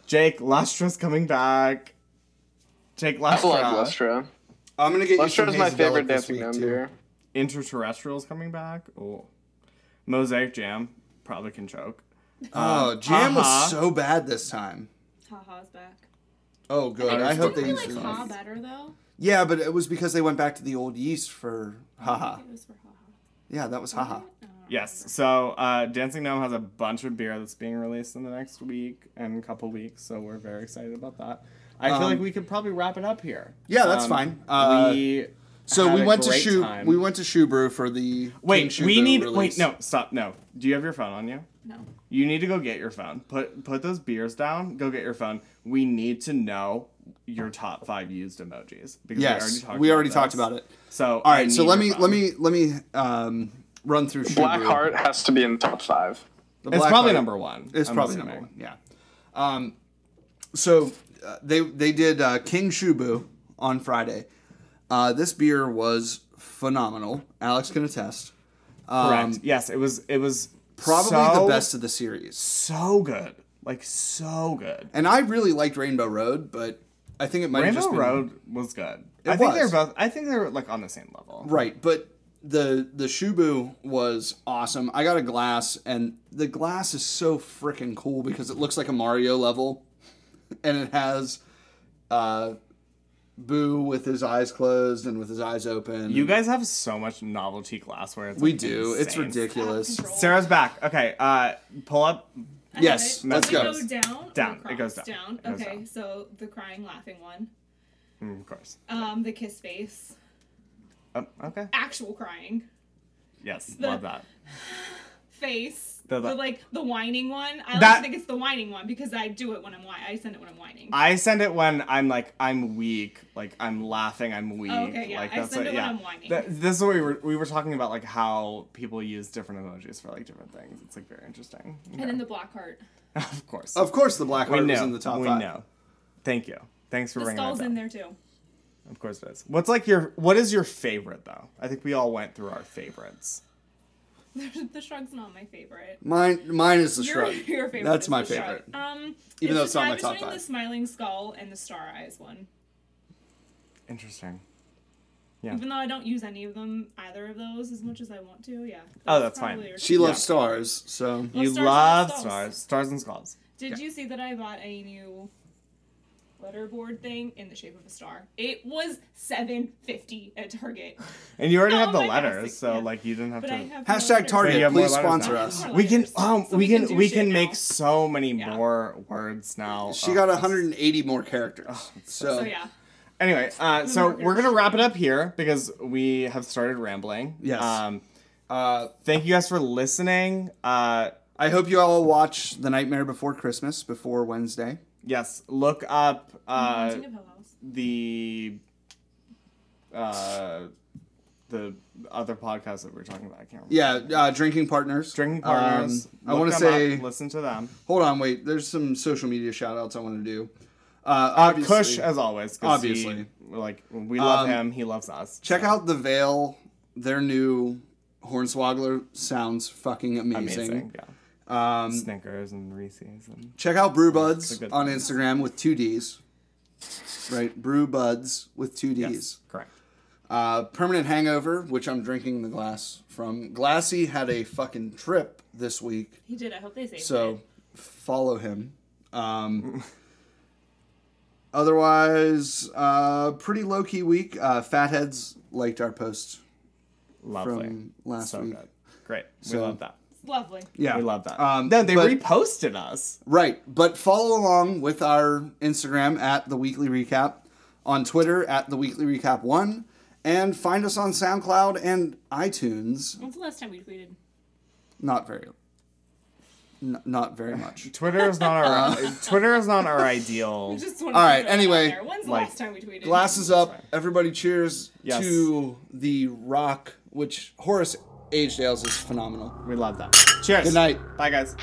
[SPEAKER 4] Jake Lustra's coming back. Jake
[SPEAKER 2] I love
[SPEAKER 4] Lustra.
[SPEAKER 2] Lustra.
[SPEAKER 3] I'm gonna get
[SPEAKER 2] Lustra
[SPEAKER 3] you
[SPEAKER 2] is
[SPEAKER 3] some
[SPEAKER 2] my
[SPEAKER 3] Hazedelic
[SPEAKER 2] favorite
[SPEAKER 3] this
[SPEAKER 2] dancing
[SPEAKER 3] week,
[SPEAKER 2] gnome
[SPEAKER 3] too.
[SPEAKER 2] beer.
[SPEAKER 4] Interterrestrial's coming back. Oh, Mosaic Jam probably can choke.
[SPEAKER 3] Oh, jam
[SPEAKER 4] haha.
[SPEAKER 3] was so bad this time.
[SPEAKER 5] Haha's back.
[SPEAKER 3] Oh, good. I,
[SPEAKER 4] it's
[SPEAKER 3] hope they
[SPEAKER 5] Didn't we
[SPEAKER 3] use
[SPEAKER 5] like
[SPEAKER 3] it.
[SPEAKER 5] Ha better though?
[SPEAKER 3] Yeah, but it was because they went back to the old yeast for haha.
[SPEAKER 5] It was for Haha.
[SPEAKER 3] Yeah, that was haha.
[SPEAKER 5] I don't know.
[SPEAKER 4] Yes. So uh, Dancing Gnome has a bunch of beer that's being released in the next week and couple weeks. So we're very excited about that. I feel like we could probably wrap it up here.
[SPEAKER 3] Um, Yeah, that's
[SPEAKER 4] Um,
[SPEAKER 3] fine. Uh,
[SPEAKER 4] we
[SPEAKER 3] so
[SPEAKER 4] had
[SPEAKER 3] we
[SPEAKER 4] a
[SPEAKER 3] went to
[SPEAKER 4] great
[SPEAKER 3] shoe
[SPEAKER 4] time.
[SPEAKER 3] we went to shoe brew for the King
[SPEAKER 4] wait.
[SPEAKER 3] Shoe
[SPEAKER 4] We
[SPEAKER 3] Brew
[SPEAKER 4] need
[SPEAKER 3] release.
[SPEAKER 4] wait. No, stop. No. Do you have your phone on you?
[SPEAKER 5] No.
[SPEAKER 4] You need to go get your phone. Put put those beers down. Go get your phone. We need to know your top five used emojis because
[SPEAKER 3] Yes, we already talked about it.
[SPEAKER 4] So
[SPEAKER 3] All right, so let me let me let me um, run through shoe
[SPEAKER 2] Black
[SPEAKER 3] brew.
[SPEAKER 2] Heart has to be in the top five.
[SPEAKER 3] The
[SPEAKER 4] It's
[SPEAKER 3] Black
[SPEAKER 4] probably
[SPEAKER 3] Heart.
[SPEAKER 4] number one.
[SPEAKER 3] It's
[SPEAKER 4] I'm
[SPEAKER 3] probably
[SPEAKER 4] assuming.
[SPEAKER 3] number one. Yeah. Um, so uh, they they did uh, King Shubu on Friday. Uh, this beer was phenomenal. Alex can attest.
[SPEAKER 4] Correct. yes, it was. It was
[SPEAKER 3] Um, Probably
[SPEAKER 4] so,
[SPEAKER 3] the best of the series.
[SPEAKER 4] So good, like so good.
[SPEAKER 3] And I really liked Rainbow Road, but I think it might have
[SPEAKER 4] Rainbow
[SPEAKER 3] just been
[SPEAKER 4] Road was good. I think
[SPEAKER 3] was.
[SPEAKER 4] they're both. I think they're like on the same level.
[SPEAKER 3] Right, but the the Shubu was awesome. I got a glass, and the glass is so freaking cool because it looks like a Mario level, and it has uh, Boo with his eyes closed and with his eyes open.
[SPEAKER 4] You guys have so much novelty glassware. It's,
[SPEAKER 3] we
[SPEAKER 4] like,
[SPEAKER 3] do. It's
[SPEAKER 4] insane.
[SPEAKER 3] ridiculous.
[SPEAKER 5] Out of control.
[SPEAKER 4] Sarah's back. Okay, uh, pull up.
[SPEAKER 5] I have
[SPEAKER 3] Yes,
[SPEAKER 5] it.
[SPEAKER 3] let's
[SPEAKER 5] Does it
[SPEAKER 3] go.
[SPEAKER 5] down. or
[SPEAKER 4] Down. It
[SPEAKER 5] across?
[SPEAKER 4] goes down. It goes
[SPEAKER 5] Okay,
[SPEAKER 4] down.
[SPEAKER 5] so the crying, laughing one.
[SPEAKER 4] Mm, of course.
[SPEAKER 5] Um, the kiss face.
[SPEAKER 4] Oh, okay.
[SPEAKER 5] Actual crying
[SPEAKER 4] Yes,
[SPEAKER 5] The-
[SPEAKER 4] love that.
[SPEAKER 5] face.
[SPEAKER 4] The-
[SPEAKER 5] The,
[SPEAKER 4] the-
[SPEAKER 5] like the whining one. I like
[SPEAKER 4] That-
[SPEAKER 5] to think it's the whining one because I do it when I'm whining. I send it when I'm whining.
[SPEAKER 4] I send it when I'm like I'm weak, like I'm laughing, I'm weak.
[SPEAKER 5] Oh, Okay, yeah,
[SPEAKER 4] Like
[SPEAKER 5] I send it when
[SPEAKER 4] yeah.
[SPEAKER 5] I'm whining.
[SPEAKER 4] Th- this is what we were we were talking about, like how people use different emojis for like different things. It's like very interesting.
[SPEAKER 5] and then the black heart.
[SPEAKER 4] of course,
[SPEAKER 3] Of course, the Black
[SPEAKER 4] we
[SPEAKER 3] Heart
[SPEAKER 4] know.
[SPEAKER 3] was in the top
[SPEAKER 4] we
[SPEAKER 3] five.
[SPEAKER 4] know. Thank you. Thanks for
[SPEAKER 5] The
[SPEAKER 4] bringing that
[SPEAKER 5] skull's in
[SPEAKER 4] down.
[SPEAKER 5] there too.
[SPEAKER 4] Of course it is. What's like your what is your favorite though? I think we all went through our favorites.
[SPEAKER 5] the shrug's not my favorite.
[SPEAKER 3] Mine, mine is the
[SPEAKER 5] Your,
[SPEAKER 3] shrug.
[SPEAKER 5] your favorite.
[SPEAKER 3] That's
[SPEAKER 5] is
[SPEAKER 3] my
[SPEAKER 5] the shrug.
[SPEAKER 3] favorite.
[SPEAKER 5] Um,
[SPEAKER 3] Even though
[SPEAKER 5] the-
[SPEAKER 3] it's not
[SPEAKER 5] I
[SPEAKER 3] my
[SPEAKER 5] was
[SPEAKER 3] top
[SPEAKER 5] doing
[SPEAKER 3] five.
[SPEAKER 5] The smiling skull and the star eyes one.
[SPEAKER 4] Interesting.
[SPEAKER 5] Even though I don't use any of them, either of those, as much as I want to. Yeah.
[SPEAKER 4] Oh, that's fine.
[SPEAKER 5] probably your-
[SPEAKER 3] She loves
[SPEAKER 4] Yeah.
[SPEAKER 3] stars, so
[SPEAKER 5] Well,
[SPEAKER 4] you
[SPEAKER 5] stars and
[SPEAKER 4] love
[SPEAKER 5] skulls.
[SPEAKER 4] stars, stars and skulls.
[SPEAKER 5] Did you see that I bought a new letterboard thing in the shape of a star? It was seven fifty at Target.
[SPEAKER 4] And you already
[SPEAKER 5] Oh
[SPEAKER 4] have the
[SPEAKER 5] my gosh,
[SPEAKER 4] letters,
[SPEAKER 5] like,
[SPEAKER 4] so
[SPEAKER 5] yeah.
[SPEAKER 4] like you didn't have
[SPEAKER 5] But
[SPEAKER 4] to.
[SPEAKER 5] I have no
[SPEAKER 3] hashtag
[SPEAKER 5] letters.
[SPEAKER 4] So you
[SPEAKER 3] Target,
[SPEAKER 4] have more
[SPEAKER 3] please
[SPEAKER 4] letters
[SPEAKER 3] sponsor
[SPEAKER 4] now.
[SPEAKER 3] us.
[SPEAKER 5] More
[SPEAKER 4] We can
[SPEAKER 5] letters.
[SPEAKER 4] um
[SPEAKER 5] So
[SPEAKER 4] we can
[SPEAKER 5] do
[SPEAKER 4] we
[SPEAKER 5] shit
[SPEAKER 4] can
[SPEAKER 5] now.
[SPEAKER 4] make so many
[SPEAKER 5] Yeah.
[SPEAKER 4] more words now.
[SPEAKER 3] She
[SPEAKER 4] Oh,
[SPEAKER 3] got
[SPEAKER 4] this is-
[SPEAKER 3] 180 more characters.
[SPEAKER 4] Oh,
[SPEAKER 3] so,
[SPEAKER 5] So yeah.
[SPEAKER 4] Anyway, uh, so
[SPEAKER 5] Market.
[SPEAKER 4] we're gonna wrap it up here because we have started rambling.
[SPEAKER 3] Yes.
[SPEAKER 4] Um,
[SPEAKER 3] uh,
[SPEAKER 4] thank you guys for listening. Uh,
[SPEAKER 3] I hope you all watch The Nightmare Before Christmas before Wednesday.
[SPEAKER 4] yes, look up uh,
[SPEAKER 5] Haunting of Hill House.
[SPEAKER 4] the uh, the other podcast that we were talking about. I can't remember.
[SPEAKER 3] Yeah, uh, drinking partners.
[SPEAKER 4] Drinking partners.
[SPEAKER 3] Um, I
[SPEAKER 4] look
[SPEAKER 3] want to
[SPEAKER 4] them
[SPEAKER 3] say.
[SPEAKER 4] up, listen to them.
[SPEAKER 3] hold on, wait. There's some social media shout outs I want to do. Uh,
[SPEAKER 4] Uh,
[SPEAKER 3] obviously,
[SPEAKER 4] Kush, as always. 'cause he-
[SPEAKER 3] Obviously.
[SPEAKER 4] like we love
[SPEAKER 3] Um,
[SPEAKER 4] him. He loves us.
[SPEAKER 3] Check
[SPEAKER 4] so.
[SPEAKER 3] out the Veil. Their new Hornswoggler sounds fucking amazing.
[SPEAKER 4] amazing. Yeah.
[SPEAKER 3] Um,
[SPEAKER 4] Snickers and Reese's and
[SPEAKER 3] check out Brew Buds
[SPEAKER 4] It's a good
[SPEAKER 3] on
[SPEAKER 4] one.
[SPEAKER 3] Instagram with two D's. Right, Brew Buds with two D's.
[SPEAKER 4] correct.
[SPEAKER 3] Uh, permanent hangover, which I'm drinking the glass from. Glassy had a fucking trip this week,
[SPEAKER 5] He did. I hope they saved
[SPEAKER 3] so
[SPEAKER 5] it.
[SPEAKER 3] follow him Um, otherwise, uh, pretty low key week. Uh, Fatheads liked our post
[SPEAKER 4] Lovely.
[SPEAKER 3] from last
[SPEAKER 4] so
[SPEAKER 3] week.
[SPEAKER 4] good. Great. We
[SPEAKER 3] So-
[SPEAKER 4] love that.
[SPEAKER 5] It's lovely.
[SPEAKER 3] Yeah,
[SPEAKER 4] We love that.
[SPEAKER 3] Um,
[SPEAKER 4] no, they
[SPEAKER 3] but-
[SPEAKER 4] reposted us.
[SPEAKER 3] Right, but follow along with our Instagram at the Weekly Recap, on Twitter at the Weekly Recap One, and find us on SoundCloud and iTunes.
[SPEAKER 5] When's the last time we tweeted?
[SPEAKER 3] Not very, n- not very much.
[SPEAKER 4] Twitter is not our
[SPEAKER 3] Uh,
[SPEAKER 4] Twitter is not our ideal.
[SPEAKER 5] Just wanted
[SPEAKER 3] All
[SPEAKER 5] to
[SPEAKER 3] right,
[SPEAKER 5] throw that out
[SPEAKER 3] anyway,
[SPEAKER 5] there. When's the
[SPEAKER 4] like,
[SPEAKER 5] last time we tweeted?
[SPEAKER 3] Glasses up, everybody! Cheers
[SPEAKER 4] Yes.
[SPEAKER 3] to the Rock, which Horace Agedales is phenomenal.
[SPEAKER 4] We love that. Cheers.
[SPEAKER 3] Good night.
[SPEAKER 4] Bye guys.